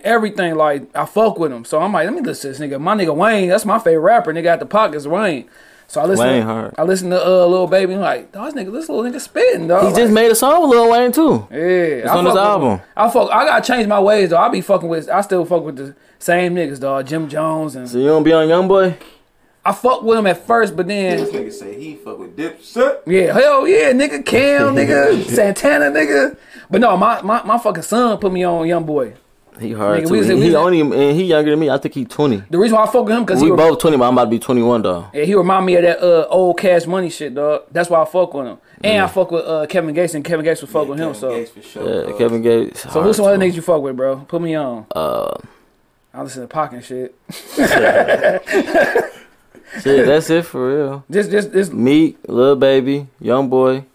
Speaker 1: everything. Like, I fuck with him, so I'm like, let me listen to this nigga. My nigga Wayne, that's my favorite rapper. Nigga out the pockets, Wayne. So I listen.
Speaker 2: Wayne
Speaker 1: to,
Speaker 2: hard.
Speaker 1: I listen to uh, little baby. I'm like, dog, this nigga, this little nigga spitting, dog.
Speaker 2: He
Speaker 1: like,
Speaker 2: just made a song with Lil Wayne too.
Speaker 1: yeah, it's
Speaker 2: on his album.
Speaker 1: I fuck. I gotta change my ways though. I be fucking with. I still fuck with the same niggas, dog. Jim Jones and
Speaker 2: So you don't be on Youngboy?
Speaker 1: I fuck with him at first, but then
Speaker 4: This nigga said he fuck with Dipset.
Speaker 1: Yeah, hell yeah, nigga, Cam, nigga, Santana, nigga. But no, my, my, my fucking son put me on Young Boy.
Speaker 2: He hard
Speaker 1: Nigga,
Speaker 2: too.
Speaker 1: we was-
Speaker 2: he
Speaker 1: we
Speaker 2: he
Speaker 1: was-
Speaker 2: only and he younger than me. I think he twenty.
Speaker 1: The reason why I fuck with him because he,
Speaker 2: We
Speaker 1: re-
Speaker 2: both twenty, but I'm about to be twenty one though.
Speaker 1: yeah, he remind me of that uh, old Cash Money shit, dog. That's why I fuck with him. And I fuck with uh, Kevin Gates, and Kevin Gates would fuck with him.
Speaker 4: Kevin
Speaker 1: so,
Speaker 4: Gates for sure,
Speaker 2: Yeah,
Speaker 4: cuz.
Speaker 2: Kevin Gates.
Speaker 1: so who's some other niggas you fuck with, bro? Put me on.
Speaker 2: Uh,
Speaker 1: I listen to Pac and shit.
Speaker 2: shit, that's it for real.
Speaker 1: Just, just, just.
Speaker 2: Meek, Lil Baby, Young Boy,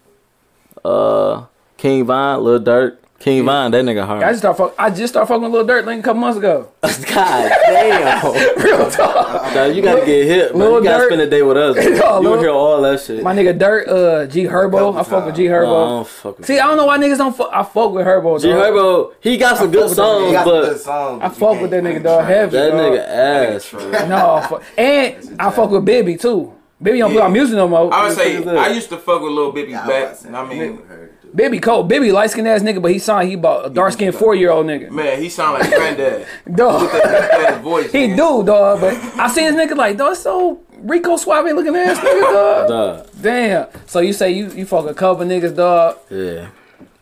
Speaker 2: uh, King Vine, Lil Dirt, King Vine. That nigga hard.
Speaker 1: I just start fuck. I just started fucking with Lil Dirt like a couple months ago.
Speaker 2: God damn.
Speaker 1: Real talk.
Speaker 2: Nah, you gotta get hit, bro.
Speaker 1: Lil
Speaker 2: you gotta
Speaker 1: Durk.
Speaker 2: spend a day with us.
Speaker 1: Nah,
Speaker 2: you
Speaker 1: Lil-
Speaker 2: will hear all that shit.
Speaker 1: My nigga Dirt, uh, G Herbo. I
Speaker 3: Couple
Speaker 1: fuck with G
Speaker 2: Nah, I
Speaker 1: Herbo.
Speaker 2: don't fuck with
Speaker 1: See, I don't know why niggas don't. Fuck, I fuck with Herbo.
Speaker 2: G
Speaker 1: dog.
Speaker 2: Herbo, he got some good
Speaker 1: with that
Speaker 2: songs,
Speaker 3: got some good
Speaker 2: Oh, but
Speaker 3: songs,
Speaker 1: I
Speaker 3: but you
Speaker 1: fuck with that
Speaker 3: can't-
Speaker 1: nigga, dog. Heavy.
Speaker 2: that
Speaker 1: dog.
Speaker 2: nigga ass. bro.
Speaker 1: No, fuck. and I fuck with Bibby too. Bibby don't put out music no more.
Speaker 4: I would
Speaker 2: Look
Speaker 4: say
Speaker 2: at that.
Speaker 4: I used to fuck with Lil Bibby's
Speaker 3: Yeah, I
Speaker 4: back,
Speaker 3: was
Speaker 4: and I
Speaker 3: about to say,
Speaker 4: mean,
Speaker 3: heard it.
Speaker 1: Bibby cold. Bibby light skinned ass nigga, but he signed. He bought a dark skinned four year old nigga.
Speaker 4: man, he sound like granddad.
Speaker 1: Dog,
Speaker 4: That voice,
Speaker 1: he
Speaker 4: man.
Speaker 1: do dog. But I seen this nigga like dog. So Rico Suave looking ass nigga dog.
Speaker 2: Duh.
Speaker 1: Damn. So you say you you fuck a couple niggas dog.
Speaker 2: Yeah.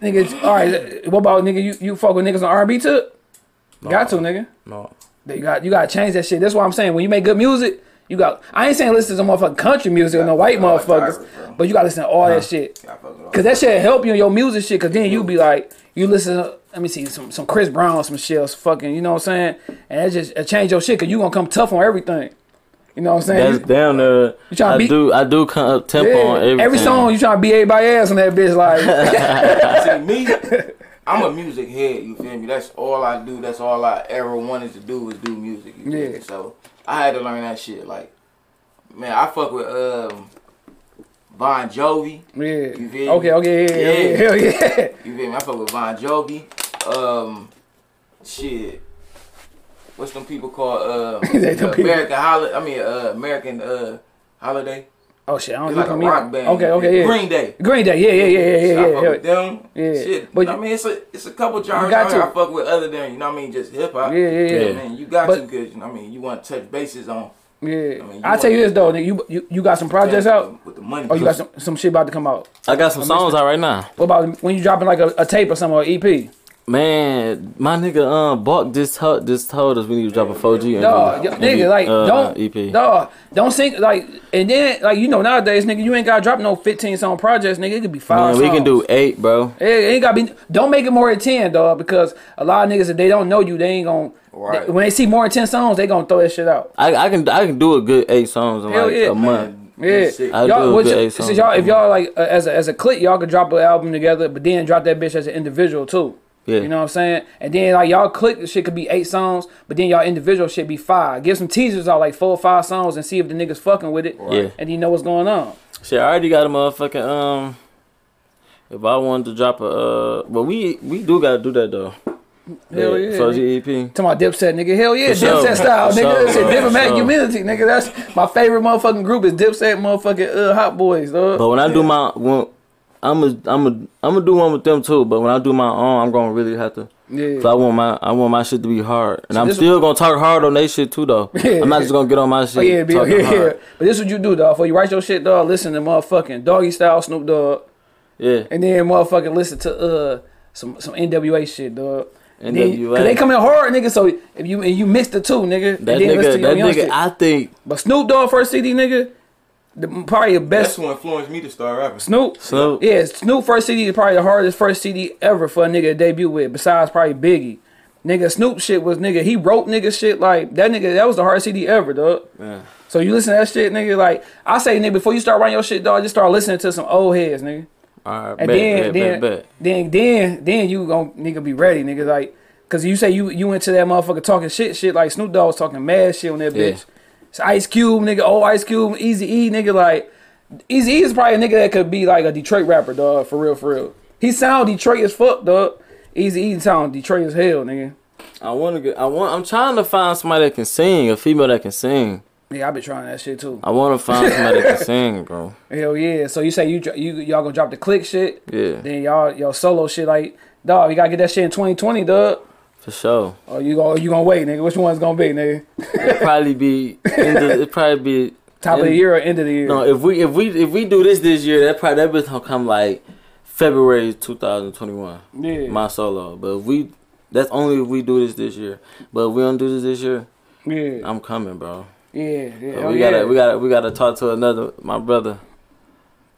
Speaker 1: Niggas. All right. What about nigga? You you fuck with niggas on R&B too? Got to nigga.
Speaker 2: No.
Speaker 1: You got you got to change that shit. That's what I'm saying. When you make good music, you got. I ain't saying listen to some motfucking country music or no white
Speaker 4: I like
Speaker 1: motherfuckers,
Speaker 4: Tyra, bro.
Speaker 1: but you got to listen to all that shit.
Speaker 4: I fuck with all
Speaker 1: Cause that shit help you in your music shit. Cause then you be like, you listen. To, let me see some some Chris Brown, some shit, else, fucking. You know what I'm saying? And that just it change your shit. Cause you gonna come tough on everything. You know what I'm saying?
Speaker 2: That's down there.
Speaker 1: tryna
Speaker 2: I
Speaker 1: beat-
Speaker 2: do I do come up tempo
Speaker 1: Yeah.
Speaker 2: on everything.
Speaker 1: Every song you trying to be everybody ass on that bitch. Like
Speaker 4: See me, I'm a music head. You feel me? That's all I do. That's all I ever wanted to do was do music. You feel
Speaker 1: Yeah.
Speaker 4: me? So I had to learn that shit. Like, man, I fuck with um, Bon Jovi. You
Speaker 1: yeah.
Speaker 4: feel
Speaker 1: Okay.
Speaker 4: me?
Speaker 1: Okay. Yeah. Yeah. yeah. Hell yeah.
Speaker 4: You feel me? I fuck with Bon Jovi. Um, shit. What's them people called? Uh,
Speaker 1: They them people.
Speaker 4: American Holiday. I mean, uh, American uh, Holiday.
Speaker 1: Oh shit. I don't
Speaker 4: It's
Speaker 1: you
Speaker 4: like a
Speaker 1: put me
Speaker 4: rock
Speaker 1: on-
Speaker 4: band.
Speaker 1: Okay. Okay. Yeah.
Speaker 4: Green Day.
Speaker 1: Green Day. Yeah. Yeah. Yeah. Yeah. Yeah.
Speaker 4: I
Speaker 1: Yeah.
Speaker 4: fuck
Speaker 1: hell
Speaker 4: with them.
Speaker 1: yeah.
Speaker 4: Shit.
Speaker 1: But
Speaker 4: I
Speaker 1: you-
Speaker 4: mean, it's a it's a couple genres
Speaker 1: got
Speaker 4: I
Speaker 1: to.
Speaker 4: fuck with other than you know what I mean, just hip hop.
Speaker 1: Yeah, yeah, yeah.
Speaker 4: I mean, you got
Speaker 1: But-
Speaker 4: to because you know what I mean, you want to touch bases on.
Speaker 1: Yeah,
Speaker 4: mean,
Speaker 1: I
Speaker 4: you
Speaker 1: will tell
Speaker 4: want-
Speaker 1: you this though, nigga, you, you you got some projects out.
Speaker 4: with the money.
Speaker 1: Oh, you got some, some shit about to come out.
Speaker 2: I got some songs out right now.
Speaker 1: What about when you dropping like a, a tape or E something or EP?
Speaker 2: Man, my nigga um Buck just told just told us we need to drop a 4G
Speaker 1: Dog,
Speaker 2: and-
Speaker 1: y- nigga, like
Speaker 2: uh,
Speaker 1: don't
Speaker 2: EP.
Speaker 1: dog, don't sing like and then like you know nowadays, nigga, you ain't gotta drop no fifteen song projects, nigga. It could be
Speaker 2: Man,
Speaker 1: five.
Speaker 2: we can
Speaker 1: songs.
Speaker 2: do eight, bro.
Speaker 1: It it ain't gotta be. Don't make it more than ten, dog, because a lot of niggas if they don't know you, they ain't gonna.
Speaker 4: Right.
Speaker 1: they- when they see more than ten songs, they gonna throw that shit out.
Speaker 2: I, I can I can do a good eight songs in
Speaker 1: Hell
Speaker 2: like
Speaker 1: yeah.
Speaker 2: a month.
Speaker 1: Yeah,
Speaker 2: I do
Speaker 1: y'all,
Speaker 2: a
Speaker 1: what
Speaker 2: good
Speaker 1: y-
Speaker 2: eight
Speaker 1: so
Speaker 2: songs
Speaker 1: y'all,
Speaker 2: a
Speaker 1: if y'all like uh, as a, as a clique, y'all could drop an album together, but then drop that bitch as an individual too.
Speaker 2: Yeah.
Speaker 1: You know what I'm saying? And then like y'all click shit could be eight songs, but then y'all individual shit be five. Give some teasers out like four or five songs and see if the niggas fucking with it.
Speaker 2: Yeah.
Speaker 1: And you know what's going on.
Speaker 2: Shit, I already got a motherfucking um. If I wanted to drop a uh, but we we do gotta do that though.
Speaker 1: Hell yeah.
Speaker 2: So
Speaker 1: nigga.
Speaker 2: GEP.
Speaker 1: Talking about Dipset, nigga. Hell yeah,
Speaker 2: For sure.
Speaker 1: Dipset style,
Speaker 2: For
Speaker 1: nigga.
Speaker 2: sure,
Speaker 1: That shit,
Speaker 2: bro.
Speaker 1: diplomatic
Speaker 2: For sure.
Speaker 1: humility, nigga. That's my favorite motherfucking group is Dipset, motherfucking uh, Hot Boys, dog.
Speaker 2: But when I do my one, I'm a, I'm a, I'm gonna do one with them too. But when I do my own, I'm gonna really have to.
Speaker 1: Yeah.
Speaker 2: 'cause I want my I want my shit to be hard, and I'm
Speaker 1: this-
Speaker 2: still gonna talk hard on their shit too, though.
Speaker 1: Yeah.
Speaker 2: I'm not just gonna get on my shit.
Speaker 1: Oh yeah, be, yeah,
Speaker 2: talking
Speaker 1: yeah.
Speaker 2: hard.
Speaker 1: But this what you do, dog. Before you write your shit, dog, listen to motherfucking doggy style Snoop Dogg.
Speaker 2: yeah.
Speaker 1: And then motherfucking listen to uh some some NWA shit, dog. And then-
Speaker 2: NWA.
Speaker 1: Cause they coming hard, nigga. So if you and you mix the two, nigga. and
Speaker 2: That
Speaker 1: then listen
Speaker 2: nigga,
Speaker 1: to your
Speaker 2: that
Speaker 1: young
Speaker 2: nigga.
Speaker 1: shit.
Speaker 2: I think
Speaker 1: but Snoop Dogg first CD, nigga. The, probably the
Speaker 4: That's
Speaker 1: best
Speaker 4: what influenced me to start rapping.
Speaker 1: Snoop.
Speaker 2: Snoop.
Speaker 1: Yeah, Snoop first CD is probably the hardest first CD ever for a nigga to debut with. Besides probably Biggie. Nigga, Snoop shit was nigga. He wrote nigga shit like that nigga. That was the hardest CD ever, dog. So you listen to that shit, nigga. Like I say, nigga, before you start writing your shit, dog, just start listening to some old heads, nigga.
Speaker 2: All right,
Speaker 1: And
Speaker 2: bet,
Speaker 1: then,
Speaker 2: bet,
Speaker 1: then,
Speaker 2: bet, bet.
Speaker 1: then, then, then you gon' nigga be ready, nigga. Like, cause you say you you into that motherfucker talking shit, shit. Like Snoop Dogg was talking mad shit on that
Speaker 2: Yeah.
Speaker 1: bitch. It's Ice Cube, nigga. Old Ice Cube, Easy E, nigga. Like, Easy E is probably a nigga that could be like a Detroit rapper, dog. For real, for real. He sound Detroit as fuck, dog. Easy E sound Detroit as hell, nigga.
Speaker 2: I want to get. I want. I'm trying to find somebody that can sing, a female that can sing.
Speaker 1: Yeah, I been trying that shit too.
Speaker 2: I want to find somebody that can sing, bro.
Speaker 1: Hell yeah! So you say you dr- you y'all gonna drop the click shit?
Speaker 2: Yeah.
Speaker 1: Then y'all your solo shit like dog. You gotta get that shit in 2020, dog.
Speaker 2: For sure.
Speaker 1: Or Oh, you gonna you gonna wait, nigga? Which one's gonna be, nigga?
Speaker 2: It'd probably be. end of- It'd probably be.
Speaker 1: Top of the
Speaker 2: end-
Speaker 1: year or end of the year?
Speaker 2: No, if we if we if we do this this year, that probably that bitch gonna come like February 2021.
Speaker 1: Yeah.
Speaker 2: My solo, but if we that's only if we do this this year. But if we don't do this this year,
Speaker 1: yeah.
Speaker 2: I'm coming, bro.
Speaker 1: yeah. Yeah.
Speaker 2: But
Speaker 1: Hell
Speaker 2: we
Speaker 1: yeah.
Speaker 2: gotta we gotta we gotta talk to another my brother,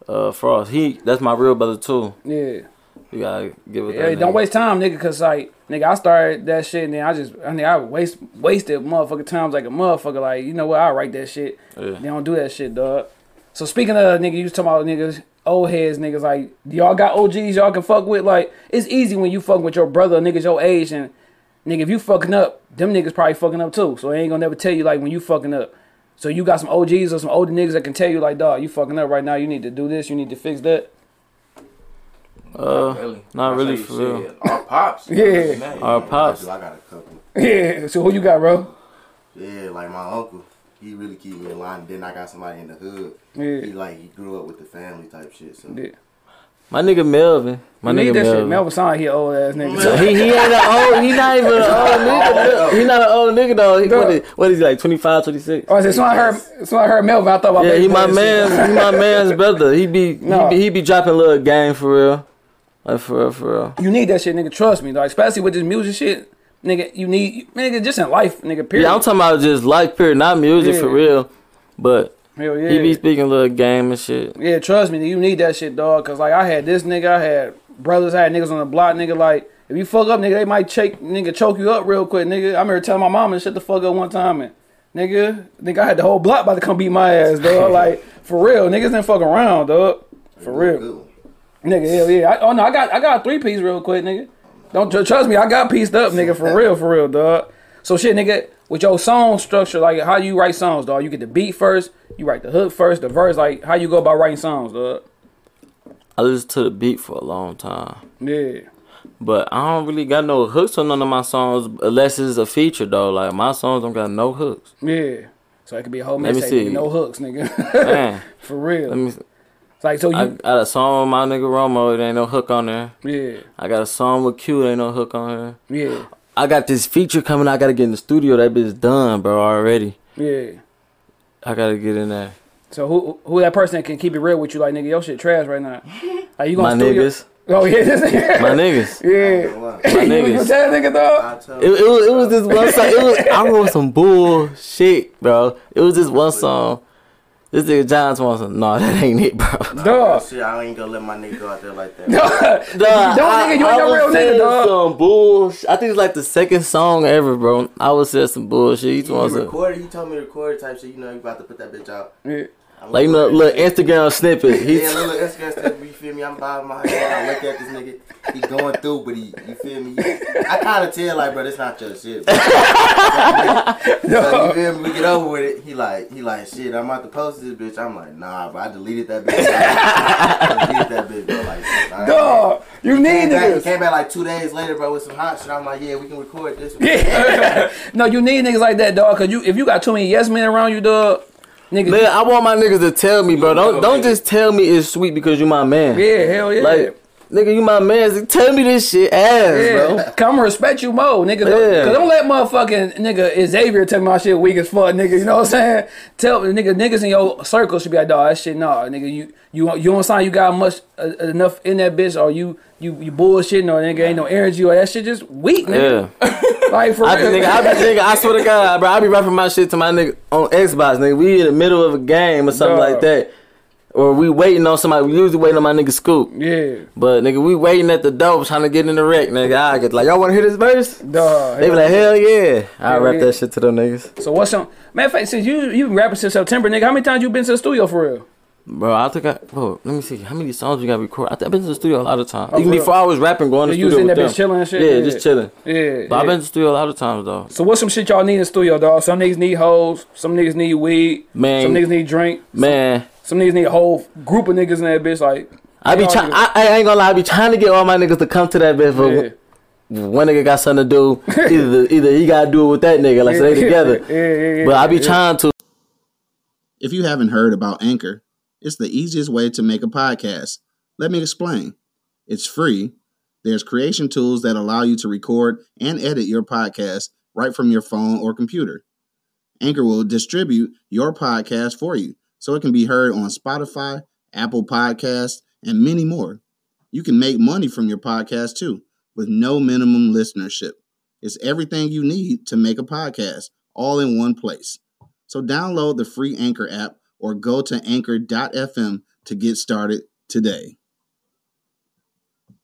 Speaker 2: uh Frost. He that's my real brother too.
Speaker 1: yeah.
Speaker 2: We gotta give it.
Speaker 1: Yeah,
Speaker 2: that
Speaker 1: don't
Speaker 2: nigga.
Speaker 1: waste time, nigga, cause like nigga, I started that shit and then I just I mean I waste wasted motherfucking times like a motherfucker. Like, you know what, I write that shit.
Speaker 2: Yeah.
Speaker 1: They don't do that shit, dog. So speaking of nigga, you was talking about niggas, old heads, niggas like y'all got OGs y'all can fuck with. Like, it's easy when you fuck with your brother, niggas your age and nigga, if you fucking up, them niggas probably fucking up too. So they ain't gonna never tell you like when you fucking up. So you got some OGs or some older niggas that can tell you like, dog, you fucking up right now. You need to do this. You need to fix that.
Speaker 2: Uh,
Speaker 4: Really?
Speaker 2: not
Speaker 4: That's
Speaker 2: really
Speaker 4: how you
Speaker 2: for
Speaker 4: see
Speaker 2: real.
Speaker 4: it. Our pops.
Speaker 1: Yeah.
Speaker 4: Man,
Speaker 2: Our pops.
Speaker 3: I got a couple.
Speaker 1: Yeah. So who you got, bro?
Speaker 3: Yeah, like my uncle, he really keep me in line. Then I got somebody in the hood.
Speaker 1: Yeah.
Speaker 3: He like he grew up with the family type shit. So
Speaker 1: Yeah.
Speaker 2: My nigga Melvin. My
Speaker 1: Need
Speaker 2: nigga
Speaker 1: that shit.
Speaker 2: Melvin.
Speaker 1: Melvin sound like he a old ass nigga.
Speaker 2: So he, he ain't an old, he not even an old nigga. He not an old nigga though. He, what, is, what is he like, 25, 26?
Speaker 1: Oh, I said, so I heard, so I heard Melvin. I thought about
Speaker 2: Yeah,
Speaker 1: baby
Speaker 2: he my
Speaker 1: boy and shit.
Speaker 2: man's, he my man's brother. He be,
Speaker 1: No.
Speaker 2: he be, he be dropping little game for real. Like for real, for real.
Speaker 1: You need that shit, nigga. Trust me, dog. Especially with this music shit, nigga. You need, nigga, just in life, nigga. Period.
Speaker 2: Yeah, I'm talking about just life period, not music for
Speaker 1: Yeah.
Speaker 2: real. But
Speaker 1: Hell yeah.
Speaker 2: he be speaking little game and shit.
Speaker 1: Yeah, trust me, you need that shit, dog. Cause like I had this nigga, I had brothers, I had niggas on the block, nigga. Like if you fuck up, nigga, they might choke, nigga, choke you up real quick, nigga. I remember telling my mom and shut the fuck up one time, and nigga, nigga, I had the whole block about to come beat my ass, dog. like for real, niggas didn't fuck around, dog. For real.
Speaker 3: Good one.
Speaker 1: Nigga, hell yeah. I, oh no, I got I got three piece real quick, nigga. Don't tr- trust me, I got pieced up, nigga, for real, for real, dog. So shit, nigga, with your song structure, like how you write songs, dog. You get the beat first, you write the hook first, the verse, like how you go about writing songs, dog.
Speaker 2: I listened to the beat for a long time.
Speaker 1: Yeah.
Speaker 2: But I don't really got no hooks on none of my songs unless it's a feature though. Like my songs don't got no hooks.
Speaker 1: Yeah. So it could be a whole
Speaker 2: Let me
Speaker 1: mixtape, nigga,
Speaker 2: see.
Speaker 1: no hooks, nigga.
Speaker 2: Man,
Speaker 1: for
Speaker 2: let
Speaker 1: real.
Speaker 2: me.
Speaker 1: It's like so you
Speaker 2: I, I got a song with my nigga Romo. It ain't no hook on there.
Speaker 1: Yeah.
Speaker 2: I got a song with Q. Ain't no hook on here.
Speaker 1: Yeah.
Speaker 2: I got this feature coming. I gotta get in the studio. That bitch done, bro. Already.
Speaker 1: Yeah.
Speaker 2: I gotta get in there.
Speaker 1: So who who that person that can keep it real with you, like nigga, your shit trash right now. Like you
Speaker 2: My
Speaker 1: gonna studio-
Speaker 2: niggas.
Speaker 1: Oh yeah, this nigga.
Speaker 2: My niggas. It,
Speaker 1: Yeah.
Speaker 3: Good one.
Speaker 1: you, you
Speaker 2: niggas.
Speaker 1: that nigga dog?
Speaker 3: I tell
Speaker 2: it, was, it was this one song. It was, I wrote some bullshit, bro. It was this one song. This nigga John Swanson. No, that ain't it, bro.
Speaker 1: Dog.
Speaker 3: Shit, I ain't gonna let my nigga go out there like that.
Speaker 1: Dog.
Speaker 2: Duh,
Speaker 1: don't nigga, you ain't no
Speaker 2: was
Speaker 1: real nigga,
Speaker 2: saying
Speaker 1: dog.
Speaker 2: Some bullshit. I think it's like the second song ever, bro. I was saying some bullshit. Each
Speaker 3: He
Speaker 2: one was a-
Speaker 3: recorded. He told me to record type shit. You know, you about to put that bitch out.
Speaker 1: Yeah.
Speaker 3: I'm
Speaker 2: like you know,
Speaker 3: recording.
Speaker 2: little Instagram snippet. He,
Speaker 3: Yeah, little Instagram stuff, you feel me? I'm bobbing my head. I look at this nigga. He going through, but he, you feel me? I kind of tell, like, bro, this not your shit. Bro. so, you feel me? We get over with it. He like, he like, shit, I'm about to post this bitch. I'm like, nah, bro, I deleted that bitch. I deleted that bitch, bro. Like, shit, all right.
Speaker 1: Dog, you
Speaker 3: Came
Speaker 1: needed
Speaker 3: back, he
Speaker 1: this.
Speaker 3: came back like two days later, bro, with some hot shit. I'm like, yeah, we can record this. one.
Speaker 1: Yeah. no, you need niggas like that, dog. Cause you, if you got too many yes men around you, dog, nigga.
Speaker 2: Man, I want my niggas to tell me, bro. Don't don't just tell me it's sweet because you my man.
Speaker 1: yeah, hell yeah.
Speaker 2: Like, nigga, you my man. Tell me this shit ass, bro.
Speaker 1: yeah. Come respect you more, nigga.
Speaker 2: Yeah.
Speaker 1: Cause don't let motherfucking nigga Xavier tell me my shit weak as fuck, nigga. You know what I'm saying? Tell nigga niggas in your circle should be like, dog, that shit, nah, nigga. You you you don't sound you got much uh, enough in that bitch, or you you you bullshitting, or nigga ain't no energy, or that shit just weak, nigga.
Speaker 2: Yeah.
Speaker 1: Like for
Speaker 2: I be
Speaker 1: real,
Speaker 2: nigga, I be nigga, I swear to God, bro, I be rapping my shit to my nigga on Xbox, nigga. We in the middle of a game or something
Speaker 1: Dog.
Speaker 2: like that. Or we waiting on somebody. We usually waiting on my nigga Scoop.
Speaker 1: Yeah,
Speaker 2: But nigga, we waiting at the door trying to get in the wreck, nigga. I get like, y'all wanna hear this verse?
Speaker 1: dog.
Speaker 2: They be like, hell yeah. I
Speaker 1: Hell
Speaker 2: rap
Speaker 1: yeah.
Speaker 2: that shit to them niggas.
Speaker 1: So what's on? Matter of fact, since you you been rapping since September, nigga, how many times you been to the studio for real?
Speaker 2: Bro, I think I bro, let me see. How many songs you got recorded? I think I've been to the studio a lot of times.
Speaker 1: Oh,
Speaker 2: Even
Speaker 1: for real?
Speaker 2: before I was rapping, going to the
Speaker 1: You was
Speaker 2: studio.
Speaker 1: in
Speaker 2: with
Speaker 1: that
Speaker 2: them.
Speaker 1: bitch chilling and shit?
Speaker 2: Yeah,
Speaker 1: Yeah.
Speaker 2: just chilling.
Speaker 1: Yeah.
Speaker 2: But I've been to the studio a lot of times though.
Speaker 1: so what's some shit y'all need in the studio, dog? Some niggas need hoes, some niggas need weed,
Speaker 2: Man.
Speaker 1: some niggas need drink,
Speaker 2: Man.
Speaker 1: some niggas need a whole group of niggas in that bitch. Like,
Speaker 2: I be
Speaker 1: Y'all
Speaker 2: trying.
Speaker 1: niggas-
Speaker 2: I, I ain't gonna lie. I be trying to get all my niggas to come to that bitch, but
Speaker 1: yeah,
Speaker 2: one nigga got something to do. Either either he gotta do it with that nigga, like so they together.
Speaker 1: yeah, yeah, yeah.
Speaker 2: but I be trying to.
Speaker 5: If you haven't heard about Anchor, it's the easiest way to make a podcast. Let me explain. It's free. There's creation tools that allow you to record and edit your podcast right from your phone or computer. Anchor will distribute your podcast for you so it can be heard on Spotify, Apple Podcasts, and many more. You can make money from your podcast too with no minimum listenership. It's everything you need to make a podcast all in one place. So download the free Anchor app or go to anchor.fm to get started today.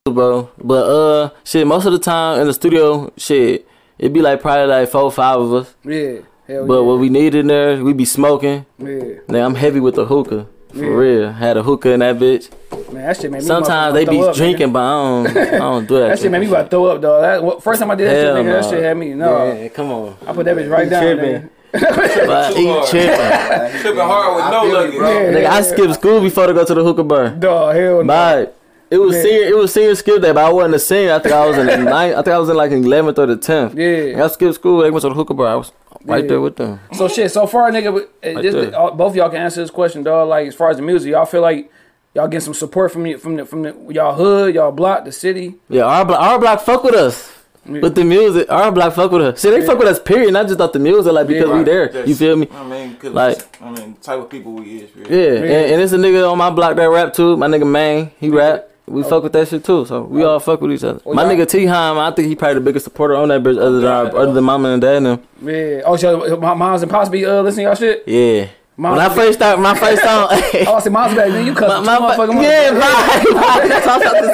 Speaker 2: bro. But uh, shit, most of the time in the studio, shit, it'd be like probably like four, five of us.
Speaker 1: Yeah. Hell
Speaker 2: But what we need in there, we be smoking.
Speaker 1: yeah. yeah.
Speaker 2: Now I'm heavy with the hookah. For real, had a hookah in that bitch.
Speaker 1: Man, that shit made me
Speaker 2: Sometimes they
Speaker 1: motherfucking
Speaker 2: be
Speaker 1: throw up, nigga.
Speaker 2: drinking, but I don't, I don't do that.
Speaker 1: That shit made me about to throw up, dog. That what- first time I did that
Speaker 2: Hell
Speaker 1: shit, nigga, that
Speaker 2: no.
Speaker 1: shit had me. No,
Speaker 2: Yeah, come on.
Speaker 1: I put that bitch right down.
Speaker 2: Tripping.
Speaker 1: Nigga.
Speaker 2: But
Speaker 4: Too
Speaker 2: eat
Speaker 4: hard.
Speaker 2: tripping.
Speaker 4: Tripping hard with
Speaker 3: I
Speaker 4: no
Speaker 3: feel it,
Speaker 4: luggage.
Speaker 3: bro.
Speaker 1: Yeah.
Speaker 2: Nigga, I skipped school before to go to the hookah bar.
Speaker 1: Dog, hell no.
Speaker 2: But it was
Speaker 1: Yeah.
Speaker 2: senior, it was senior skip day, but I wasn't a senior. I think I was in the ninth. I think I was in like eleventh or the tenth.
Speaker 1: Yeah.
Speaker 2: I skipped school. They went to the hookah bar. I was right
Speaker 1: Yeah.
Speaker 2: there with them.
Speaker 1: So shit, so far, nigga, but, uh, this,
Speaker 2: there.
Speaker 1: all- both of y'all can answer this question, dog. Like as far as the music, y'all feel like y'all getting some support from the, from the, from the, y'all hood, y'all block, the city.
Speaker 2: Yeah, our block, our block fuck with us. With the music, our block fuck with us. See, they fuck with us. Period. Not just off the music, like because we
Speaker 1: right.
Speaker 2: there.
Speaker 4: Just-
Speaker 2: You feel me?
Speaker 4: I mean, cause
Speaker 2: Like-
Speaker 4: I mean, type of people we is.
Speaker 2: Yeah, and, and it's a nigga on my block that rap too. My nigga Main, he rap. We fuck with that shit too. So we all fuck with each other. my
Speaker 1: Oh. y'all-
Speaker 2: nigga T Hime, I think he probably the biggest supporter on that bitch, other than our, other than mama and dad. And them.
Speaker 1: Yeah. Oh, so my moms and pops be uh listening to y'all shit.
Speaker 2: Yeah.
Speaker 1: Mama-
Speaker 2: when I first start, my first song.
Speaker 1: Oh, I said moms back then. You
Speaker 2: My,
Speaker 1: cussing
Speaker 2: my,
Speaker 1: too motherfucking much.
Speaker 2: yeah, right, right. That's what I was about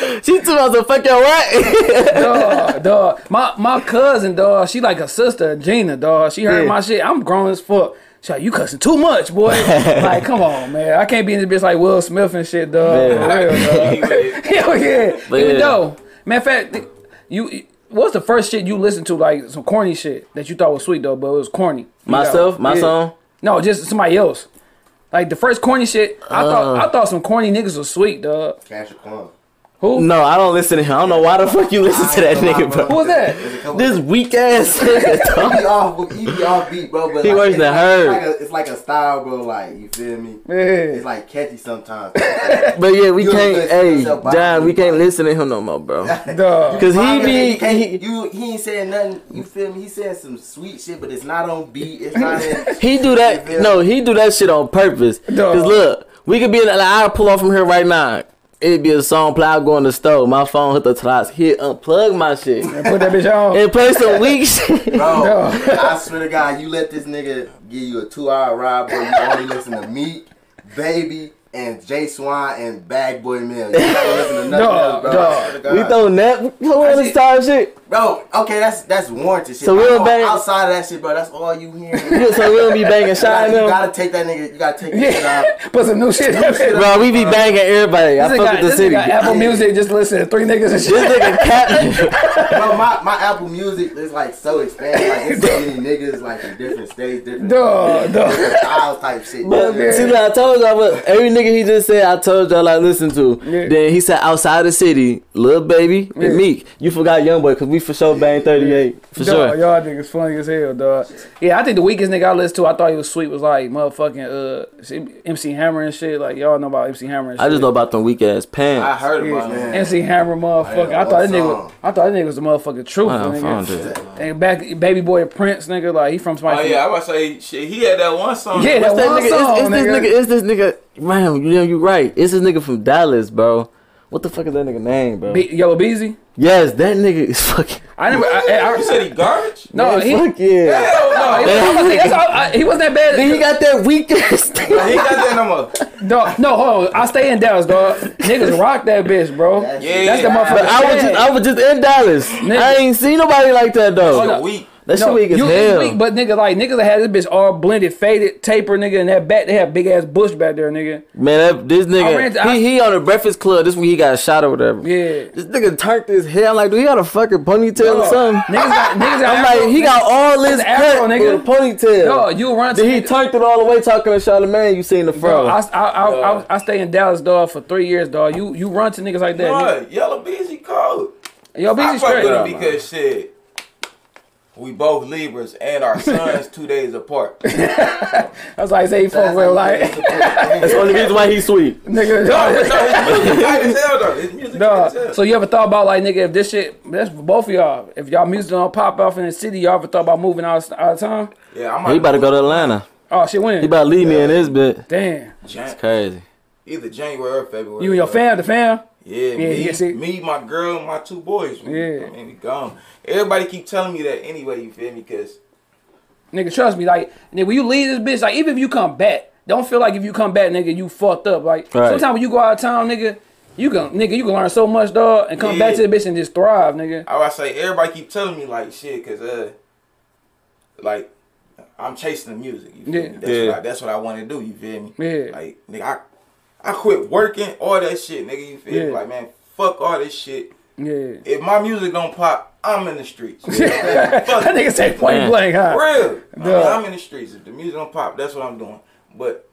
Speaker 2: say. she too much to fuck your what?
Speaker 1: dog, dog. My my cousin, dog, she like a sister, Gina, dog. She heard
Speaker 2: Yeah.
Speaker 1: my shit. I'm grown as fuck. She like, you cussing too much, boy. like, come on, man. I can't be in this bitch like Will Smith and shit, dog. For real, dog. Hell yeah.
Speaker 2: But
Speaker 1: Even
Speaker 2: yeah.
Speaker 1: though, matter of fact, th- you what's the first shit you listened to, like some corny shit that you thought was sweet though, but it was corny. You
Speaker 2: Myself,
Speaker 1: know?
Speaker 2: my
Speaker 1: Yeah.
Speaker 2: song.
Speaker 1: No, just somebody else. Like the first corny shit, I
Speaker 2: Uh.
Speaker 1: thought I thought some corny niggas was sweet, dog.
Speaker 3: Cash or Quan.
Speaker 2: No, I don't listen to him. I don't know why the fuck you listen to that nigga,
Speaker 1: Who
Speaker 2: bro.
Speaker 1: was that?
Speaker 3: There's a couple-
Speaker 2: This weak ass nigga. dog.
Speaker 3: He be off, he be off beat, bro. But
Speaker 2: He
Speaker 3: like,
Speaker 2: worse
Speaker 3: it's
Speaker 2: than
Speaker 3: like-
Speaker 2: her.
Speaker 3: It's like, a, it's like a style, bro. Like you feel me?
Speaker 1: Yeah.
Speaker 3: It's like catchy sometimes.
Speaker 2: But yeah, we
Speaker 3: You
Speaker 2: can't.
Speaker 3: listen
Speaker 2: Hey,
Speaker 3: to somebody.
Speaker 2: John, we can't listen to him no more, bro.
Speaker 1: Dog.
Speaker 2: Cause he
Speaker 3: Mine, you
Speaker 2: be.
Speaker 3: can't-
Speaker 2: He,
Speaker 3: you he ain't saying nothing. You feel me? He saying some sweet shit, but it's not on beat. It's not. In,
Speaker 2: he do that. No, he do that shit on purpose.
Speaker 1: Dog.
Speaker 2: Cause look, we could be in. Like, I'll pull off from here right now. It'd be a song play. I'll go in the store. My phone hit the tops. He unplug my shit
Speaker 1: Put that bitch on.
Speaker 2: and play some weak shit.
Speaker 3: bro.
Speaker 1: No.
Speaker 3: I swear to God, you let this nigga give you a two hour ride, boy. You only listen to Meek, Baby, and Jay Swan and Bag Boy Mill. You don't listen to nothing
Speaker 1: Dog,
Speaker 3: else, bro. I swear to God.
Speaker 2: We throw that. We on this type of shit.
Speaker 3: Bro, okay, that's that's warranted
Speaker 2: So
Speaker 3: shit. So
Speaker 2: we
Speaker 3: we
Speaker 2: don't
Speaker 3: all,
Speaker 2: bang-
Speaker 3: outside of that shit, bro. That's all you hearing.
Speaker 2: Yeah, So we don't be banging
Speaker 3: You gotta,
Speaker 2: shot
Speaker 3: you
Speaker 2: them.
Speaker 3: gotta take that nigga. You gotta take that shit out.
Speaker 1: Yeah. Put some new shit. in that bitch.
Speaker 2: Bro, we be banging everybody. I
Speaker 1: This
Speaker 2: fuck
Speaker 1: nigga,
Speaker 2: with the
Speaker 1: this
Speaker 2: city.
Speaker 1: nigga Apple Music just listen to three niggas and shit.
Speaker 2: This nigga cap.
Speaker 3: Bro, my, my Apple Music is like so expanded. Like it's so many niggas like in different states, different
Speaker 1: Duh, duh.
Speaker 3: styles type shit.
Speaker 2: But
Speaker 3: Yeah.
Speaker 2: see, like I told y'all, but every nigga he just said, I told y'all I listen to.
Speaker 1: Yeah.
Speaker 2: Then he said, outside the city, Lil Baby and Meek. You forgot Youngboy, because we for sure bang 38. For
Speaker 1: Dog,
Speaker 2: sure.
Speaker 1: y'all niggas funny as hell, dog. Yeah, I think the weakest nigga I listened to, I thought he was sweet, was like motherfucking uh shit, MC Hammer and shit. Like y'all know about MC Hammer. And shit.
Speaker 2: I just know about them weak ass pants.
Speaker 4: I heard about
Speaker 1: Yeah,
Speaker 4: it.
Speaker 1: MC Hammer, motherfucker. I
Speaker 3: Man,
Speaker 1: thought that
Speaker 3: what
Speaker 1: nigga,
Speaker 3: song?
Speaker 1: I thought that nigga was the motherfucking truth,
Speaker 2: I done found
Speaker 1: nigga.
Speaker 2: it.
Speaker 1: And back, baby boy and Prince, nigga, like he from
Speaker 4: Oh
Speaker 1: somebody.
Speaker 4: yeah, I was about to say shit. He had that one song.
Speaker 1: yeah, that
Speaker 2: That
Speaker 1: one
Speaker 2: nigga,
Speaker 1: song,
Speaker 2: it's, it's
Speaker 1: nigga.
Speaker 2: this nigga, it's this nigga, man, you know, you right. It's this nigga from Dallas, bro. What the fuck is that nigga name, bro?
Speaker 1: Be- Yellow Beezy.
Speaker 2: yes, that nigga is fucking.
Speaker 1: I never. I, I,
Speaker 4: You
Speaker 1: I,
Speaker 4: said he garbage?
Speaker 1: no, Oh, he, no,
Speaker 2: fuck yeah.
Speaker 4: Hell no.
Speaker 1: I was like, that's all- I- he wasn't that bad.
Speaker 2: Then he got that weak ass thing.
Speaker 4: He got that number.
Speaker 1: Dog, no, hold on. I stay in Dallas, dog. Niggas rock that bitch, bro.
Speaker 4: Yeah,
Speaker 1: That's the motherfucker.
Speaker 2: But I was just, I was just in Dallas. I ain't seen nobody like that though.
Speaker 1: Hold up.
Speaker 4: weak.
Speaker 2: That shit
Speaker 1: No,
Speaker 2: weak as
Speaker 1: you- it's
Speaker 2: hell.
Speaker 1: weak, but nigga, like niggas that had this bitch all blended, faded, taper, nigga, and that back they had big ass bush back there, nigga.
Speaker 2: Man, that, this nigga,
Speaker 1: I ran to- I-
Speaker 2: he, he on the Breakfast Club. This when he got shot or whatever.
Speaker 1: Yeah.
Speaker 2: This nigga turned his hair. I'm like, do he got a fucking ponytail or
Speaker 1: Dog,
Speaker 2: something?
Speaker 1: Niggas got, niggas got
Speaker 2: I'm
Speaker 1: afro-
Speaker 2: like, he got all this
Speaker 1: That's an afro,
Speaker 2: cut
Speaker 1: nigga.
Speaker 2: with a ponytail.
Speaker 1: Dog, you run to
Speaker 2: then he turned it all the way talking to Charlemagne. You seen the
Speaker 1: Bro,
Speaker 2: fro?
Speaker 1: I, I, I, I, I stay in Dallas, dog, for three years, dog. You you run to niggas like that.
Speaker 4: What? Yellow busy cold.
Speaker 1: nigga. Yo,
Speaker 4: I
Speaker 1: busy
Speaker 4: fuck
Speaker 1: straight.
Speaker 4: with him because shit. We both Libras and our sons two days apart.
Speaker 1: That's why I say he fuck with like
Speaker 2: That's the only reason why he's sweet.
Speaker 1: nigga.
Speaker 4: No, his music tight as hell though. His music tight as
Speaker 1: Duh.
Speaker 4: hell.
Speaker 1: So you ever thought about like nigga if this shit that's for both of y'all if y'all music don't pop off in the city y'all ever thought about moving out out of town?
Speaker 4: yeah, I'm
Speaker 2: He about to go to Atlanta.
Speaker 1: Oh shit,
Speaker 2: He
Speaker 1: when?
Speaker 2: about to leave me in this bit.
Speaker 1: Damn,
Speaker 4: Jan-
Speaker 2: Crazy.
Speaker 4: either January or February.
Speaker 1: you and your
Speaker 4: bro.
Speaker 1: fam, the fam.
Speaker 4: Yeah, me,
Speaker 1: yeah, see-
Speaker 4: me, my girl, my two boys. We,
Speaker 1: Yeah.
Speaker 4: I mean, we gone. Everybody keep telling me that anyway. You feel me? Cause
Speaker 1: Nigga, trust me, like nigga, when you leave this bitch, like even if you come back, don't feel like if you come back, nigga, you fucked up. Like
Speaker 2: Right.
Speaker 1: sometimes when you go out of town, nigga, you can nigga, you can learn so much, dog, and come back to
Speaker 4: Yeah.
Speaker 1: the bitch and just thrive, nigga.
Speaker 4: I would say everybody keep telling me like shit. Cause uh, like I'm chasing the music. You feel
Speaker 1: Yeah.
Speaker 4: me? That's
Speaker 2: Yeah.
Speaker 4: what I, that's what I want to do. You feel me?
Speaker 1: Yeah.
Speaker 4: Like nigga, I I quit working all that shit, nigga. You feel me?
Speaker 1: Yeah.
Speaker 4: Like man, fuck all this shit.
Speaker 1: Yeah.
Speaker 4: If my music don't pop, I'm in the streets. You feel me? Fuck
Speaker 1: That nigga say point
Speaker 2: Man.
Speaker 1: blank, huh?
Speaker 4: Real. I mean,
Speaker 1: Yeah.
Speaker 4: I'm in the streets. If the music don't pop, that's what I'm doing. But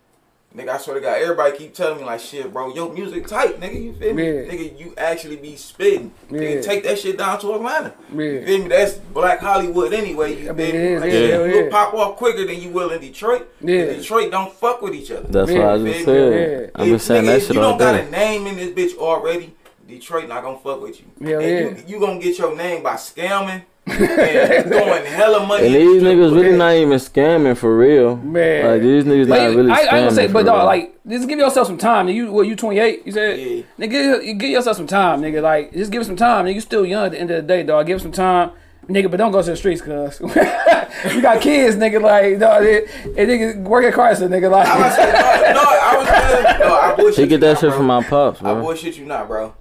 Speaker 4: nigga, I swear to God, everybody keep telling me like, shit, bro, your music tight, nigga. You feel me?
Speaker 1: Yeah.
Speaker 4: Nigga, you actually be spitting.
Speaker 1: Yeah.
Speaker 4: Nigga, take that shit down to Atlanta.
Speaker 1: Yeah.
Speaker 4: You feel me? That's Black Hollywood anyway. You
Speaker 1: I mean,
Speaker 4: feel
Speaker 1: it
Speaker 4: me?
Speaker 1: is,
Speaker 4: Like,
Speaker 1: yeah,
Speaker 4: shit,
Speaker 1: yeah, yeah.
Speaker 4: You'll pop off quicker than you will in Detroit.
Speaker 1: Yeah.
Speaker 4: Detroit don't fuck with each other.
Speaker 2: That's
Speaker 1: Yeah,
Speaker 2: what I
Speaker 4: yeah,
Speaker 2: just said.
Speaker 1: yeah.
Speaker 2: I've been
Speaker 4: If-
Speaker 2: saying
Speaker 4: nigga,
Speaker 2: that
Speaker 4: if
Speaker 2: shit
Speaker 4: you
Speaker 2: all
Speaker 4: don't got
Speaker 2: day.
Speaker 4: a name in this bitch already, Detroit not gonna fuck with you.
Speaker 1: Yeah,
Speaker 4: and
Speaker 1: yeah.
Speaker 4: You, you gonna get your name by scamming and throwing hella money.
Speaker 2: And
Speaker 4: at
Speaker 2: these
Speaker 4: the
Speaker 2: niggas
Speaker 4: strip
Speaker 2: really
Speaker 4: club.
Speaker 2: not even scamming for real.
Speaker 1: Man.
Speaker 2: Like these niggas
Speaker 1: But
Speaker 2: not
Speaker 1: you-
Speaker 2: really
Speaker 1: I, I ain't
Speaker 2: scamming.
Speaker 1: gonna say,
Speaker 2: for
Speaker 1: but
Speaker 2: real.
Speaker 1: dog, like, just give yourself some time. You, well, you 28, you said?
Speaker 4: Yeah.
Speaker 1: Nigga, give, you give yourself some time, nigga. Like, just give it some time. Nigga, you still young at the end of the day, dog. Give it some time. Nigga, but don't go to the streets, cuz. you got kids, nigga, like, dog. It, it nigga, work at Chrysler, nigga,
Speaker 4: I
Speaker 1: like.
Speaker 4: said, no, no, I was uh, no, I bullshit.
Speaker 2: He
Speaker 4: you
Speaker 2: get that
Speaker 4: not,
Speaker 2: shit
Speaker 4: bro.
Speaker 2: from my pops,
Speaker 4: I
Speaker 2: bro.
Speaker 4: bullshit you not, bro.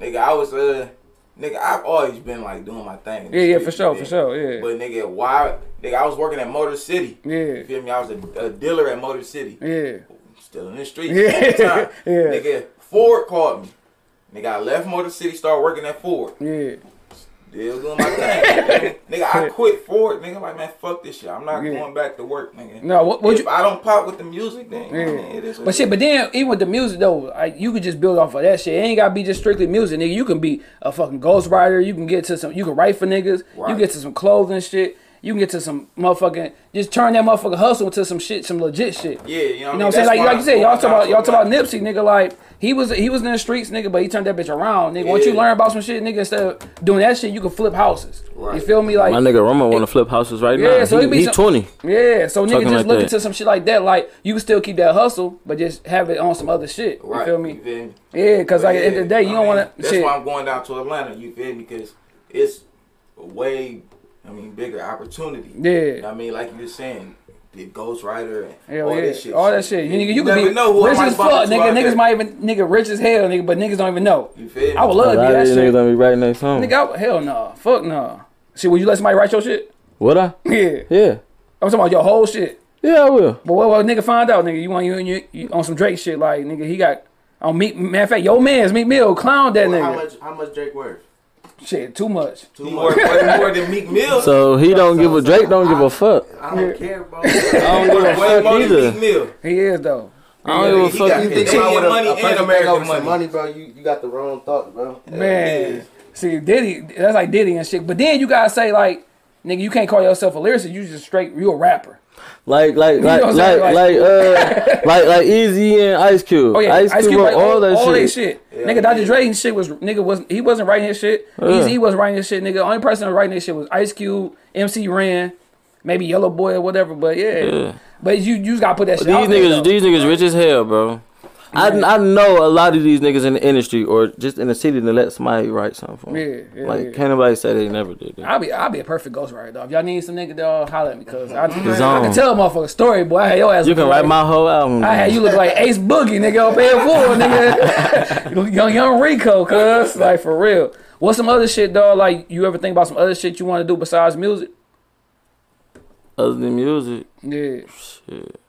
Speaker 4: Nigga, I was uh, nigga, I've always been like doing my thing. in the
Speaker 1: Yeah, yeah, for
Speaker 4: streets,
Speaker 1: sure,
Speaker 4: you
Speaker 1: for
Speaker 4: feel me?
Speaker 1: sure, yeah.
Speaker 4: But nigga, why? Nigga, I was working at Motor City.
Speaker 1: Yeah.
Speaker 4: you feel me? I was a, a dealer at Motor City.
Speaker 1: Yeah.
Speaker 4: Still in the streets.
Speaker 1: Yeah.
Speaker 4: at the time.
Speaker 1: Yeah.
Speaker 4: Nigga, Ford called me. Nigga, I left Motor City, started working at Ford.
Speaker 1: Yeah.
Speaker 4: Still doing my thing. nigga, I quit Ford. Nigga, like, man, fuck this shit. I'm not
Speaker 1: Yeah.
Speaker 4: going back to work, nigga.
Speaker 1: No, what- what
Speaker 4: if
Speaker 1: you-
Speaker 4: I don't pop with the music, then I mean, it is what
Speaker 1: But
Speaker 4: it
Speaker 1: shit, but then even with the music though, like you could just build off of that shit. It ain't gotta be just strictly music, nigga. You can be a fucking ghostwriter. You can get to some. You can write for niggas. You
Speaker 4: Right.
Speaker 1: get to some clothing shit. You can get to some motherfucking. Just turn that motherfucking hustle into some shit, some legit shit.
Speaker 4: Yeah, you know
Speaker 1: You
Speaker 4: what I mean?
Speaker 1: know what I'm saying?
Speaker 4: That's
Speaker 1: Like,
Speaker 4: why
Speaker 1: like
Speaker 4: I
Speaker 1: you said, y'all
Speaker 4: was
Speaker 1: talk about
Speaker 4: going
Speaker 1: y'all
Speaker 4: out
Speaker 1: talk about Nipsey, nigga. Like he was he was in the streets, nigga, but he turned that bitch around, nigga. Once you
Speaker 4: Yeah.
Speaker 1: learn about some shit, nigga, instead of doing that shit, you can flip houses. You
Speaker 4: Right.
Speaker 1: feel me? Like
Speaker 2: My nigga Roma want to flip houses right
Speaker 1: yeah,
Speaker 2: now.
Speaker 1: so
Speaker 2: he,
Speaker 1: it be
Speaker 2: he
Speaker 1: some-
Speaker 2: twenty.
Speaker 1: yeah, so nigga
Speaker 2: Talking
Speaker 1: just
Speaker 2: like
Speaker 1: look
Speaker 2: that.
Speaker 1: into some shit like that. Like you can still keep that hustle, but just have it on some other shit. You
Speaker 4: Right,
Speaker 1: feel me?
Speaker 4: you feel me?
Speaker 1: Yeah, because like at the end of the day, you
Speaker 4: I
Speaker 1: don't
Speaker 4: mean,
Speaker 1: want to
Speaker 4: That's
Speaker 1: shit.
Speaker 4: why I'm going down to Atlanta. You feel me? Because it's a way, I mean, bigger opportunity.
Speaker 1: Yeah.
Speaker 4: You know what I mean, like you were saying, the Ghost Rider and
Speaker 1: Hell
Speaker 4: all
Speaker 1: yeah,
Speaker 4: that shit.
Speaker 1: all that shit. You, nigga, you could
Speaker 4: never
Speaker 1: be
Speaker 4: know who I
Speaker 1: rich
Speaker 4: might
Speaker 1: as
Speaker 4: bump
Speaker 1: fuck,
Speaker 4: into
Speaker 1: nigga.
Speaker 4: out
Speaker 1: Niggas
Speaker 4: there.
Speaker 1: might even nigga rich as hell, nigga, but niggas don't even know.
Speaker 4: You feel me?
Speaker 1: I would love
Speaker 2: A
Speaker 1: to
Speaker 2: lot
Speaker 1: be
Speaker 2: of
Speaker 1: that
Speaker 2: these niggas
Speaker 1: shit.
Speaker 2: gonna be writing their songs.
Speaker 1: Nigga, I would- hell no, fuck no. Shit, would you let somebody write your shit?
Speaker 2: Would I?
Speaker 1: Yeah,
Speaker 2: Yeah.
Speaker 1: I'm talking about your whole shit.
Speaker 2: Yeah, I will.
Speaker 1: But what, what nigga find out, nigga? You want you, you, you on some Drake shit? Like nigga, he got on meat. Matter of fact, your man's Meek Mill clown that
Speaker 3: How
Speaker 1: nigga.
Speaker 3: much? How much Drake worth?
Speaker 1: Shit, too much.
Speaker 3: Too
Speaker 4: More,
Speaker 3: much.
Speaker 4: way more than Meek Mill.
Speaker 2: So he don't give a Drake don't give a fuck.
Speaker 3: I don't care, bro.
Speaker 2: I don't give a
Speaker 4: way
Speaker 2: fuck
Speaker 4: more than
Speaker 2: either.
Speaker 4: Meek Mill.
Speaker 1: He is though.
Speaker 2: I don't
Speaker 4: He
Speaker 2: give a
Speaker 4: got
Speaker 2: fuck
Speaker 3: you
Speaker 2: either.
Speaker 3: think
Speaker 4: Indian
Speaker 3: about
Speaker 4: money
Speaker 3: a
Speaker 4: and
Speaker 3: person make over
Speaker 4: American
Speaker 3: some
Speaker 4: money.
Speaker 3: money, bro? You you got the wrong thought, bro.
Speaker 1: Man, see Diddy, that's like Diddy and shit. But then you gotta say like, nigga, you can't call yourself a lyricist. You just straight, you a rapper.
Speaker 2: Like like like
Speaker 1: know what I'm
Speaker 2: like
Speaker 1: saying?
Speaker 2: like uh like like Easy and Ice Cube.
Speaker 1: Oh yeah,
Speaker 2: Ice Cube wrote
Speaker 1: write
Speaker 2: all that
Speaker 1: all
Speaker 2: shit.
Speaker 1: that shit. nigga, Dr. Dre and shit was nigga wasn't he wasn't writing his shit.
Speaker 2: Yeah.
Speaker 1: Easy was writing his shit. Nigga, only person that was writing his shit was Ice Cube, MC Ren, maybe Yellow Boy or whatever. But yeah, but you you just gotta put that shit.
Speaker 2: These
Speaker 1: out there,
Speaker 2: niggas,
Speaker 1: though.
Speaker 2: these niggas rich as hell, bro. I, I know a lot of these niggas in the industry or just in the city to let somebody write something for 'em.
Speaker 1: Yeah, yeah,
Speaker 2: like
Speaker 1: yeah.
Speaker 2: can't nobody say they never did that.
Speaker 1: I'll be I'll be a perfect ghostwriter though. If y'all need some nigga, dog, holler at me because I, I can
Speaker 2: on.
Speaker 1: tell a motherfucker story, boy. I had your ass.
Speaker 2: You can
Speaker 1: looking
Speaker 2: write
Speaker 1: like-
Speaker 2: my whole album.
Speaker 1: I had you look like Ace Boogie, nigga, up here full, nigga. young, young Rico, cuz. Like, for real. What's some other shit, dog? Like, you ever think about some other shit you want to do besides music?
Speaker 2: other than music.
Speaker 1: Yeah.
Speaker 2: Shit.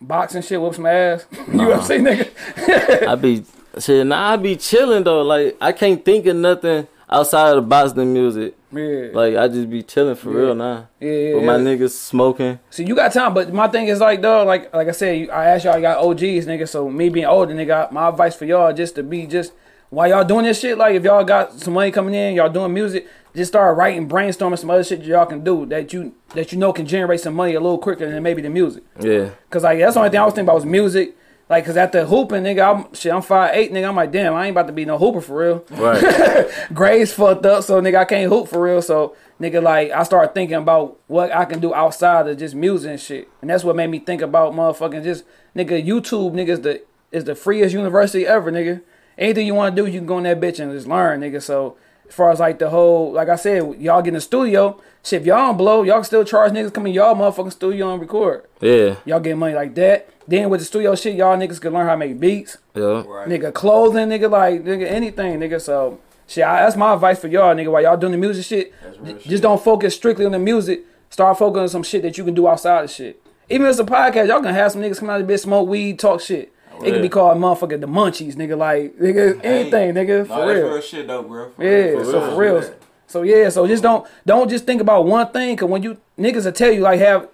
Speaker 1: Boxing shit, whoop some ass. UFC, nigga.
Speaker 2: I be shit. Nah, I be chilling though. Like I can't think of nothing outside of the box than music.
Speaker 1: yeah.
Speaker 2: Like I just be chilling for real now.
Speaker 1: Yeah, yeah,
Speaker 2: With my
Speaker 1: yeah.
Speaker 2: niggas smoking.
Speaker 1: See, you got time, but my thing is like, dog, like, like I said, you, I asked y'all, you got OGs, nigga. So me being older, nigga, I- my advice for y'all just to be just While y'all doing this shit, like if y'all got some money coming in, y'all doing music, just start writing, brainstorming some other shit that y'all can do that you that you know can generate some money a little quicker than maybe the music.
Speaker 2: Yeah.
Speaker 1: Cause like that's the only thing I was thinking about was music. Like, cause at the hooping, nigga, I'm shit, I'm five eight, nigga. I'm like, damn, I ain't about to be no hooper for real.
Speaker 2: Right.
Speaker 1: Grades fucked up, so nigga, I can't hoop for real. So nigga, like, I started thinking about what I can do outside of just music and shit, and that's what made me think about motherfucking just nigga YouTube, nigga is the is the freest university ever, nigga. Anything you want to do, you can go in that bitch and just learn, nigga. So as far as like the whole, like I said, y'all get in the studio, shit, if y'all don't blow, y'all can still charge niggas come in y'all motherfucking studio and record.
Speaker 2: yeah.
Speaker 1: Y'all get money like that. Then with the studio shit, y'all niggas can learn how to make beats.
Speaker 2: Yeah.
Speaker 1: Nigga, clothing, nigga, like, nigga, anything, nigga. So, shit, I, that's my advice for y'all, nigga. While y'all doing the music shit, j- just don't focus strictly on the music. Start focusing on some shit that you can do outside of shit. Even as a podcast, y'all can have some niggas come out of the bitch, smoke weed, talk shit. It could be called motherfucking the munchies, nigga. Like, nigga, anything, nigga,
Speaker 4: No,
Speaker 1: for
Speaker 4: that's
Speaker 1: real.
Speaker 4: real shit though, bro. For
Speaker 1: Yeah,
Speaker 4: real.
Speaker 1: so for real. So yeah, so just don't don't just think about one thing. Cause when you niggas will tell you like have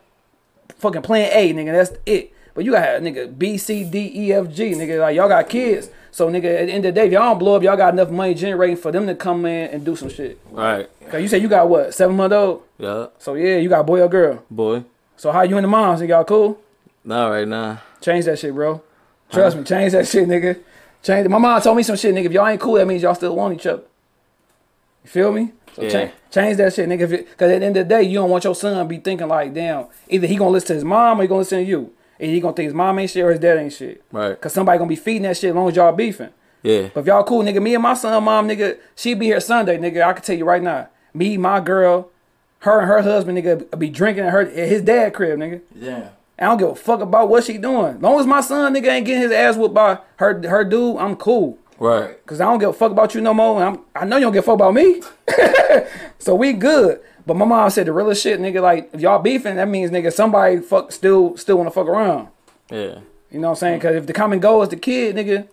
Speaker 1: fucking plan A, nigga, that's it. But you gotta have nigga B C D E F G, nigga. Like y'all got kids. So nigga, at the end of the day, if y'all don't blow up, y'all got enough money generating for them to come in and do some shit.
Speaker 2: Right.
Speaker 1: Cause you said you got what seven month old.
Speaker 2: Yeah.
Speaker 1: So yeah, you got boy or girl.
Speaker 2: Boy.
Speaker 1: So how you and the moms? Nigga, y'all cool?
Speaker 2: Not right now.
Speaker 1: Change that shit, bro. Trust me, change that shit, nigga. Change. it. My mom told me some shit, nigga. If y'all ain't cool, that means y'all still want each other. You feel me? So
Speaker 2: Yeah.
Speaker 1: change, change that shit, nigga. If it, Cause at the end of the day, you don't want your son to be thinking like, damn, either he gonna listen to his mom or he gonna listen to you. Either he gonna think his mom ain't shit or his dad ain't shit.
Speaker 2: Right.
Speaker 1: Cause somebody gonna be feeding that shit as long as y'all beefing.
Speaker 2: Yeah.
Speaker 1: But if y'all cool, nigga, me and my son, mom, nigga, she be here Sunday, nigga. I can tell you right now. Me, my girl, her and her husband, nigga, be drinking at her at his dad crib, nigga.
Speaker 4: Yeah.
Speaker 1: I don't give a fuck about what she doing. long as my son nigga ain't getting his ass whooped by her her dude, I'm cool.
Speaker 2: Right.
Speaker 1: Cause I don't give a fuck about you no more. And I'm, I know you don't give a fuck about me. so we good. But my mom said the realest shit, nigga. Like if y'all beefing, that means nigga somebody fuck still still wanna fuck around.
Speaker 2: Yeah.
Speaker 1: You know what I'm saying? Cause if the common goal is the kid, nigga,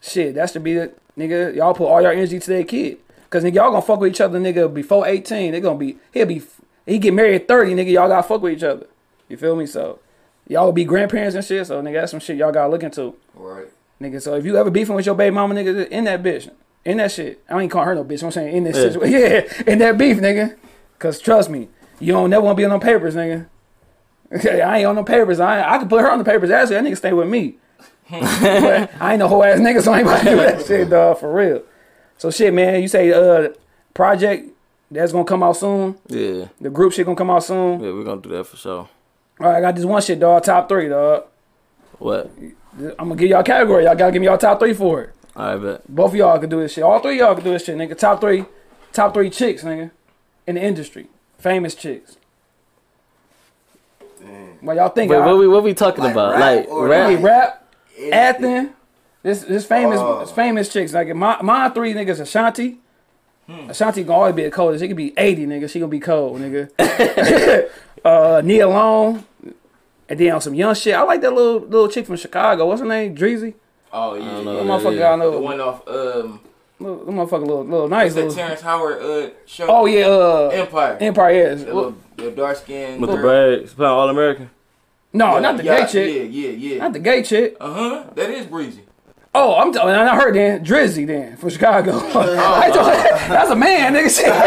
Speaker 1: shit, that should be the nigga. Y'all put all your energy to that kid. Cause nigga, y'all gonna fuck with each other, nigga, before 18. They gonna be he'll be he get married at 30, nigga. Y'all gotta fuck with each other. You feel me? So y'all will be grandparents and shit. So nigga, that's some shit y'all gotta look into.
Speaker 4: Right.
Speaker 1: Nigga, so if you ever beefing with your baby mama, nigga, in that bitch. In that shit. I ain't calling her no bitch. I'm saying in this
Speaker 2: Yeah.
Speaker 1: situation. Yeah, in that beef, nigga. Cause trust me, you don't never wanna be on no papers, nigga. Okay, I ain't on no papers. I I can put her on the papers. Actually, that nigga stay with me.
Speaker 2: Hmm.
Speaker 1: but I ain't no whole ass nigga, so I ain't about to do that shit, dog, for real. So shit, man, you say uh project that's gonna come out soon.
Speaker 2: Yeah.
Speaker 1: The group shit gonna come out soon.
Speaker 2: Yeah, we're gonna do that for sure.
Speaker 1: All right, I got this one shit, dog. Top three, dog.
Speaker 2: What?
Speaker 1: I'm gonna give y'all a category. Y'all gotta give me y'all top three for it.
Speaker 2: All right, bet.
Speaker 1: Both of y'all can do this shit. All three of y'all can do this shit, nigga. Top three, top three chicks, nigga, in the industry, famous chicks. Well, y'all think
Speaker 2: Wait,
Speaker 1: I-
Speaker 2: what we what we talking
Speaker 3: Like
Speaker 2: about?
Speaker 3: rap
Speaker 2: Like
Speaker 3: or
Speaker 1: Hey,
Speaker 2: rap?
Speaker 3: like-
Speaker 1: rap,
Speaker 3: Anything.
Speaker 1: acting. This this famous
Speaker 3: Oh.
Speaker 1: this famous chicks. Like my my three niggas Ashanti.
Speaker 2: Hmm.
Speaker 1: Ashanti gonna always be the coldest. She could be 80, nigga. She gonna be cold, nigga. uh Nia Long. And then on some young shit. I like that little little chick from Chicago. What's her name? Dreezy?
Speaker 4: Oh yeah.
Speaker 2: don't know
Speaker 1: That motherfucker
Speaker 2: Yeah,
Speaker 4: yeah.
Speaker 2: yeah.
Speaker 1: I know.
Speaker 4: The one off um
Speaker 1: little, that motherfucker little little nice
Speaker 4: the
Speaker 1: little.
Speaker 4: Terrence Howard uh show.
Speaker 1: Oh yeah, uh
Speaker 4: Empire.
Speaker 1: Empire is.
Speaker 4: The, little- the dark skinned
Speaker 2: With the braids, playing All American.
Speaker 1: No,
Speaker 4: Oh,
Speaker 1: not the gay chick.
Speaker 4: Yeah, yeah, yeah.
Speaker 1: Not the gay chick.
Speaker 4: uh huh. That is breezy.
Speaker 1: Oh, I'm talking. I heard then Drizzy then from Chicago.
Speaker 4: Oh,
Speaker 1: I told- that's a man, nigga. Shit.
Speaker 3: I'm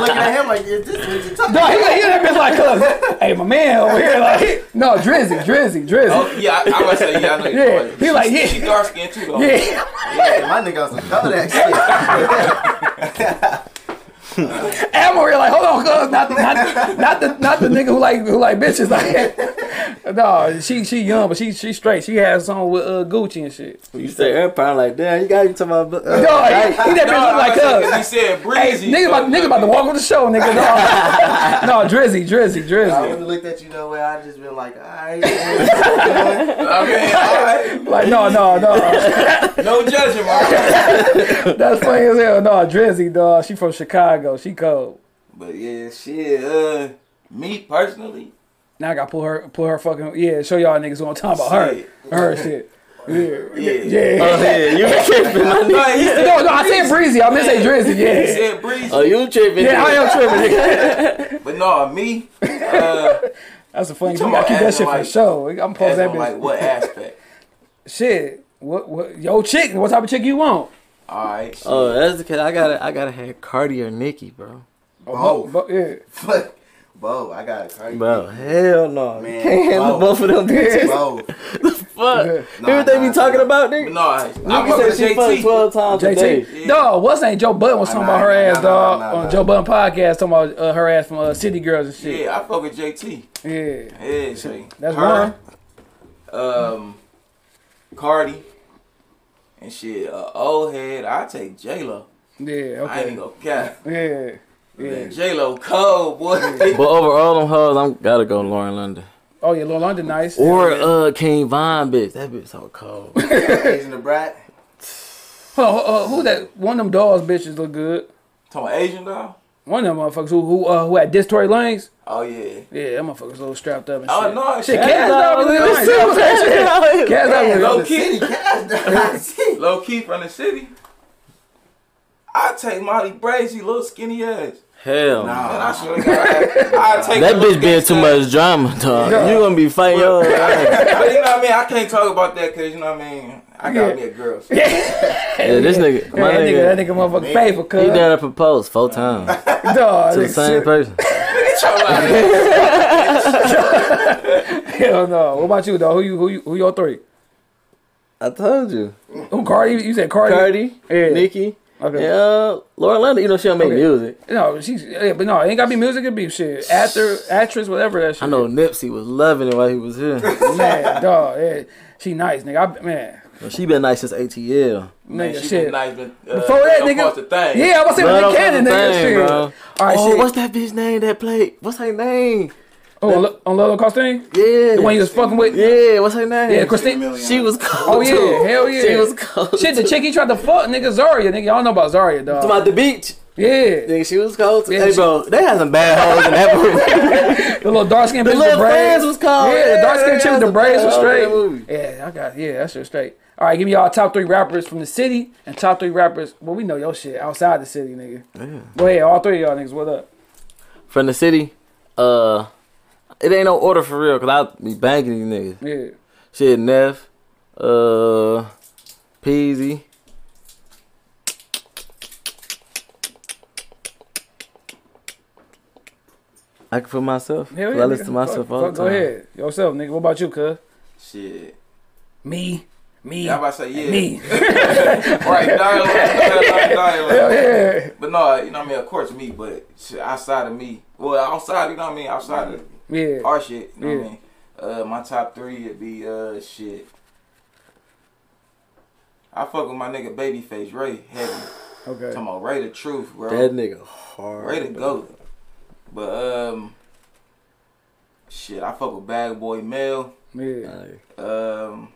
Speaker 3: looking at him like, is this what you talking
Speaker 1: No, he, he that bitch like, cuz, hey, my man over here, like, no, Drizzy, Drizzy, Drizzy.
Speaker 4: Oh yeah, I, I was say yeah. I know
Speaker 1: Yeah,
Speaker 4: you're
Speaker 1: he like, yeah.
Speaker 4: She dark skinned too though.
Speaker 1: Yeah,
Speaker 3: about? My nigga on some Kodak shit.
Speaker 1: Amory, like, hold on, cuz, not, not, not the, not the nigga who like, who like bitches, like, no, she, she young, but she, she straight. She had a song with uh, Gucci and shit.
Speaker 2: You say Empire, I'm like damn, you got me talking about.
Speaker 1: No,
Speaker 2: Uh,
Speaker 1: he, he that
Speaker 4: No,
Speaker 1: bitch look
Speaker 4: I was saying,
Speaker 1: like
Speaker 4: 'cause he
Speaker 1: cuz.
Speaker 4: said
Speaker 1: Hey,
Speaker 4: breezy.
Speaker 1: nigga
Speaker 4: so-
Speaker 1: about, nigga about to walk on the show, nigga. No, no, Drizzy, Drizzy,
Speaker 3: I
Speaker 1: Drizzy.
Speaker 3: wouldn't have looked at you no way. I'd just been like, all right. man."
Speaker 4: Okay, all right.
Speaker 1: Like, no, no, no.
Speaker 4: No judging, Mark.
Speaker 1: That's funny as hell. No, Drizzy, dog. She from Chicago. She cold.
Speaker 4: But yeah, shit. Uh, me personally,
Speaker 1: Now I gotta pull her, pull her fucking yeah. Show y'all niggas what I'm talking about.
Speaker 4: Shit.
Speaker 1: Her, her shit. Yeah, yeah.
Speaker 2: oh yeah, you tripping, my nigga.
Speaker 4: no, he said,
Speaker 1: No, no, I said breezy. I meant say Drizzy.
Speaker 4: he
Speaker 1: Yeah,
Speaker 4: said breezy.
Speaker 2: Oh, you tripping?
Speaker 1: yeah. I
Speaker 2: nigga.
Speaker 1: am tripping. Nigga.
Speaker 4: But no, me. Uh,
Speaker 1: That's a funny.
Speaker 4: You
Speaker 1: I keep that shit for the
Speaker 4: talking
Speaker 1: show. I'm
Speaker 4: as
Speaker 1: posting that
Speaker 4: on, like
Speaker 1: bitch.
Speaker 4: what aspect?
Speaker 1: Shit. What what yo chick? What type of chick you want?
Speaker 4: All right. shit.
Speaker 2: Oh, that's the case. I gotta, I gotta have Cardi or Nicki, bro.
Speaker 1: Oh,
Speaker 3: Bo.
Speaker 1: but, yeah.
Speaker 3: Fuck. Bo, I got it. Cardi
Speaker 2: Bro,
Speaker 3: B.
Speaker 2: hell no.
Speaker 3: Man,
Speaker 2: Can't handle
Speaker 3: bro.
Speaker 2: both of them bitches.
Speaker 3: Bo.
Speaker 2: Fuck. Hear what they
Speaker 3: nah,
Speaker 2: be talking
Speaker 3: nah.
Speaker 2: about, nigga?
Speaker 4: No, I, I
Speaker 2: Nigga
Speaker 4: fuck
Speaker 2: said
Speaker 4: with
Speaker 2: she fucked
Speaker 4: JT.
Speaker 2: 12 times a day.
Speaker 1: JT, dog, what's ain't Joe Budden was talking
Speaker 3: Nah,
Speaker 1: about her
Speaker 3: nah,
Speaker 1: ass,
Speaker 3: nah,
Speaker 1: dog,
Speaker 3: nah, nah,
Speaker 1: on
Speaker 3: nah.
Speaker 1: Joe Budden podcast, talking about uh, her ass from uh, City Girls and shit.
Speaker 4: Yeah, I fuck with JT.
Speaker 1: Yeah,
Speaker 4: Yeah, see.
Speaker 1: that's
Speaker 4: her,
Speaker 1: one.
Speaker 4: Um, Cardi and shit. Uh, old head. I take J Lo.
Speaker 1: Yeah,
Speaker 4: I ain't
Speaker 1: okay.
Speaker 4: gonna cap.
Speaker 1: Yeah, yeah.
Speaker 4: J Lo cold boy.
Speaker 2: But overall, them hoes, I'm gotta go Lauren London.
Speaker 1: Oh yeah, Lil London, nice.
Speaker 2: Or uh, King Von, bitch. That bitch so cold.
Speaker 3: Asian the brat.
Speaker 1: Hold on, hold on, who that? One of them dolls, bitches look good.
Speaker 4: Talking Asian doll.
Speaker 1: One of them motherfuckers who who uh, who had diss Tory Lanez.
Speaker 4: Oh yeah.
Speaker 1: Yeah, that motherfucker's a little strapped up and shit.
Speaker 4: Oh no,
Speaker 1: shit,
Speaker 4: shit.
Speaker 1: Cass dog was
Speaker 2: Oh,
Speaker 1: nice. Cass dog was
Speaker 4: Low
Speaker 3: The
Speaker 4: key,
Speaker 3: city cast. that.
Speaker 4: low key from the city. I take Molly Brazy, little skinny ass.
Speaker 2: Hell.
Speaker 4: Man, I swear to God, I, I take
Speaker 2: That
Speaker 4: the
Speaker 2: bitch
Speaker 4: little
Speaker 2: been too
Speaker 4: gangsta-
Speaker 2: much drama, dog. You gonna be fighting your ass.
Speaker 4: But you know what I mean? I can't talk about that because you know what I mean. I got me a girl. So
Speaker 2: Yeah, this nigga,
Speaker 1: Yeah,
Speaker 2: my
Speaker 1: that nigga,
Speaker 2: nigga,
Speaker 1: that nigga, motherfucker faithful, cuz.
Speaker 2: he done proposed four times
Speaker 1: Dog,
Speaker 2: to the
Speaker 1: nigga,
Speaker 2: same person.
Speaker 4: Get your life.
Speaker 1: Hell no. What about you, dog? Who you who you who your three?
Speaker 2: I told you.
Speaker 1: Who Cardi? You said Cardi.
Speaker 2: Cardi,
Speaker 1: Yeah.
Speaker 2: Nicki,
Speaker 1: Okay.
Speaker 2: yeah, uh, Lauren London. You know she don't make
Speaker 1: Okay.
Speaker 2: music.
Speaker 1: No, she's yeah, but no, it ain't gotta be music. It be shit. Actor, actress, whatever that shit.
Speaker 2: I know Nipsey was loving it while he was here.
Speaker 1: Man, dog. Yeah, she nice, nigga. I, man,
Speaker 2: Well, she been nice since ATL.
Speaker 4: Man,
Speaker 1: nigga,
Speaker 4: she
Speaker 1: shit.
Speaker 4: been nice, but, uh,
Speaker 1: Before that,
Speaker 4: don't
Speaker 1: nigga.
Speaker 4: cross The thing.
Speaker 1: Yeah, I was saying
Speaker 2: Run
Speaker 1: with
Speaker 2: off
Speaker 1: the cannon,
Speaker 2: the
Speaker 1: nigga.
Speaker 2: thing,
Speaker 1: shit.
Speaker 2: bro.
Speaker 1: All right,
Speaker 2: oh,
Speaker 1: shit.
Speaker 2: what's that bitch name that played? What's her name?
Speaker 1: Oh, on Lo- on Lolo Costain?
Speaker 2: Yeah.
Speaker 1: The one you was fucking with?
Speaker 2: yeah, what's her name?
Speaker 1: Yeah, Christine.
Speaker 2: She was cold.
Speaker 1: Oh yeah,
Speaker 2: too.
Speaker 1: hell yeah.
Speaker 2: She was cold.
Speaker 1: Shit, the
Speaker 2: too.
Speaker 1: chick he tried to fuck, nigga Zarya, nigga. Y'all know about Zarya,
Speaker 2: Talking
Speaker 1: dog.
Speaker 2: about the beach.
Speaker 1: Yeah,
Speaker 2: Nigga, she was cold. too.
Speaker 1: Yeah,
Speaker 2: hey,
Speaker 1: she-
Speaker 2: bro, they had some bad hoes in that movie.
Speaker 1: the little dark skinned
Speaker 2: The
Speaker 1: bitch with
Speaker 2: little
Speaker 1: braids
Speaker 2: fans was cold.
Speaker 1: Yeah, the dark skinned
Speaker 2: Yeah,
Speaker 1: chick with
Speaker 2: that
Speaker 1: the
Speaker 2: was
Speaker 1: braids
Speaker 2: a
Speaker 1: was
Speaker 2: bad
Speaker 1: straight.
Speaker 2: movie.
Speaker 1: Yeah, I got yeah, that shit was straight. All right, give me y'all top three rappers from the city and top three rappers. Well, we know your shit outside the city, nigga. Go ahead, all three of y'all niggas. What up?
Speaker 2: From the city, uh, it ain't no order for real, cause I be banking these niggas.
Speaker 1: Yeah,
Speaker 2: Shit, Neff, uh, Peasy. I can put myself.
Speaker 1: hell
Speaker 2: 'cause
Speaker 1: yeah.
Speaker 2: I listen
Speaker 1: nigga.
Speaker 2: to myself
Speaker 1: Fuck-
Speaker 2: all the
Speaker 1: fuck,
Speaker 2: time.
Speaker 1: Go ahead, yourself, nigga. What about you, cuz?
Speaker 4: Shit.
Speaker 1: Me, me,
Speaker 4: Yeah, I'm about to say yeah.
Speaker 1: me.
Speaker 4: Right, dialogue, dialogue, dialogue.
Speaker 1: yeah,
Speaker 4: But no, you know what I mean. Of course, me. But shit, outside of me, well, outside, you know what I mean. Outside of
Speaker 1: yeah.
Speaker 4: our shit, you know
Speaker 1: Yeah.
Speaker 4: what I mean. Uh, my top three would be uh shit. I fuck with my nigga Babyface Ray heavy.
Speaker 1: Okay.
Speaker 4: Talking about Ray the truth, bro.
Speaker 2: That nigga hard.
Speaker 4: Way to go. But um shit, I fuck with bad boy Mel.
Speaker 1: Yeah.
Speaker 2: Like,
Speaker 4: Um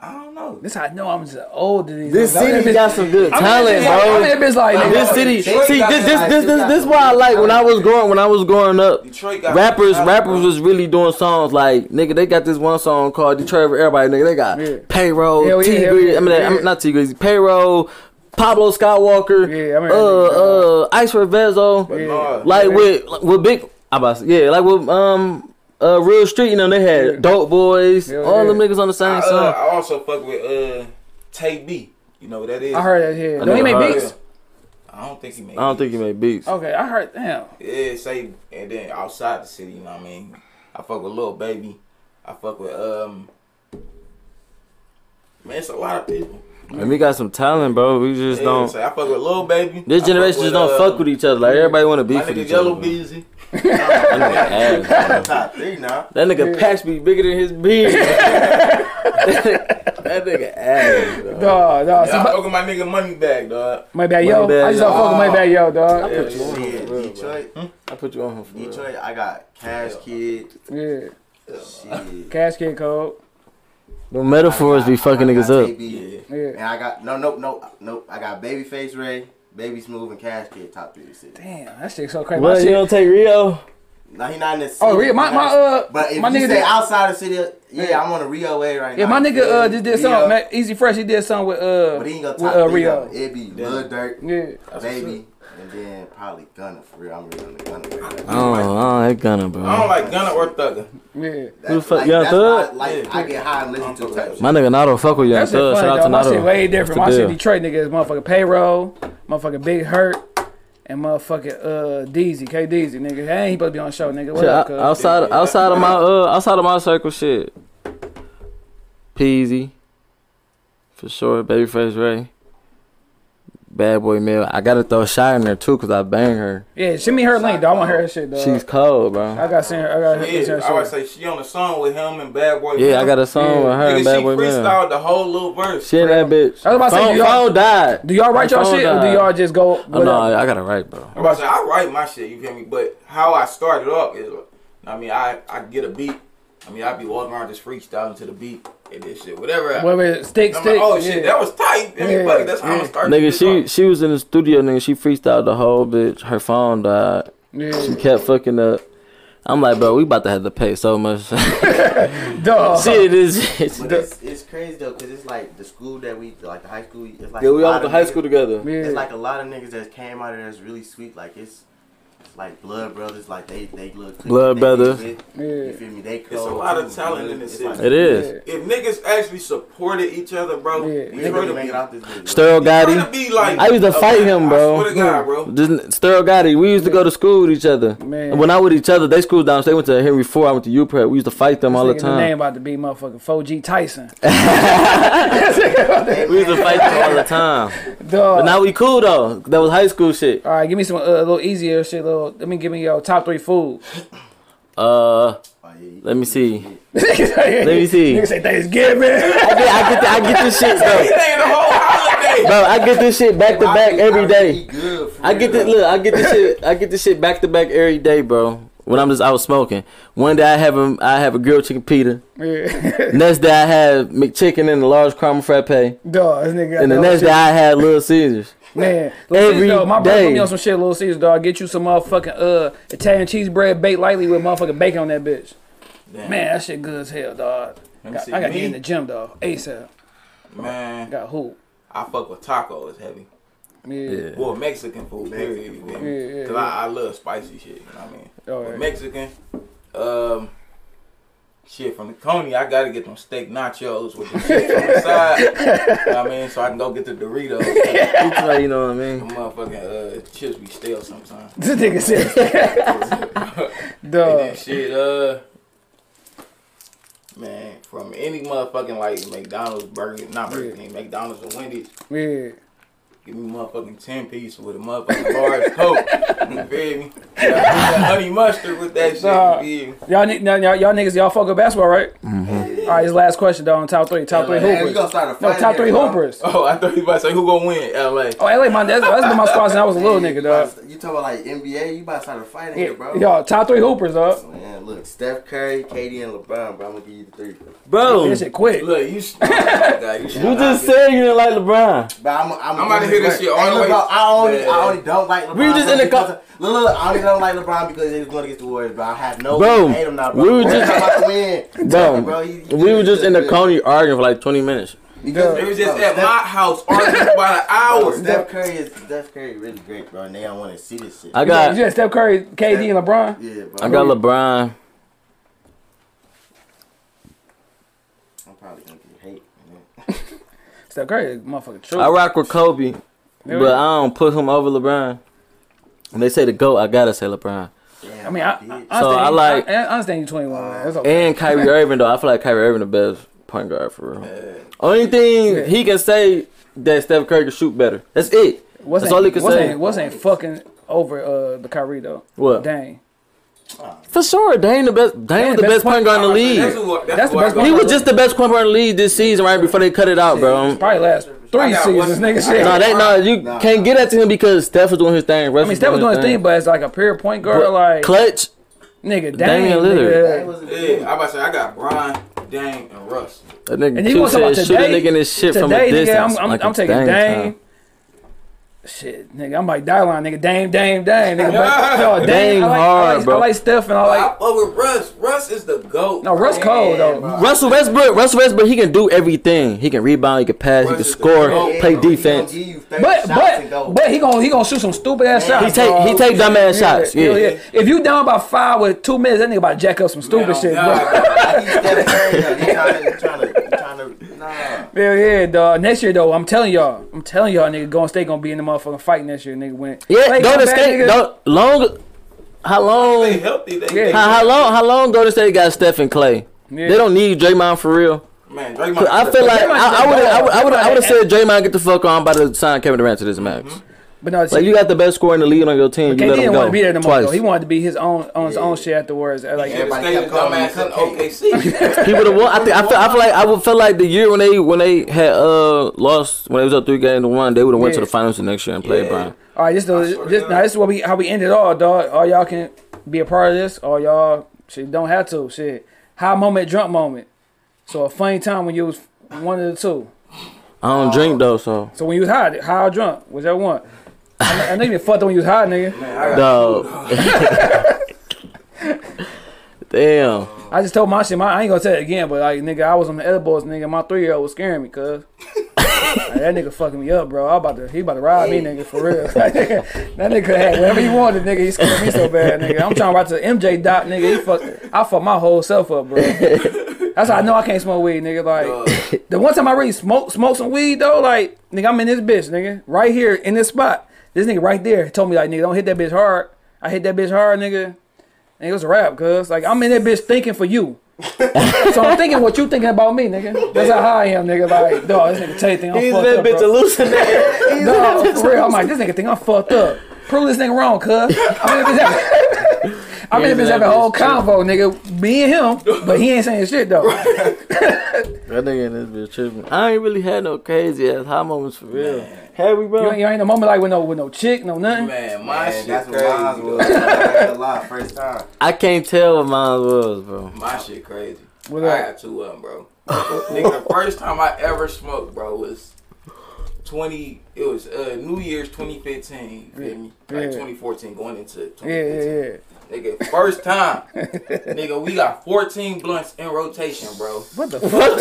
Speaker 4: I don't know.
Speaker 1: This how I know I'm just old to these.
Speaker 2: This
Speaker 1: niggas. I'm
Speaker 2: city
Speaker 1: in
Speaker 2: got
Speaker 1: bitch-
Speaker 2: some good
Speaker 1: I'm in
Speaker 2: talent,
Speaker 1: bitch like- I'm in
Speaker 2: bro.
Speaker 1: bitch like, nigga,
Speaker 2: This city,
Speaker 3: Detroit
Speaker 2: see,
Speaker 4: got
Speaker 2: this this
Speaker 3: some-
Speaker 2: this this this is why I like when I was growing when I was growing up.
Speaker 4: Detroit got
Speaker 2: Rappers,
Speaker 4: some talent,
Speaker 2: rappers
Speaker 4: bro.
Speaker 2: was really doing songs like nigga. They got this one song called "Detroit for Everybody." Nigga, they got
Speaker 1: Yeah.
Speaker 2: payroll,
Speaker 1: Hell yeah,
Speaker 2: T
Speaker 1: hell
Speaker 2: Greasy.
Speaker 1: yeah,
Speaker 2: I mean,
Speaker 1: yeah.
Speaker 2: I'm not T Greasy. Payroll, Pablo Skywalker.
Speaker 1: Yeah, I remember that
Speaker 2: uh,
Speaker 1: nigga.
Speaker 2: uh, Ice Revezo.
Speaker 4: Nah,
Speaker 2: Like with like with big, I about to, say- yeah, like with um uh real street. You know, they had dope boys.
Speaker 1: Hell
Speaker 2: all
Speaker 1: yeah.
Speaker 2: them niggas on the
Speaker 4: I,
Speaker 2: same
Speaker 4: uh,
Speaker 2: song.
Speaker 4: I also fuck with uh Tay B. You know what that is?
Speaker 1: I heard that here.
Speaker 2: I
Speaker 1: Don't he
Speaker 2: never
Speaker 1: make
Speaker 2: heard
Speaker 1: beats?
Speaker 4: I don't think he made
Speaker 2: I don't think
Speaker 4: beats.
Speaker 2: he made beats.
Speaker 1: Okay, I heard. Damn.
Speaker 4: Yeah, say and then outside the city, you know what I mean? I fuck with Lil Baby. I fuck with um Man, it's a lot of people.
Speaker 2: And we got some talent, bro. We just
Speaker 4: Yeah,
Speaker 2: don't.
Speaker 4: say I fuck with Lil Baby.
Speaker 2: This
Speaker 4: I
Speaker 2: generation just don't
Speaker 4: uh,
Speaker 2: fuck with each other. Like everybody want to
Speaker 4: My
Speaker 2: beef with
Speaker 4: nigga
Speaker 2: each other.
Speaker 4: Yellow
Speaker 2: bro.
Speaker 4: Beezy.
Speaker 2: Ass, bro.
Speaker 3: Top three now.
Speaker 2: That nigga patch be bigger than his beard. that nigga ass, bro.
Speaker 1: Dog, dog. See,
Speaker 4: Yeah, I
Speaker 1: my-
Speaker 4: fuck with my nigga Money Bag, dog.
Speaker 1: my bad, yo.
Speaker 2: Bad
Speaker 1: I just don't
Speaker 2: Yo.
Speaker 1: fuck with my bad, yo, dog.
Speaker 2: Yeah,
Speaker 1: Yeah.
Speaker 2: yeah.
Speaker 3: Shit, Detroit.
Speaker 2: I put you on him for real.
Speaker 3: Detroit, I got Cash Kid. Shit.
Speaker 1: Cash Kid Code.
Speaker 2: The metaphors be fucking
Speaker 3: I got
Speaker 2: niggas up.
Speaker 3: JB. And
Speaker 1: Yeah.
Speaker 3: I got no, no, no, no. I got Babyface Ray, Baby Smooth, and Cash Kid top three to city.
Speaker 1: Damn, that shit so crazy. My
Speaker 2: What you
Speaker 1: shit,
Speaker 2: don't take Rio?
Speaker 3: Now he not in the city.
Speaker 1: oh, Rio, my,
Speaker 3: he
Speaker 1: my,
Speaker 3: not-
Speaker 1: uh,
Speaker 3: But if
Speaker 1: my
Speaker 3: you
Speaker 1: nigga
Speaker 3: say
Speaker 1: did,
Speaker 3: outside the city, yeah, I'm on a Rio way right
Speaker 1: yeah,
Speaker 3: now.
Speaker 1: my nigga, uh, just did
Speaker 3: Rio,
Speaker 1: something, man. Easy Fresh, he did something with, uh,
Speaker 3: But he ain't gonna
Speaker 1: with,
Speaker 3: top
Speaker 1: uh,
Speaker 3: three.
Speaker 1: Rio.
Speaker 3: Rio. It be Lil Durk,
Speaker 1: Yeah.
Speaker 3: Baby, and then probably Gunna for real. I'm really on the Gunna. Right now.
Speaker 2: Oh, oh, that gunner, bro.
Speaker 4: I don't like Gunna or Thugger.
Speaker 1: Yeah.
Speaker 3: That's
Speaker 2: the fuck-
Speaker 3: like,
Speaker 2: Young
Speaker 3: that's why I-
Speaker 2: Thug?
Speaker 3: Like I get high and listen to type shit.
Speaker 2: My nigga Nato fuck with Young
Speaker 1: That's
Speaker 2: Thug.
Speaker 1: funny,
Speaker 2: Shout
Speaker 1: though.
Speaker 2: out to
Speaker 1: My
Speaker 2: Nato.
Speaker 1: shit way
Speaker 2: That's
Speaker 1: different.
Speaker 2: the
Speaker 1: My shit
Speaker 2: deal.
Speaker 1: Detroit nigga is motherfucking payroll, motherfucking Big Hurt, and motherfucking uh Deezy, K Deezy, nigga. Hey, he supposed to be on the show, nigga. What
Speaker 2: Shit,
Speaker 1: up,
Speaker 2: out-
Speaker 1: cuz?
Speaker 2: outside, outside of my, uh, outside of my circle, shit. Peasy, for sure. Babyface Ray, Bad Boy Mill. I gotta throw Shy in there too, cause I bang her.
Speaker 1: Yeah, send me her link, though. I want her shit, though.
Speaker 2: She's cold,
Speaker 1: I
Speaker 2: bro.
Speaker 1: got send her. I got her.
Speaker 4: Yeah,
Speaker 1: send
Speaker 4: I
Speaker 1: her
Speaker 4: would
Speaker 1: shit.
Speaker 4: say she on the song with him and Bad Boy.
Speaker 2: Yeah, I got a song with her
Speaker 4: Nigga,
Speaker 2: and
Speaker 4: she
Speaker 2: Bad Boy Mill.
Speaker 4: freestyled the whole little verse.
Speaker 2: She in that bitch.
Speaker 1: I was about to say,
Speaker 2: phone,
Speaker 1: do y'all-
Speaker 2: phone died.
Speaker 1: Do y'all write
Speaker 2: My
Speaker 1: y'all
Speaker 2: phone
Speaker 1: shit, or do
Speaker 2: died.
Speaker 1: y'all just go?
Speaker 2: Oh, no, I gotta write, bro.
Speaker 4: I'm about to say, I write my shit, you feel me? But how I started up is, I mean, I, I get a beat. I mean, I be walking around just freestyling to the beat and this shit, whatever. I-
Speaker 1: Whatever, stick,
Speaker 4: I'm
Speaker 1: stick.
Speaker 4: like, oh
Speaker 1: yeah.
Speaker 4: shit, that was tight. I mean,
Speaker 1: Yeah,
Speaker 4: fuck, that's how I'm
Speaker 1: yeah.
Speaker 4: gonna start.
Speaker 2: Nigga,
Speaker 4: this
Speaker 2: she
Speaker 4: off.
Speaker 2: she was in the studio, nigga. She freestyled the whole bitch. Her phone died. She
Speaker 1: Yeah.
Speaker 2: kept fucking up. I'm like, bro, we about to have to pay so much. shit,
Speaker 1: Duh.
Speaker 2: this is.
Speaker 3: But it's, it's crazy though, cause it's like the school that we like the high school. It's like
Speaker 2: Yeah, we
Speaker 3: a
Speaker 2: all went
Speaker 3: lot
Speaker 2: to
Speaker 3: of
Speaker 2: high
Speaker 3: niggas-
Speaker 2: school together.
Speaker 1: Yeah.
Speaker 3: It's like a lot of niggas that came out of there that's really sweet. Like it's, it's like blood brothers. Like they they look good,
Speaker 2: Blood
Speaker 3: they
Speaker 2: brothers.
Speaker 3: lit,
Speaker 1: Yeah.
Speaker 3: You feel me? They
Speaker 4: a
Speaker 3: cold,
Speaker 4: lot of
Speaker 3: too,
Speaker 4: talent
Speaker 3: blood.
Speaker 4: in this
Speaker 3: It's
Speaker 4: city.
Speaker 3: like-
Speaker 2: It is.
Speaker 4: If niggas actually supported each other, bro,
Speaker 1: Yeah.
Speaker 4: Detroit
Speaker 3: We really
Speaker 4: would
Speaker 3: make
Speaker 4: be-
Speaker 3: it out this bitch, bro.
Speaker 2: Sterl
Speaker 4: Detroit would
Speaker 2: Gotti.
Speaker 4: be like,
Speaker 2: I used to
Speaker 4: a-
Speaker 2: fight him, bro.
Speaker 4: I swear to God, bro.
Speaker 2: This- Sterl Gotti. We used to go to school with each other.
Speaker 1: Man.
Speaker 2: And When I with each other, they schooled down. They went to Henry Ford. I went to U Prep. We used to fight them all the
Speaker 1: Nigga, The name
Speaker 2: time.
Speaker 1: about to be motherfucking 4G Tyson.
Speaker 2: We used to fight them all the time.
Speaker 1: Duh.
Speaker 2: But now we cool though. That was high school shit.
Speaker 1: All right, give me some uh, little easier shit. Little, let me give me your top three food.
Speaker 2: Uh,
Speaker 3: Oh, yeah, you-
Speaker 2: let me see.
Speaker 1: Let
Speaker 2: Let me see.
Speaker 1: Nigga say Thanksgiving.
Speaker 2: I get, I get, the, I get this shit, bro.
Speaker 4: He named the whole holiday.
Speaker 2: Bro, I get this shit back to
Speaker 3: I
Speaker 2: back
Speaker 3: be-
Speaker 2: every
Speaker 3: I be
Speaker 2: day.
Speaker 3: good for
Speaker 2: I get
Speaker 3: real.
Speaker 2: this look. I get this shit. I get this shit back to back every day, bro. When I'm just out smoking. One day I have a, I have a grilled chicken pita.
Speaker 1: Yeah.
Speaker 2: Next day I have McChicken and a large caramel frappe. And
Speaker 1: Dog, this nigga got
Speaker 2: the
Speaker 1: whole
Speaker 2: next
Speaker 1: shit.
Speaker 2: day I had Little Caesars.
Speaker 1: man, Little
Speaker 2: every
Speaker 1: Caesars, dog, my brother put
Speaker 2: day.
Speaker 1: me on some shit, little Caesars, dog. Get you some motherfucking uh Italian cheese bread, baked lightly with motherfucking bacon on that bitch.
Speaker 4: Damn.
Speaker 1: Man, that shit good as hell, dog.
Speaker 4: Let me
Speaker 1: Got-
Speaker 4: see.
Speaker 1: I got to
Speaker 4: Me?
Speaker 1: get in the gym, dog. ASAP.
Speaker 4: Man,
Speaker 1: Got hoop.
Speaker 4: I fuck with taco. It's heavy.
Speaker 1: Yeah.
Speaker 4: Well, Mexican food, period. you feel me?
Speaker 1: Yeah, yeah,
Speaker 4: Cause I, I love spicy shit. You know what I mean?
Speaker 1: All
Speaker 4: But
Speaker 1: right.
Speaker 4: Mexican, um, shit from the Coney, I gotta get them steak nachos with the shit on the side. you know what I mean? So I can go get the Doritos. The
Speaker 2: That's right, you know what I mean.
Speaker 4: motherfucking uh, chips be stale sometimes.
Speaker 1: This nigga said,
Speaker 4: And then
Speaker 1: dog.
Speaker 4: shit, uh, man, from any motherfucking like McDonald's, Burger, not Burger King, McDonald's or Wendy's,
Speaker 1: Yeah.
Speaker 4: Give me motherfucking 10 piece with a motherfucking large coke. You feel me? Yeah, honey mustard with that shit.
Speaker 1: Nah.
Speaker 4: You feel me?
Speaker 1: Y'all, ni- now, y'all, y'all niggas, y'all fuck with basketball, right?
Speaker 2: Mm-hmm.
Speaker 1: All right, this last question, dog. On top three, top three
Speaker 3: Like, man, we
Speaker 1: hoopers.
Speaker 3: gonna start a
Speaker 1: No,
Speaker 3: fight
Speaker 1: top
Speaker 3: here,
Speaker 1: three
Speaker 3: bro.
Speaker 1: hoopers.
Speaker 4: Oh, I thought you about to say who gonna win LA.
Speaker 1: Oh, LA, my that's, that's been my spot since I was a little nigga,
Speaker 3: You
Speaker 1: dog.
Speaker 3: about- You talking about like NBA? You about to start a fight in
Speaker 1: Yeah,
Speaker 3: here, bro?
Speaker 1: Yo, top three hoopers, dog.
Speaker 3: Man, look, Steph Curry, KD, and LeBron, bro. I'm gonna give you the three.
Speaker 2: Bro,
Speaker 1: This shit quick.
Speaker 4: Look, you. Oh my God, you
Speaker 2: you just saying you didn't like LeBron.
Speaker 3: But I'm, I'm,
Speaker 4: I'm outta here this year, all
Speaker 3: Hey,
Speaker 4: the
Speaker 3: look,
Speaker 4: way.
Speaker 3: bro, I only,
Speaker 4: Yeah.
Speaker 3: I only don't like LeBron.
Speaker 2: We were just in the
Speaker 3: because-
Speaker 2: co-
Speaker 3: Look, look, look, I only don't like LeBron because he's going against the Warriors, bro. I have no.
Speaker 2: Bro,
Speaker 3: I hate him now, bro.
Speaker 2: we were
Speaker 3: We're
Speaker 2: just-
Speaker 3: about to win.
Speaker 2: Bro,
Speaker 3: he- he-
Speaker 2: we were
Speaker 3: he
Speaker 2: just in the
Speaker 3: good.
Speaker 2: Coney arguing for like 20 minutes.
Speaker 4: It was
Speaker 3: Bro,
Speaker 4: just at
Speaker 3: Steph-
Speaker 4: my house arguing for about an
Speaker 3: bro,
Speaker 4: hour.
Speaker 3: Steph Curry is Steph Curry really great, bro, and they don't want to see this shit.
Speaker 2: I
Speaker 1: You got,
Speaker 2: got,
Speaker 1: you got Steph Curry, KD, and LeBron.
Speaker 3: yeah, bro.
Speaker 2: I got LeBron.
Speaker 3: I'm probably gonna get hate. man.
Speaker 1: Steph Curry, is motherfucking true.
Speaker 2: I rock with Kobe,
Speaker 1: Yeah.
Speaker 2: but I don't put him over LeBron. When they say the GOAT, I gotta say LeBron.
Speaker 3: Damn,
Speaker 1: I mean, I, I,
Speaker 3: did.
Speaker 1: understand,
Speaker 2: So, I
Speaker 1: you-
Speaker 2: like-
Speaker 1: I, I understand you 21. Man. That's okay.
Speaker 2: And Kyrie Irving, though. I feel like Kyrie Irving the best point guard for real. Only thing he can say that Steph Curry can shoot better. That's it.
Speaker 1: What's
Speaker 2: That's
Speaker 1: ain't,
Speaker 2: all he can
Speaker 1: what's
Speaker 2: say.
Speaker 1: Ain't, what's ain't fucking over uh, the Kyrie though?
Speaker 2: What?
Speaker 1: Dang.
Speaker 2: For sure, Dane the best. Dane was the best point guard in the
Speaker 4: That's,
Speaker 2: league.
Speaker 4: who,
Speaker 1: That's
Speaker 4: that's,
Speaker 1: the
Speaker 4: who I
Speaker 1: best
Speaker 4: go
Speaker 2: He
Speaker 4: with.
Speaker 2: was just the best point guard in the league this season, right before they cut it out, bro.
Speaker 1: Probably last
Speaker 4: I
Speaker 1: three
Speaker 4: got
Speaker 1: seasons,
Speaker 4: one-
Speaker 1: nigga. Shit.
Speaker 2: No, they no. You can't get that to him because Steph was doing his thing.
Speaker 1: I mean, Steph was doing his thing, but it's like a pure point guard, like
Speaker 2: clutch.
Speaker 1: nigga, dang,
Speaker 2: Damian Lillard.
Speaker 3: That
Speaker 1: nigga.
Speaker 3: wasn't
Speaker 4: Yeah, I'm about to say I got Brian, Dang, and Russ.
Speaker 2: That nigga
Speaker 1: And you
Speaker 2: Q
Speaker 1: want to talk
Speaker 2: said
Speaker 1: about
Speaker 2: shoot a
Speaker 1: today?
Speaker 2: nigga in his shit
Speaker 1: today,
Speaker 2: from a
Speaker 1: nigga,
Speaker 2: distance.
Speaker 1: I'm, I'm,
Speaker 2: like
Speaker 1: I'm
Speaker 2: it's
Speaker 1: taking
Speaker 2: Dame
Speaker 1: Dame.
Speaker 2: time.
Speaker 1: Shit, nigga, I'm like Dylon, nigga. Dame, Dame, Dame, nigga. But, no, Dame, I like, I
Speaker 2: hard,
Speaker 1: like,
Speaker 2: bro.
Speaker 1: I like Steph and I
Speaker 4: I
Speaker 1: like.
Speaker 4: fuck oh, with Russ. Russ is the goat.
Speaker 1: No, Russ cold though.
Speaker 2: Russell Westbrook, Russell Westbrook, he can do everything. He can rebound, he can pass, he can
Speaker 4: Russ is the
Speaker 2: score,
Speaker 4: GOAT,
Speaker 2: play
Speaker 3: Yeah, bro, he gonna
Speaker 2: defense.
Speaker 3: give you 30
Speaker 1: But
Speaker 3: shots and go.
Speaker 1: but but he gonna he gonna shoot some stupid ass shots.
Speaker 2: He take-
Speaker 1: bro.
Speaker 2: he take dumb ass shots,
Speaker 1: hell
Speaker 2: yeah.
Speaker 1: If you down by five with two minutes, that nigga about to jack up some stupid
Speaker 4: um,
Speaker 1: shit. Bro.
Speaker 3: Like he's Steph Curry, though. He trying to, trying to, trying to, nah.
Speaker 1: Hell yeah, dog. Next year though, I'm telling y'all, I'm telling y'all, nigga, Golden State gonna be in the motherfucking fight next year, nigga. When
Speaker 2: Yeah,
Speaker 1: Clay
Speaker 2: go
Speaker 1: come
Speaker 2: to
Speaker 1: back,
Speaker 2: state.
Speaker 1: nigga,
Speaker 2: Go, long, how
Speaker 4: They
Speaker 2: long?
Speaker 4: healthy. They,
Speaker 1: Yeah.
Speaker 4: they
Speaker 2: How, how long? How long Golden State got Steph and Clay?
Speaker 1: Yeah.
Speaker 2: They don't need Draymond for real.
Speaker 4: man, Draymond.
Speaker 2: I feel like I would I would I would I would have
Speaker 1: Draymond-
Speaker 2: said Draymond get the fuck on. I'm about to sign Kevin Durant to this max.
Speaker 1: But no,
Speaker 2: Like you got the best scorer in the league on your team. You
Speaker 1: KD
Speaker 2: let him
Speaker 1: Mm-hmm. didn't want
Speaker 2: go
Speaker 1: to be there no more.
Speaker 2: twice.
Speaker 1: though. He wanted to be his own on his own shit afterwards. Like
Speaker 4: They
Speaker 3: Everybody
Speaker 4: stayed a
Speaker 3: kept calling
Speaker 4: dumbass in
Speaker 3: him
Speaker 4: OKC.
Speaker 2: He would have won. I think I feel, I feel like I would feel like the year when they when they had uh lost when they was up three games to one, they would have went to
Speaker 1: Yeah.
Speaker 2: the finals the next year and played
Speaker 4: Yeah.
Speaker 2: Brian.
Speaker 1: All right, this is
Speaker 4: swear to
Speaker 1: this,
Speaker 4: God.
Speaker 1: now this is what we how we end it all, dog. All y'all can be a part of this, or y'all shit don't have to. Shit, high moment, drunk moment. So a funny time when you was one of the two.
Speaker 2: I don't drink though, so
Speaker 1: So when you was high, high or drunk, whichever one. I know- I know you been fucked up when you was high, nigga.
Speaker 2: dog. Damn.
Speaker 1: I just told my shit. My, I ain't gonna tell it again, but like nigga, I was on the edibles, nigga. My three year old was scaring me, cuz. Like, that nigga fucking me up, bro. I about to, he about to rob me, nigga, for real. that nigga had whatever he wanted, nigga. He scared me so bad, nigga. I'm talking about the MJ dot, nigga. He fucked, I fucked my whole self up, bro. That's how I know I can't smoke weed, nigga. Like the one time I really smoked, smoked some weed though, like nigga, I'm in this bitch, nigga, right here in this spot. This nigga right there told me like, nigga, don't hit that bitch hard. I hit that bitch hard, nigga. And it was a rap, cuz. Like, I'm in that bitch thinking for you. so I'm thinking what you thinking about me, nigga. That's how high I am, nigga. Like, dog, this nigga tell you think I'm fucked up, bro.
Speaker 2: hallucinating.
Speaker 1: No, for real. I'm like, this nigga think I'm fucked up. Prove this nigga wrong, cuz. I mean, if it's having, I mean, if it's having a whole convo, nigga. Me and him, but he ain't saying shit, though.
Speaker 2: That nigga in this bitch tripping. I ain't really had no crazy ass high moments for real. Have we,
Speaker 1: You
Speaker 2: bro?
Speaker 1: ain't, you ain't no moment like with no with no chick, no nothing.
Speaker 4: Man, my
Speaker 3: Man,
Speaker 4: shit
Speaker 3: that's what
Speaker 4: crazy.
Speaker 3: mine
Speaker 4: though.
Speaker 3: was. I ain't gonna lie, first time.
Speaker 2: I can't tell what mine was, bro.
Speaker 4: My shit crazy.
Speaker 1: What
Speaker 4: I
Speaker 1: up?
Speaker 4: got two of them, bro. Nigga, the first time I ever smoked, bro, was twenty. It was uh, New Year's 2015. You feel me? Like
Speaker 1: Yeah.
Speaker 4: 2014, going into
Speaker 1: Yeah,
Speaker 4: 2015.
Speaker 1: yeah, yeah.
Speaker 4: Nigga, first time. nigga, we got 14 blunts in rotation, bro.
Speaker 1: What the fuck?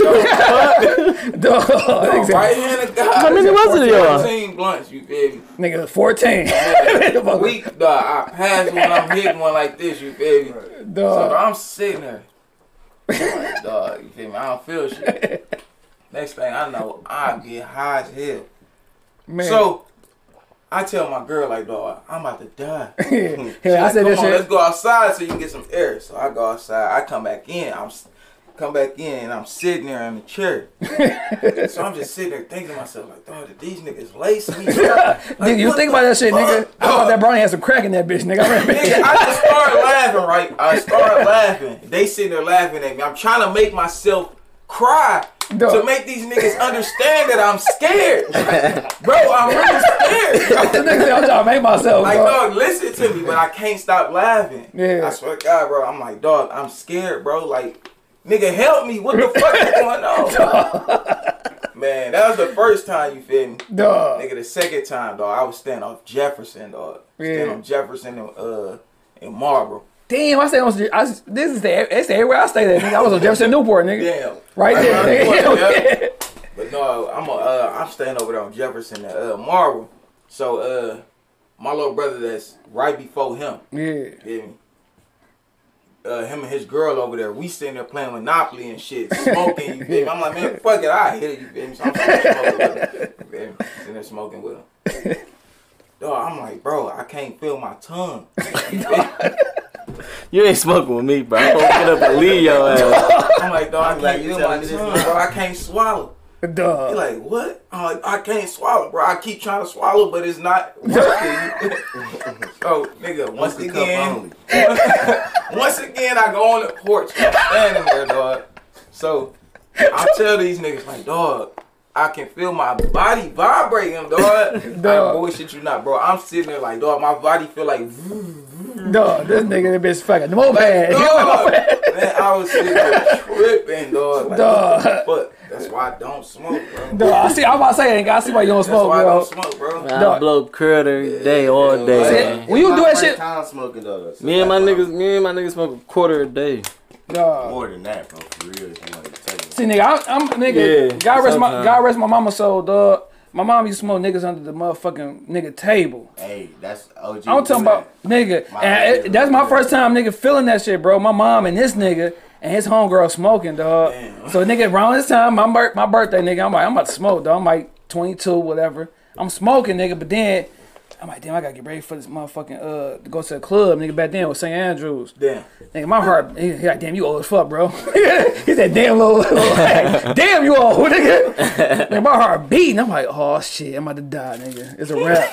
Speaker 1: Dog, nigga,
Speaker 4: Right hand of God.
Speaker 2: How many was it, y'all?
Speaker 4: 14 blunts, you feel me?
Speaker 1: nigga 14. Fuck,
Speaker 4: We, dog, I passed one, I'm hitting one like this, you feel me? So,
Speaker 1: dog.
Speaker 4: bro, I'm sitting there. Like, dog, you feel me? I don't feel shit. Next thing I know, I get high as hell.
Speaker 1: Man.
Speaker 4: So I tell my girl, like, dog, I'm about to die.
Speaker 1: yeah,
Speaker 4: She
Speaker 1: I said
Speaker 4: like, come
Speaker 1: that
Speaker 4: on, let's
Speaker 1: shit.
Speaker 4: go outside so you can get some air. So I go outside. I come back in. I'm s- come back in and I'm sitting there in the chair. so I'm just sitting there thinking to myself, like, dog, did these niggas lace me? up? Like,
Speaker 1: Nigga, you
Speaker 4: what
Speaker 1: think
Speaker 4: the
Speaker 1: about that shit, nigga.
Speaker 4: fuck?
Speaker 1: I thought that brownie had some crack in that bitch, nigga. I remember-
Speaker 4: Nigga, I just started laughing, right? I started laughing. They sitting there laughing at me. I'm trying to make myself cry
Speaker 1: Dog.
Speaker 4: to make these niggas understand that I'm scared. bro, I'm really scared.
Speaker 1: The nigga said, I'm trying to make myself,
Speaker 4: Like,
Speaker 1: dog.
Speaker 4: dog, listen to me, but I can't stop laughing.
Speaker 1: Yeah.
Speaker 4: I swear to God, bro. I'm like, dog, I'm scared, bro. Like, nigga, help me. What the fuck is going on? Man, that was the first time you feel me.
Speaker 1: Dog.
Speaker 4: Nigga, the second time, dog, I was standing off Jefferson, dog. Standing
Speaker 1: Yeah.
Speaker 4: off Jefferson and uh and Marlboro.
Speaker 1: Damn, I stay on. I, this is the. It's the everywhere I stay. That nigga. I was on Jefferson Newport, nigga.
Speaker 4: Damn.
Speaker 1: Right there. nigga.
Speaker 4: Right around the corner,
Speaker 1: Hell yeah.
Speaker 4: But no, I'm a, uh, I'm staying over there on Jefferson and uh, Marlboro. So uh, my little brother that's right before him,
Speaker 1: Yeah.
Speaker 4: Yeah. Uh, him and his girl over there, we sitting there playing Monopoly and shit, smoking. You feel me? I'm like, man, fuck it, I hit it. You feel me? So I'm sitting there smoking with him. You feel me? Sitting there smoking with him. Dog, I'm like, bro, I can't feel my tongue. You feel me?
Speaker 2: You ain't smoking with me, bro. I'm gonna get up and leave your ass.
Speaker 4: I'm like, dog, I
Speaker 3: glad
Speaker 4: can't
Speaker 3: you
Speaker 4: feel my
Speaker 3: telling me this
Speaker 4: tongue,
Speaker 3: now.
Speaker 4: bro. I can't swallow.
Speaker 1: Dog.
Speaker 4: He like, what? I'm like, I can't swallow, bro. I keep trying to swallow, but it's not working. so, nigga, once
Speaker 3: Hookah cup
Speaker 4: again,
Speaker 3: only.
Speaker 4: once again, I go on the porch. I'm standing there, dog. So, I tell these niggas, like, dog, I can feel my body vibrating, dog.
Speaker 1: Dog.
Speaker 4: dog. I bullshit you not, bro. I'm sitting there like, dog, my body feel like,
Speaker 1: Dog. This nigga, this bitch fucking moped.
Speaker 4: dog. Man, I was sitting there tripping, dog. Like,
Speaker 1: Dog.
Speaker 4: What the fuck? That's why I don't smoke, bro.
Speaker 1: No, I see. I'm about to say, ain't I see why you don't
Speaker 4: That's
Speaker 1: smoke,
Speaker 4: why I
Speaker 1: bro.
Speaker 4: don't smoke, bro.
Speaker 2: I
Speaker 1: Dog.
Speaker 2: blow crud every day, all day.
Speaker 1: When you
Speaker 3: My
Speaker 1: do that
Speaker 3: first
Speaker 1: shit-
Speaker 3: time smoking though. so
Speaker 2: Me and my
Speaker 3: that's
Speaker 2: niggas, me and my niggas smoke a quarter a day.
Speaker 1: Nah.
Speaker 3: More than that, bro. For real, if you want to take
Speaker 1: See, nigga, I, I'm nigga.
Speaker 2: Yeah,
Speaker 1: God rest my
Speaker 2: sometimes.
Speaker 1: God rest my mama soul, dog. My mom used to smoke niggas under the motherfucking nigga table.
Speaker 3: Hey, that's OG.
Speaker 1: I'm talking about nigga, and it- that's my first time nigga feeling that shit, bro. My mom and this nigga and his homegirl smoking, dog. So nigga, around this time, my bir- my birthday, nigga, I'm like, I'm about to smoke, dog. I'm like 22, whatever. I'm smoking, nigga, but then I'm like, damn, I gotta get ready for this motherfucking uh to go to the club, nigga. Back then it was St. Andrews.
Speaker 4: Damn.
Speaker 1: Nigga, my heart, he, he like, damn, you old as fuck, bro. he said, damn, little, little like, damn, you old, nigga. nigga. My heart beating. I'm like, oh, shit, I'm about to die, nigga. It's a wrap.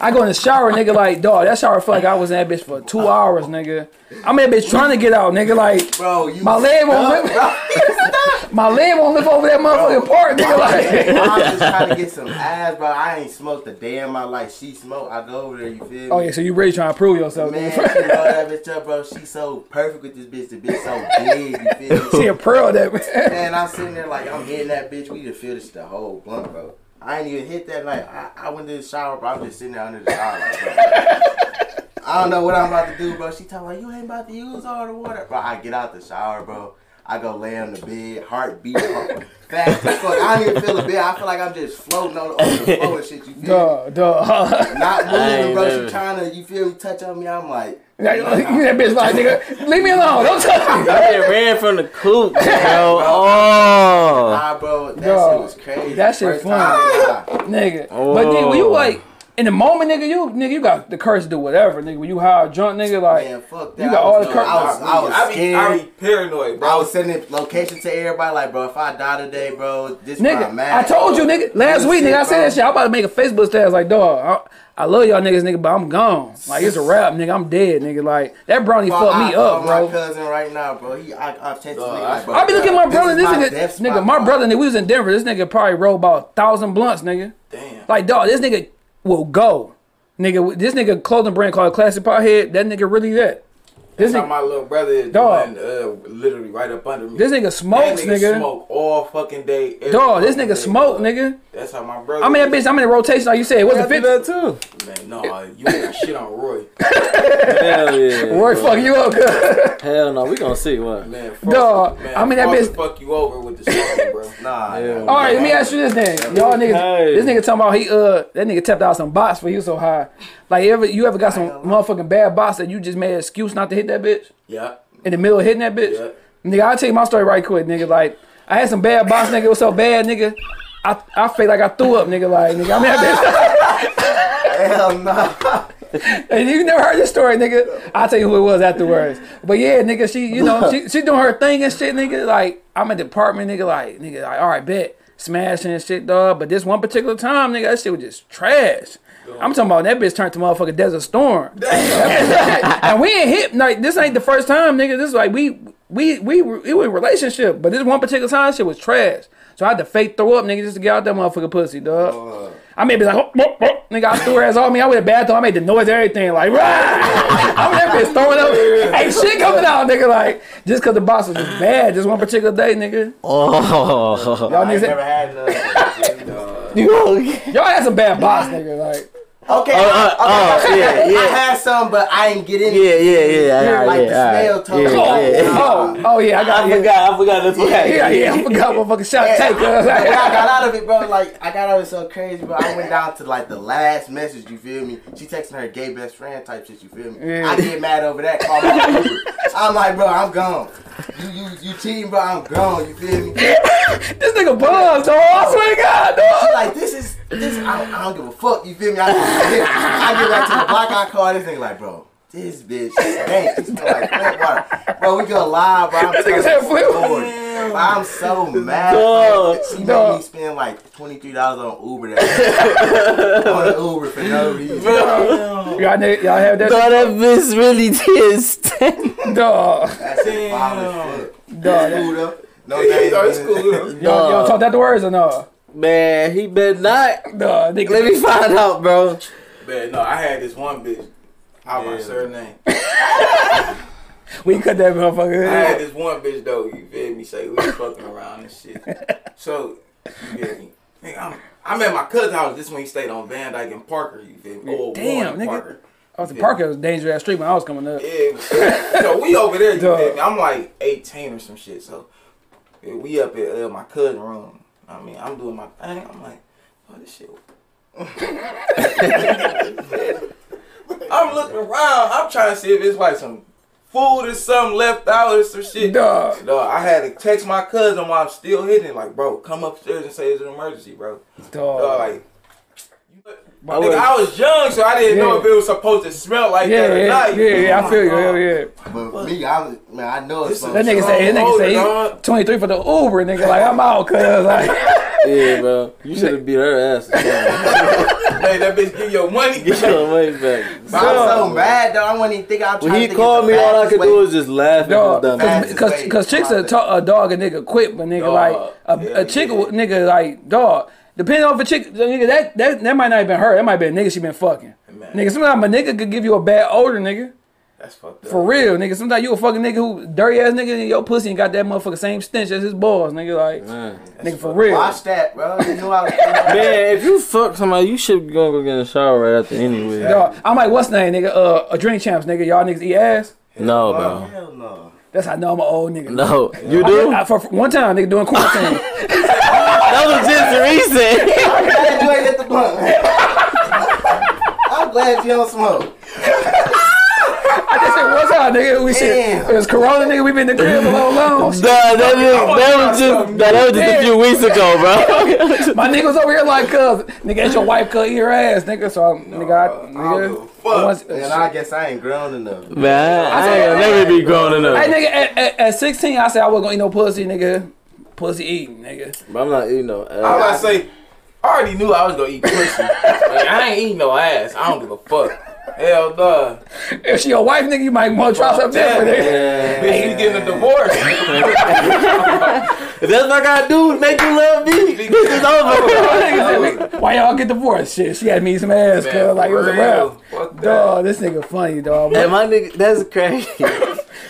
Speaker 1: I go in the shower, nigga, like, dog, that shower felt like I was in that bitch for two hours, nigga. I'm in that bitch trying to get out, nigga, like,
Speaker 3: Bro, you.
Speaker 1: my leg won't lift, my leg won't lift over that motherfucking part, nigga, like.
Speaker 3: I'm just trying to get some ass, bro. I ain't smoked a day in my life. She smoked. I go over there. You feel me?
Speaker 1: Oh, yeah, so you really trying to prove yourself,
Speaker 3: Man, she
Speaker 1: nigga.
Speaker 3: love that bitch up, bro. She so perfect with this bitch. The bitch so big. You feel me?
Speaker 1: See a pearl that, man.
Speaker 3: Man, I'm sitting there like I'm hitting that bitch. We just finished the whole blunt, bro. I ain't even hit that. Like I, I went to the shower, bro. I'm just sitting there under the shower. Like, bro. I don't know what I'm about to do, bro. She talking like you ain't about to use all the water, bro. I get out the shower, bro. I go lay on the bed, heart beat heart- fast as fuck. I don't even feel a bit. I feel like I'm just floating on, on the floor and shit. You feel me?
Speaker 1: Duh, duh.
Speaker 3: Not moving,
Speaker 2: ain't
Speaker 3: bro.
Speaker 2: never-
Speaker 3: She trying to, you feel me, touch on me. I'm like,
Speaker 1: Like, you that bitch like, nigga, leave me alone. Don't touch me.
Speaker 2: I just ran from the coop, bro. Oh,
Speaker 3: ah, bro, that
Speaker 1: Yo,
Speaker 3: shit was crazy.
Speaker 1: that shit
Speaker 3: First
Speaker 1: fun.
Speaker 3: time, nah.
Speaker 1: nigga. But nigga, when
Speaker 2: Oh.
Speaker 1: you like in the moment, nigga, you nigga, you got the courage to do whatever, nigga. When you high drunk, nigga, like
Speaker 3: Man, fuck that.
Speaker 1: You got all the
Speaker 3: I was,
Speaker 1: cur-
Speaker 3: I was, I was
Speaker 4: I be, I
Speaker 3: scared.
Speaker 4: be paranoid, bro.
Speaker 3: I was sending location to everybody, like, bro, if I die today, bro, this my
Speaker 1: nigga. I
Speaker 3: match.
Speaker 1: told you, nigga, last
Speaker 3: Real
Speaker 1: week,
Speaker 3: shit,
Speaker 1: nigga, I said
Speaker 3: bro.
Speaker 1: that shit. I'm about to make a Facebook status like, dog, I, I love y'all niggas, nigga, but I'm gone. Like it's a wrap, nigga. I'm dead, nigga. Like that brownie
Speaker 3: Bro,
Speaker 1: fucked
Speaker 3: I
Speaker 1: me
Speaker 3: call
Speaker 1: up,
Speaker 3: My
Speaker 1: bro.
Speaker 3: cousin right now, bro. He, I, I text
Speaker 4: Dog,
Speaker 3: nigga,
Speaker 4: I-
Speaker 3: like, bro.
Speaker 1: I be looking at my
Speaker 3: this
Speaker 1: brother.
Speaker 3: is
Speaker 1: This
Speaker 3: my
Speaker 1: nigga,
Speaker 3: death
Speaker 1: nigga,
Speaker 3: spot,
Speaker 1: my
Speaker 3: bro.
Speaker 1: brother, nigga, we was in Denver. This nigga probably rolled about a thousand blunts, nigga.
Speaker 4: Damn.
Speaker 1: Like, dog, this nigga will go. Nigga, this nigga clothing brand called Classic Pothead. That nigga really that. This
Speaker 4: That's how
Speaker 1: nigga,
Speaker 4: my little brother is
Speaker 1: Dog.
Speaker 4: doing, uh, literally right up under me.
Speaker 1: this nigga smokes,
Speaker 4: That
Speaker 1: nigga.
Speaker 4: smoke all fucking day. every
Speaker 1: Dog, this
Speaker 4: fucking
Speaker 1: nigga
Speaker 4: day,
Speaker 1: smoke,
Speaker 4: dog.
Speaker 1: nigga.
Speaker 4: That's how my brother.
Speaker 1: I'm in that
Speaker 4: is.
Speaker 1: bitch. I'm in the rotation, like you said. It wasn't 50.
Speaker 2: too.
Speaker 4: Man, no, you got shit on Roy.
Speaker 2: Hell yeah.
Speaker 1: Roy, fuck you up, cuz.
Speaker 2: Hell no, we gonna see what.
Speaker 4: Man,
Speaker 1: Dog,
Speaker 4: man,
Speaker 1: I'm in that
Speaker 4: Frost
Speaker 1: bitch-
Speaker 4: will Fuck you over with the smoking, bro.
Speaker 3: Nah,
Speaker 2: Yeah.
Speaker 3: nah.
Speaker 1: All right, let me ask you this then. Y'all niggas,
Speaker 2: Hey.
Speaker 1: this nigga talking about he, uh, that nigga tapped out some bots for you so high. Like, ever you ever got some motherfucking bad bots that you just made an excuse not to hit that bitch?
Speaker 4: Yeah.
Speaker 1: in the middle of hitting that bitch.
Speaker 4: Yeah.
Speaker 1: Nigga, I'll tell you my story right quick, nigga. Like, I had some bad box, nigga. It was so bad, nigga. I, I feel like I threw up, nigga. Like, nigga, I mean, that
Speaker 3: Hell nah.
Speaker 1: bitch. and you never heard this story, nigga. I'll tell you who it was afterwards. But yeah, nigga, she, you know, she, she doing her thing and shit, nigga. Like, I'm at the apartment, nigga. Like, nigga, like, all right, bet. Smashing and shit, dog. But this one particular time, nigga, that shit was just trash. I'm talking about that bitch turned to motherfucking Desert Storm. and we ain't hit like this ain't the first time, nigga. This is like we we we we were in relationship, but this one particular time shit was trash. So I had to fake throw up, nigga, just to get out that motherfucking pussy, dog. I made be like, "Hup, hup, hup." nigga, I threw her ass on me. I went to the bathroom. I made the noise, and everything, like, rah! I'm that bitch throwing up, ain't shit coming out, nigga. Like, just cause the boss was just bad, this one particular day, nigga.
Speaker 2: Oh,
Speaker 1: Y'all
Speaker 3: I
Speaker 1: niggas,
Speaker 3: ain't never had none.
Speaker 4: uh,
Speaker 1: y'all had some bad boss, nigga. Like,
Speaker 3: Okay,
Speaker 2: uh, oh, yeah,
Speaker 3: I
Speaker 2: yeah,
Speaker 3: had some, but I ain't getting
Speaker 2: yeah, yeah, yeah.
Speaker 3: Yeah,
Speaker 2: all right,
Speaker 3: like the
Speaker 2: yeah, all
Speaker 3: smell
Speaker 2: right.
Speaker 3: told
Speaker 2: Yeah,
Speaker 3: me.
Speaker 1: oh,
Speaker 2: yeah.
Speaker 1: oh, oh yeah, I got,
Speaker 2: I
Speaker 1: yeah,
Speaker 2: forgot, I forgot this one.
Speaker 1: yeah, yeah, I forgot, motherfucking shot take. uh, like-
Speaker 3: Like, when I got out of it, bro, like I got out of it so crazy, bro. I went down to like the last message. You feel me? She texting her gay best friend type shit. You feel me?
Speaker 1: Yeah.
Speaker 3: I get mad over that. Call my Uber. I'm like, bro, I'm gone. You you you cheating, bro? I'm gone. You feel me? She
Speaker 1: This nigga buzzed, dog. I swear to God, dog.
Speaker 3: like this is this. I don't, I don't give a fuck. You feel me? I, I get back to the block. I call this nigga like, bro. This bitch stank. She smell like Flint water. Bro, we go live, bro. I'm
Speaker 1: This nigga said Flint water.
Speaker 3: flip. I'm so mad.
Speaker 2: Dog.
Speaker 3: She made
Speaker 1: Dog.
Speaker 3: me spend like twenty three dollars on Uber that on Uber for no reason.
Speaker 1: Y'all, nigga, y'all have that,
Speaker 2: Thought that bitch really did stand.
Speaker 1: dog.
Speaker 3: That's
Speaker 4: Damn.
Speaker 3: wild as fuck.
Speaker 1: Dog.
Speaker 3: Screwed up.
Speaker 4: No,
Speaker 3: No, no,
Speaker 4: it's cool.
Speaker 1: Y'all, y'all
Speaker 2: Dog.
Speaker 1: talk that the words or no?
Speaker 2: Man, he better not.
Speaker 1: Dog, nigga.
Speaker 2: Let me find out, bro.
Speaker 4: Man, no, I had this one bitch. How my surname?
Speaker 1: we cut that motherfucker.
Speaker 4: I had this one bitch though, you feel me? Say we was fucking around and shit. So, you feel me? Nigga, I'm, I'm at my cousin's house. This when he stayed on Van Dyke and Parker, you feel me? Old
Speaker 1: Damn,
Speaker 4: Warren
Speaker 1: nigga.
Speaker 4: Parker.
Speaker 1: I was in Parker, was a dangerous ass street when I was coming up.
Speaker 4: Yeah, so we over there, you
Speaker 1: Dog.
Speaker 4: feel me? I'm like 18 or some shit. So yeah, we up at uh, my cousin room. I mean, I'm doing my thing. I'm like, oh, this shit. I'm looking around. I'm trying to see if it's like some food or something left out or some shit.
Speaker 1: Dog.
Speaker 4: Dog, I had to text my cousin while I'm still hitting. Like, bro, come upstairs and say it's an emergency, bro.
Speaker 1: Dog.
Speaker 4: Dog, like,
Speaker 1: I
Speaker 4: I, nigga, I was young, so I didn't know
Speaker 1: Yeah.
Speaker 4: if it was supposed to smell like
Speaker 1: yeah,
Speaker 4: that or
Speaker 1: yeah,
Speaker 4: not.
Speaker 1: yeah, yeah, I feel you. Hell yeah.
Speaker 3: But for me, I was, man, I know it's
Speaker 4: This is-
Speaker 1: That
Speaker 3: supposed
Speaker 1: nigga
Speaker 4: So
Speaker 1: say, that nigga
Speaker 4: older,
Speaker 1: say, he
Speaker 4: dog.
Speaker 1: 23 for the Uber, nigga. Like, I'm out, cuz. Like,
Speaker 2: Yeah, bro. You should have beat her ass.
Speaker 4: Hey, that bitch give your money.
Speaker 2: Get your money back.
Speaker 3: But I was so mad though. I wasn't even think I was trying
Speaker 2: When he
Speaker 3: to think of
Speaker 2: called
Speaker 3: the
Speaker 2: me, all I
Speaker 3: fastest
Speaker 2: could
Speaker 3: way.
Speaker 2: do was just laugh
Speaker 1: dog.
Speaker 2: at his dumb ass.
Speaker 1: Cause,
Speaker 3: fastest
Speaker 1: cause,
Speaker 3: way.
Speaker 1: cause chicks will talk a dog a nigga quick, but nigga,
Speaker 4: Dog.
Speaker 1: like, a,
Speaker 4: Yeah,
Speaker 1: a chick,
Speaker 4: yeah.
Speaker 1: will- nigga, like, dog. Depending on if a chick, nigga, that, that, that might not have been her. That might have been a nigga she been fucking.
Speaker 4: Man.
Speaker 1: Nigga, sometimes a nigga could give you a bad odor, nigga.
Speaker 4: That's fucked up.
Speaker 1: For real, nigga. Sometimes you a fucking nigga who dirty ass nigga and your pussy and got that motherfucker same stench as his balls, nigga. Like, nigga, for real.
Speaker 3: Watch that, bro. You knew I was.
Speaker 2: Man, if you fuck somebody, you should be gonna go get a shower right after anyway.
Speaker 1: Dog, I'm like, what's name, nigga? Uh, a drink champs, nigga. Y'all niggas eat ass.
Speaker 2: No, bro.
Speaker 3: Hell no.
Speaker 1: That's how I know I'm an old nigga.
Speaker 2: No, you do.
Speaker 1: I, for, for one time, nigga, doing quarantine.
Speaker 2: That was just recent.
Speaker 3: I'm glad you ain't hit the blunt. I'm glad you don't smoke.
Speaker 1: I just said one time, nigga. We shit.
Speaker 3: Damn.
Speaker 1: It was Corona, nigga. We been in the crib for so long.
Speaker 2: Nah, that, is,
Speaker 1: Oh,
Speaker 2: that was just nah, that was just a few weeks ago, bro.
Speaker 1: My nigga was over here like, cuz, nigga, that's your wife, cuz, eat her ass, nigga. So, I'm, nigga, I,
Speaker 4: I don't
Speaker 1: nigga.
Speaker 4: give a fuck.
Speaker 1: once-
Speaker 3: And I guess I ain't grown enough.
Speaker 2: Man, I ain't gonna never be grown
Speaker 1: Hey,
Speaker 2: enough.
Speaker 1: nigga, at, at, at 16, I said I wasn't gonna eat no pussy, nigga. Pussy eating, nigga.
Speaker 2: But I'm not uh, eating no
Speaker 4: I was
Speaker 2: ass.
Speaker 4: about to say, I already knew I was gonna eat pussy. like, I ain't eating no ass. I don't give a fuck. Hell no.
Speaker 1: If she your wife, nigga, you might want to try something different, nigga.
Speaker 4: Bitch, you getting a divorce.
Speaker 2: If that's what I gotta do, make you love me. This is over.
Speaker 1: Why y'all get divorced? Shit, she had me some ass,
Speaker 4: Man,
Speaker 1: cuz, like, it was a
Speaker 4: for real.
Speaker 1: rap.
Speaker 4: Fuck that.
Speaker 1: Dog, this nigga funny, dog.
Speaker 2: And my nigga, that's crazy.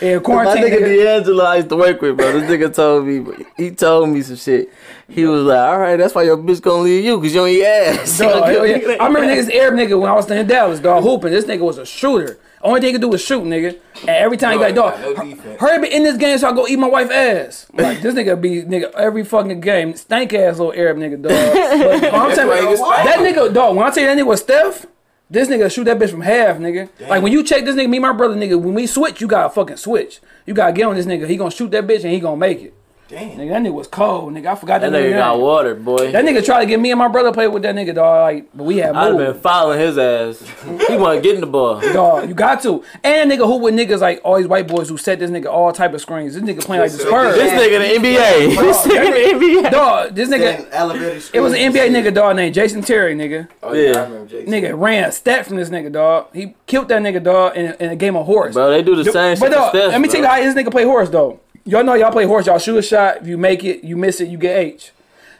Speaker 1: Yeah,
Speaker 2: My
Speaker 1: quarantine,
Speaker 2: nigga
Speaker 1: nigga.
Speaker 2: D'Angelo I used to work with, bro. This nigga told me, he told me some shit. He was like, all right, that's why your bitch gonna leave you, because you don't eat ass.
Speaker 1: Dog, hell oh, yeah. I remember niggas Arab nigga when I was in Dallas, dog, hooping. This nigga was a shooter. Only thing he could do was shoot, nigga. And every time he
Speaker 4: Dog,
Speaker 1: like, dog,
Speaker 4: no
Speaker 1: hu-
Speaker 4: defense.
Speaker 1: hurry up and end this game so I go eat my wife ass. Like this nigga be nigga every fucking game. Stank ass little Arab nigga, dog. But, but I'm telling
Speaker 4: why he
Speaker 1: you,
Speaker 4: was
Speaker 1: that nigga, dog, when I tell you that nigga was Steph, this nigga shoot that bitch from half, nigga. Like when you check this nigga, me and my brother, nigga, when we switch, you gotta fucking switch. You gotta get on this nigga. He gonna shoot that bitch and he gonna make it.
Speaker 4: Damn.
Speaker 1: Nigga, that nigga was cold, nigga. I forgot that,
Speaker 2: That nigga
Speaker 1: nigga.
Speaker 2: got water, boy.
Speaker 1: That nigga tried to get me and my brother play with that nigga, dog. Like, but we had
Speaker 2: I'd have
Speaker 1: moved.
Speaker 2: been following his ass. He wasn't getting the ball.
Speaker 1: Dog, you got to. And nigga, who with niggas like all these white boys who set this nigga all type of screens. This nigga playing like the
Speaker 2: This
Speaker 1: Spurs.
Speaker 2: nigga the NBA. This nigga the NBA.
Speaker 1: Dog, this
Speaker 3: Then
Speaker 1: nigga.
Speaker 3: elevator
Speaker 1: It was an NBA nigga dog named Jason Terry, nigga.
Speaker 4: Oh, yeah,
Speaker 2: Yeah.
Speaker 4: I remember Jason.
Speaker 1: Nigga ran a stat from this nigga dog. He killed that nigga dog in, in a game of horse.
Speaker 2: Bro, they do the same
Speaker 1: but
Speaker 2: shit to
Speaker 1: dog,
Speaker 2: Steph,
Speaker 1: let me tell you
Speaker 2: bro.
Speaker 1: how this nigga play horse though. Y'all know y'all play horse. Y'all shoot a shot. If you make it, you miss it, you get H.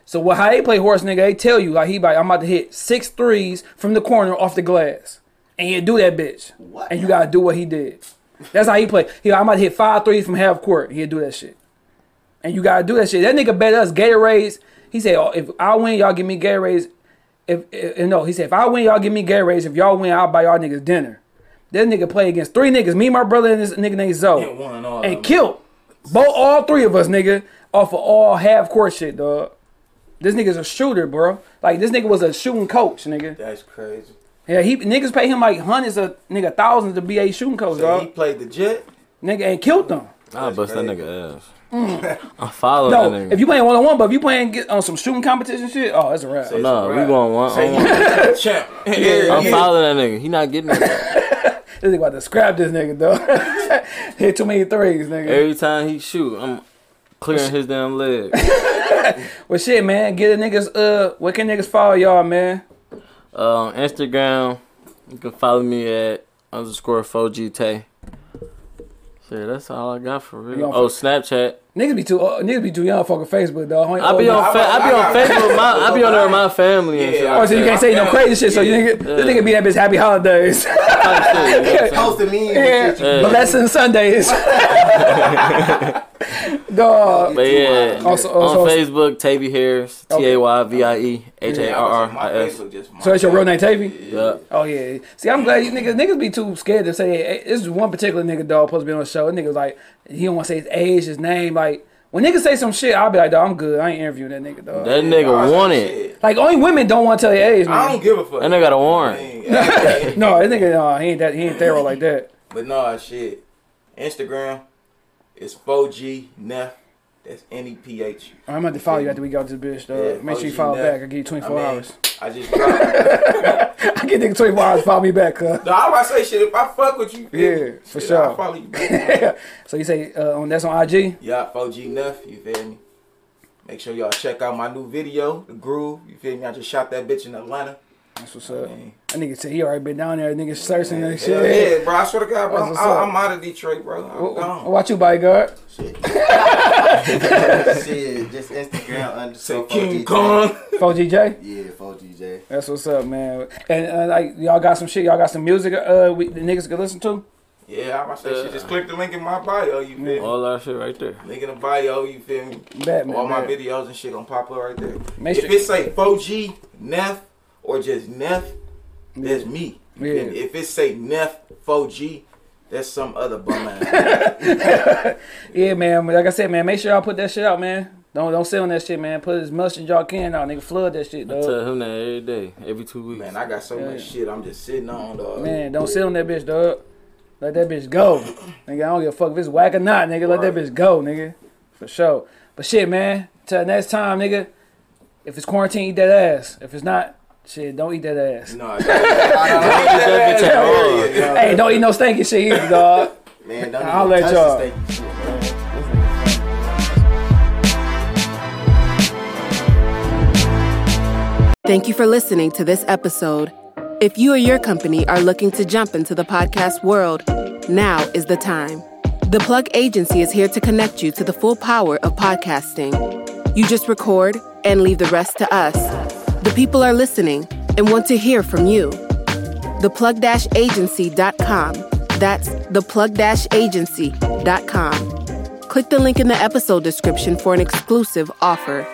Speaker 1: So what? How they play horse, nigga? They tell you like he like I'm about to hit six threes from the corner off the glass, and you do that bitch,
Speaker 3: What?
Speaker 1: and you gotta do what he did. That's how he play. He like, I'm about to hit five threes from half court. He'll do that shit, and you gotta do that shit. That nigga bet us Gatorades. He said oh, if I win, y'all give me Gatorades. If, if no, he said if I win, y'all give me Gatorades. If y'all win, I'll buy y'all niggas dinner. That nigga played against three niggas, me, my brother, and this nigga named Zoe.
Speaker 4: Hit one
Speaker 2: uh,
Speaker 4: and all of
Speaker 1: and
Speaker 4: them.
Speaker 1: killed both all three of us, nigga, off of all half court shit, dog. This nigga's a shooter, bro. Like this nigga was a shooting coach, nigga.
Speaker 4: That's crazy.
Speaker 1: Yeah, he niggas pay him like hundreds of nigga thousands to be a shooting coach,
Speaker 4: So he
Speaker 1: dog.
Speaker 4: played the jet.
Speaker 1: Nigga and killed them.
Speaker 2: I'll bust that nigga ass.
Speaker 4: Mm.
Speaker 2: I'm following
Speaker 1: No,
Speaker 2: that nigga.
Speaker 1: if you playing one on one, but if you playing get, on some shooting competition shit, oh, that's a wrap.
Speaker 2: no, we
Speaker 4: Right.
Speaker 2: going one on one.
Speaker 4: Champ.
Speaker 2: I'm
Speaker 4: Yeah,
Speaker 2: following that nigga. He not getting it.
Speaker 1: This nigga about to scrap this nigga, dog. Hit too many threes, nigga.
Speaker 2: Every time he shoot, I'm clearing his damn leg.
Speaker 1: Well, shit, man. Get a niggas. Uh, where can niggas follow y'all, man?
Speaker 2: Um, Instagram, you can follow me at underscore 4GT. Shit, that's all I got for real.
Speaker 1: Y'all-
Speaker 2: Oh, Snapchat.
Speaker 1: Niggas be too. Uh, niggas be too young. Fucking Facebook, oh, dog.
Speaker 2: I be on, fa- I be on Facebook. with My, I be on there with my family and
Speaker 4: Yeah.
Speaker 2: shit.
Speaker 1: Oh, so you can't say no crazy shit. So you nigga, this nigga be that bitch. Happy holidays.
Speaker 2: type shit. You know what I'm saying?
Speaker 3: Posting me.
Speaker 1: Yeah.
Speaker 3: and shit, you-
Speaker 1: Blessing Sundays. Dog. uh,
Speaker 2: But yeah,
Speaker 1: Also- also-
Speaker 2: on Facebook, Tavy Harris, T A Y V I E H A R R I S.
Speaker 1: Uh-uh. So that's your real name, Tavy?
Speaker 2: Yeah.
Speaker 1: Oh yeah. See, I'm glad you niggas niggas be too scared to say it. This is one particular nigga dog supposed to be on the show. That nigga was like, he don't want to say his age, his name. Like when niggas say some shit, I'll be like, dog, I'm good. I ain't interviewing that nigga dog.
Speaker 2: That nigga wanted.
Speaker 4: Shit.
Speaker 1: like only women don't want to tell their age.
Speaker 4: I
Speaker 1: Man.
Speaker 4: don't give a fuck.
Speaker 2: That nigga got a warrant.
Speaker 4: Dang.
Speaker 1: No, that nigga, uh, he ain't that. He ain't thorough like that.
Speaker 4: but nah, shit. Instagram is 4G Neff. That's N E P H.
Speaker 1: I'm about to follow you after we got this bitch dog.
Speaker 4: Yeah,
Speaker 1: Make sure you
Speaker 4: OG
Speaker 1: follow
Speaker 4: Nut.
Speaker 1: back. I give you 24
Speaker 4: I mean,
Speaker 1: hours.
Speaker 4: I just. no,
Speaker 1: I get nigga 24 hours. Follow me back, huh?
Speaker 4: I about to say shit. If I fuck with you,
Speaker 1: Yeah, for
Speaker 4: shit,
Speaker 1: sure.
Speaker 4: I'll follow you. back.
Speaker 1: so you say uh, on that's on IG.
Speaker 4: Yeah, 4G Neff, you feel me? Make sure y'all check out my new video, The Groove. You feel me? I just shot that bitch in Atlanta.
Speaker 1: That's what's up. That nigga said he already been down there. Nigga searching and
Speaker 4: Hell
Speaker 1: shit.
Speaker 4: yeah, bro. I swear to God, bro.
Speaker 1: That's
Speaker 4: I'm,
Speaker 1: what's up.
Speaker 4: I'm out of Detroit, bro. I'm gone.
Speaker 1: Watch you, bodyguard.
Speaker 3: Uh. Shit, just Instagram underscore
Speaker 4: Say
Speaker 3: 4GJ.
Speaker 4: King Kong.
Speaker 1: 4GJ.
Speaker 3: Yeah, 4GJ.
Speaker 1: That's what's up, man. And uh, like y'all got some shit. Y'all got some music. Uh, we, the niggas can listen to.
Speaker 4: Yeah, I'm about to say shit.
Speaker 1: Uh.
Speaker 4: Just click the link in my bio, you feel me?
Speaker 2: All our shit right there.
Speaker 4: Link in the bio, you feel me?
Speaker 1: Batman.
Speaker 4: All my
Speaker 1: man.
Speaker 4: videos and shit gonna pop up right there.
Speaker 1: Make
Speaker 4: if
Speaker 1: sure-
Speaker 4: it say 4G Neff or just Neff, that's me. You
Speaker 1: Yeah.
Speaker 4: feel me? If it say Neff 4G, that's some other bum ass.
Speaker 1: Yeah, man. Like I said, man, make sure y'all put that shit out, man. Don't don't sit on that shit, man. Put as much as y'all can out, nigga. Flood that shit, dog.
Speaker 2: Tell him that every day, every two weeks.
Speaker 4: Man, I got so much shit I'm just sitting on, dog.
Speaker 1: Man, don't sit on that bitch, dog. Let that bitch go, nigga. I don't give a fuck if it's whack or not, nigga. Let that
Speaker 4: Right.
Speaker 1: bitch go, nigga. For sure. But shit, man. Till next time, nigga. If it's quarantine, eat that ass. If it's not, shit, don't eat that ass.
Speaker 4: No, I-
Speaker 2: That bitch hard.
Speaker 1: Hey, don't eat no stanky shit either, dog.
Speaker 3: Man, don't
Speaker 1: I'll
Speaker 3: even
Speaker 1: let
Speaker 3: touch
Speaker 1: y'all.
Speaker 3: this thing. Shit, man.
Speaker 6: Thank you for listening to this episode. If you or your company are looking to jump into the podcast world, now is the time. The Plug Agency is here to connect you to the full power of podcasting. You just record and leave the rest to us. The people are listening and want to hear from you. Theplug-agency.com. That's theplug-agency.com. Click the link in the episode description for an exclusive offer.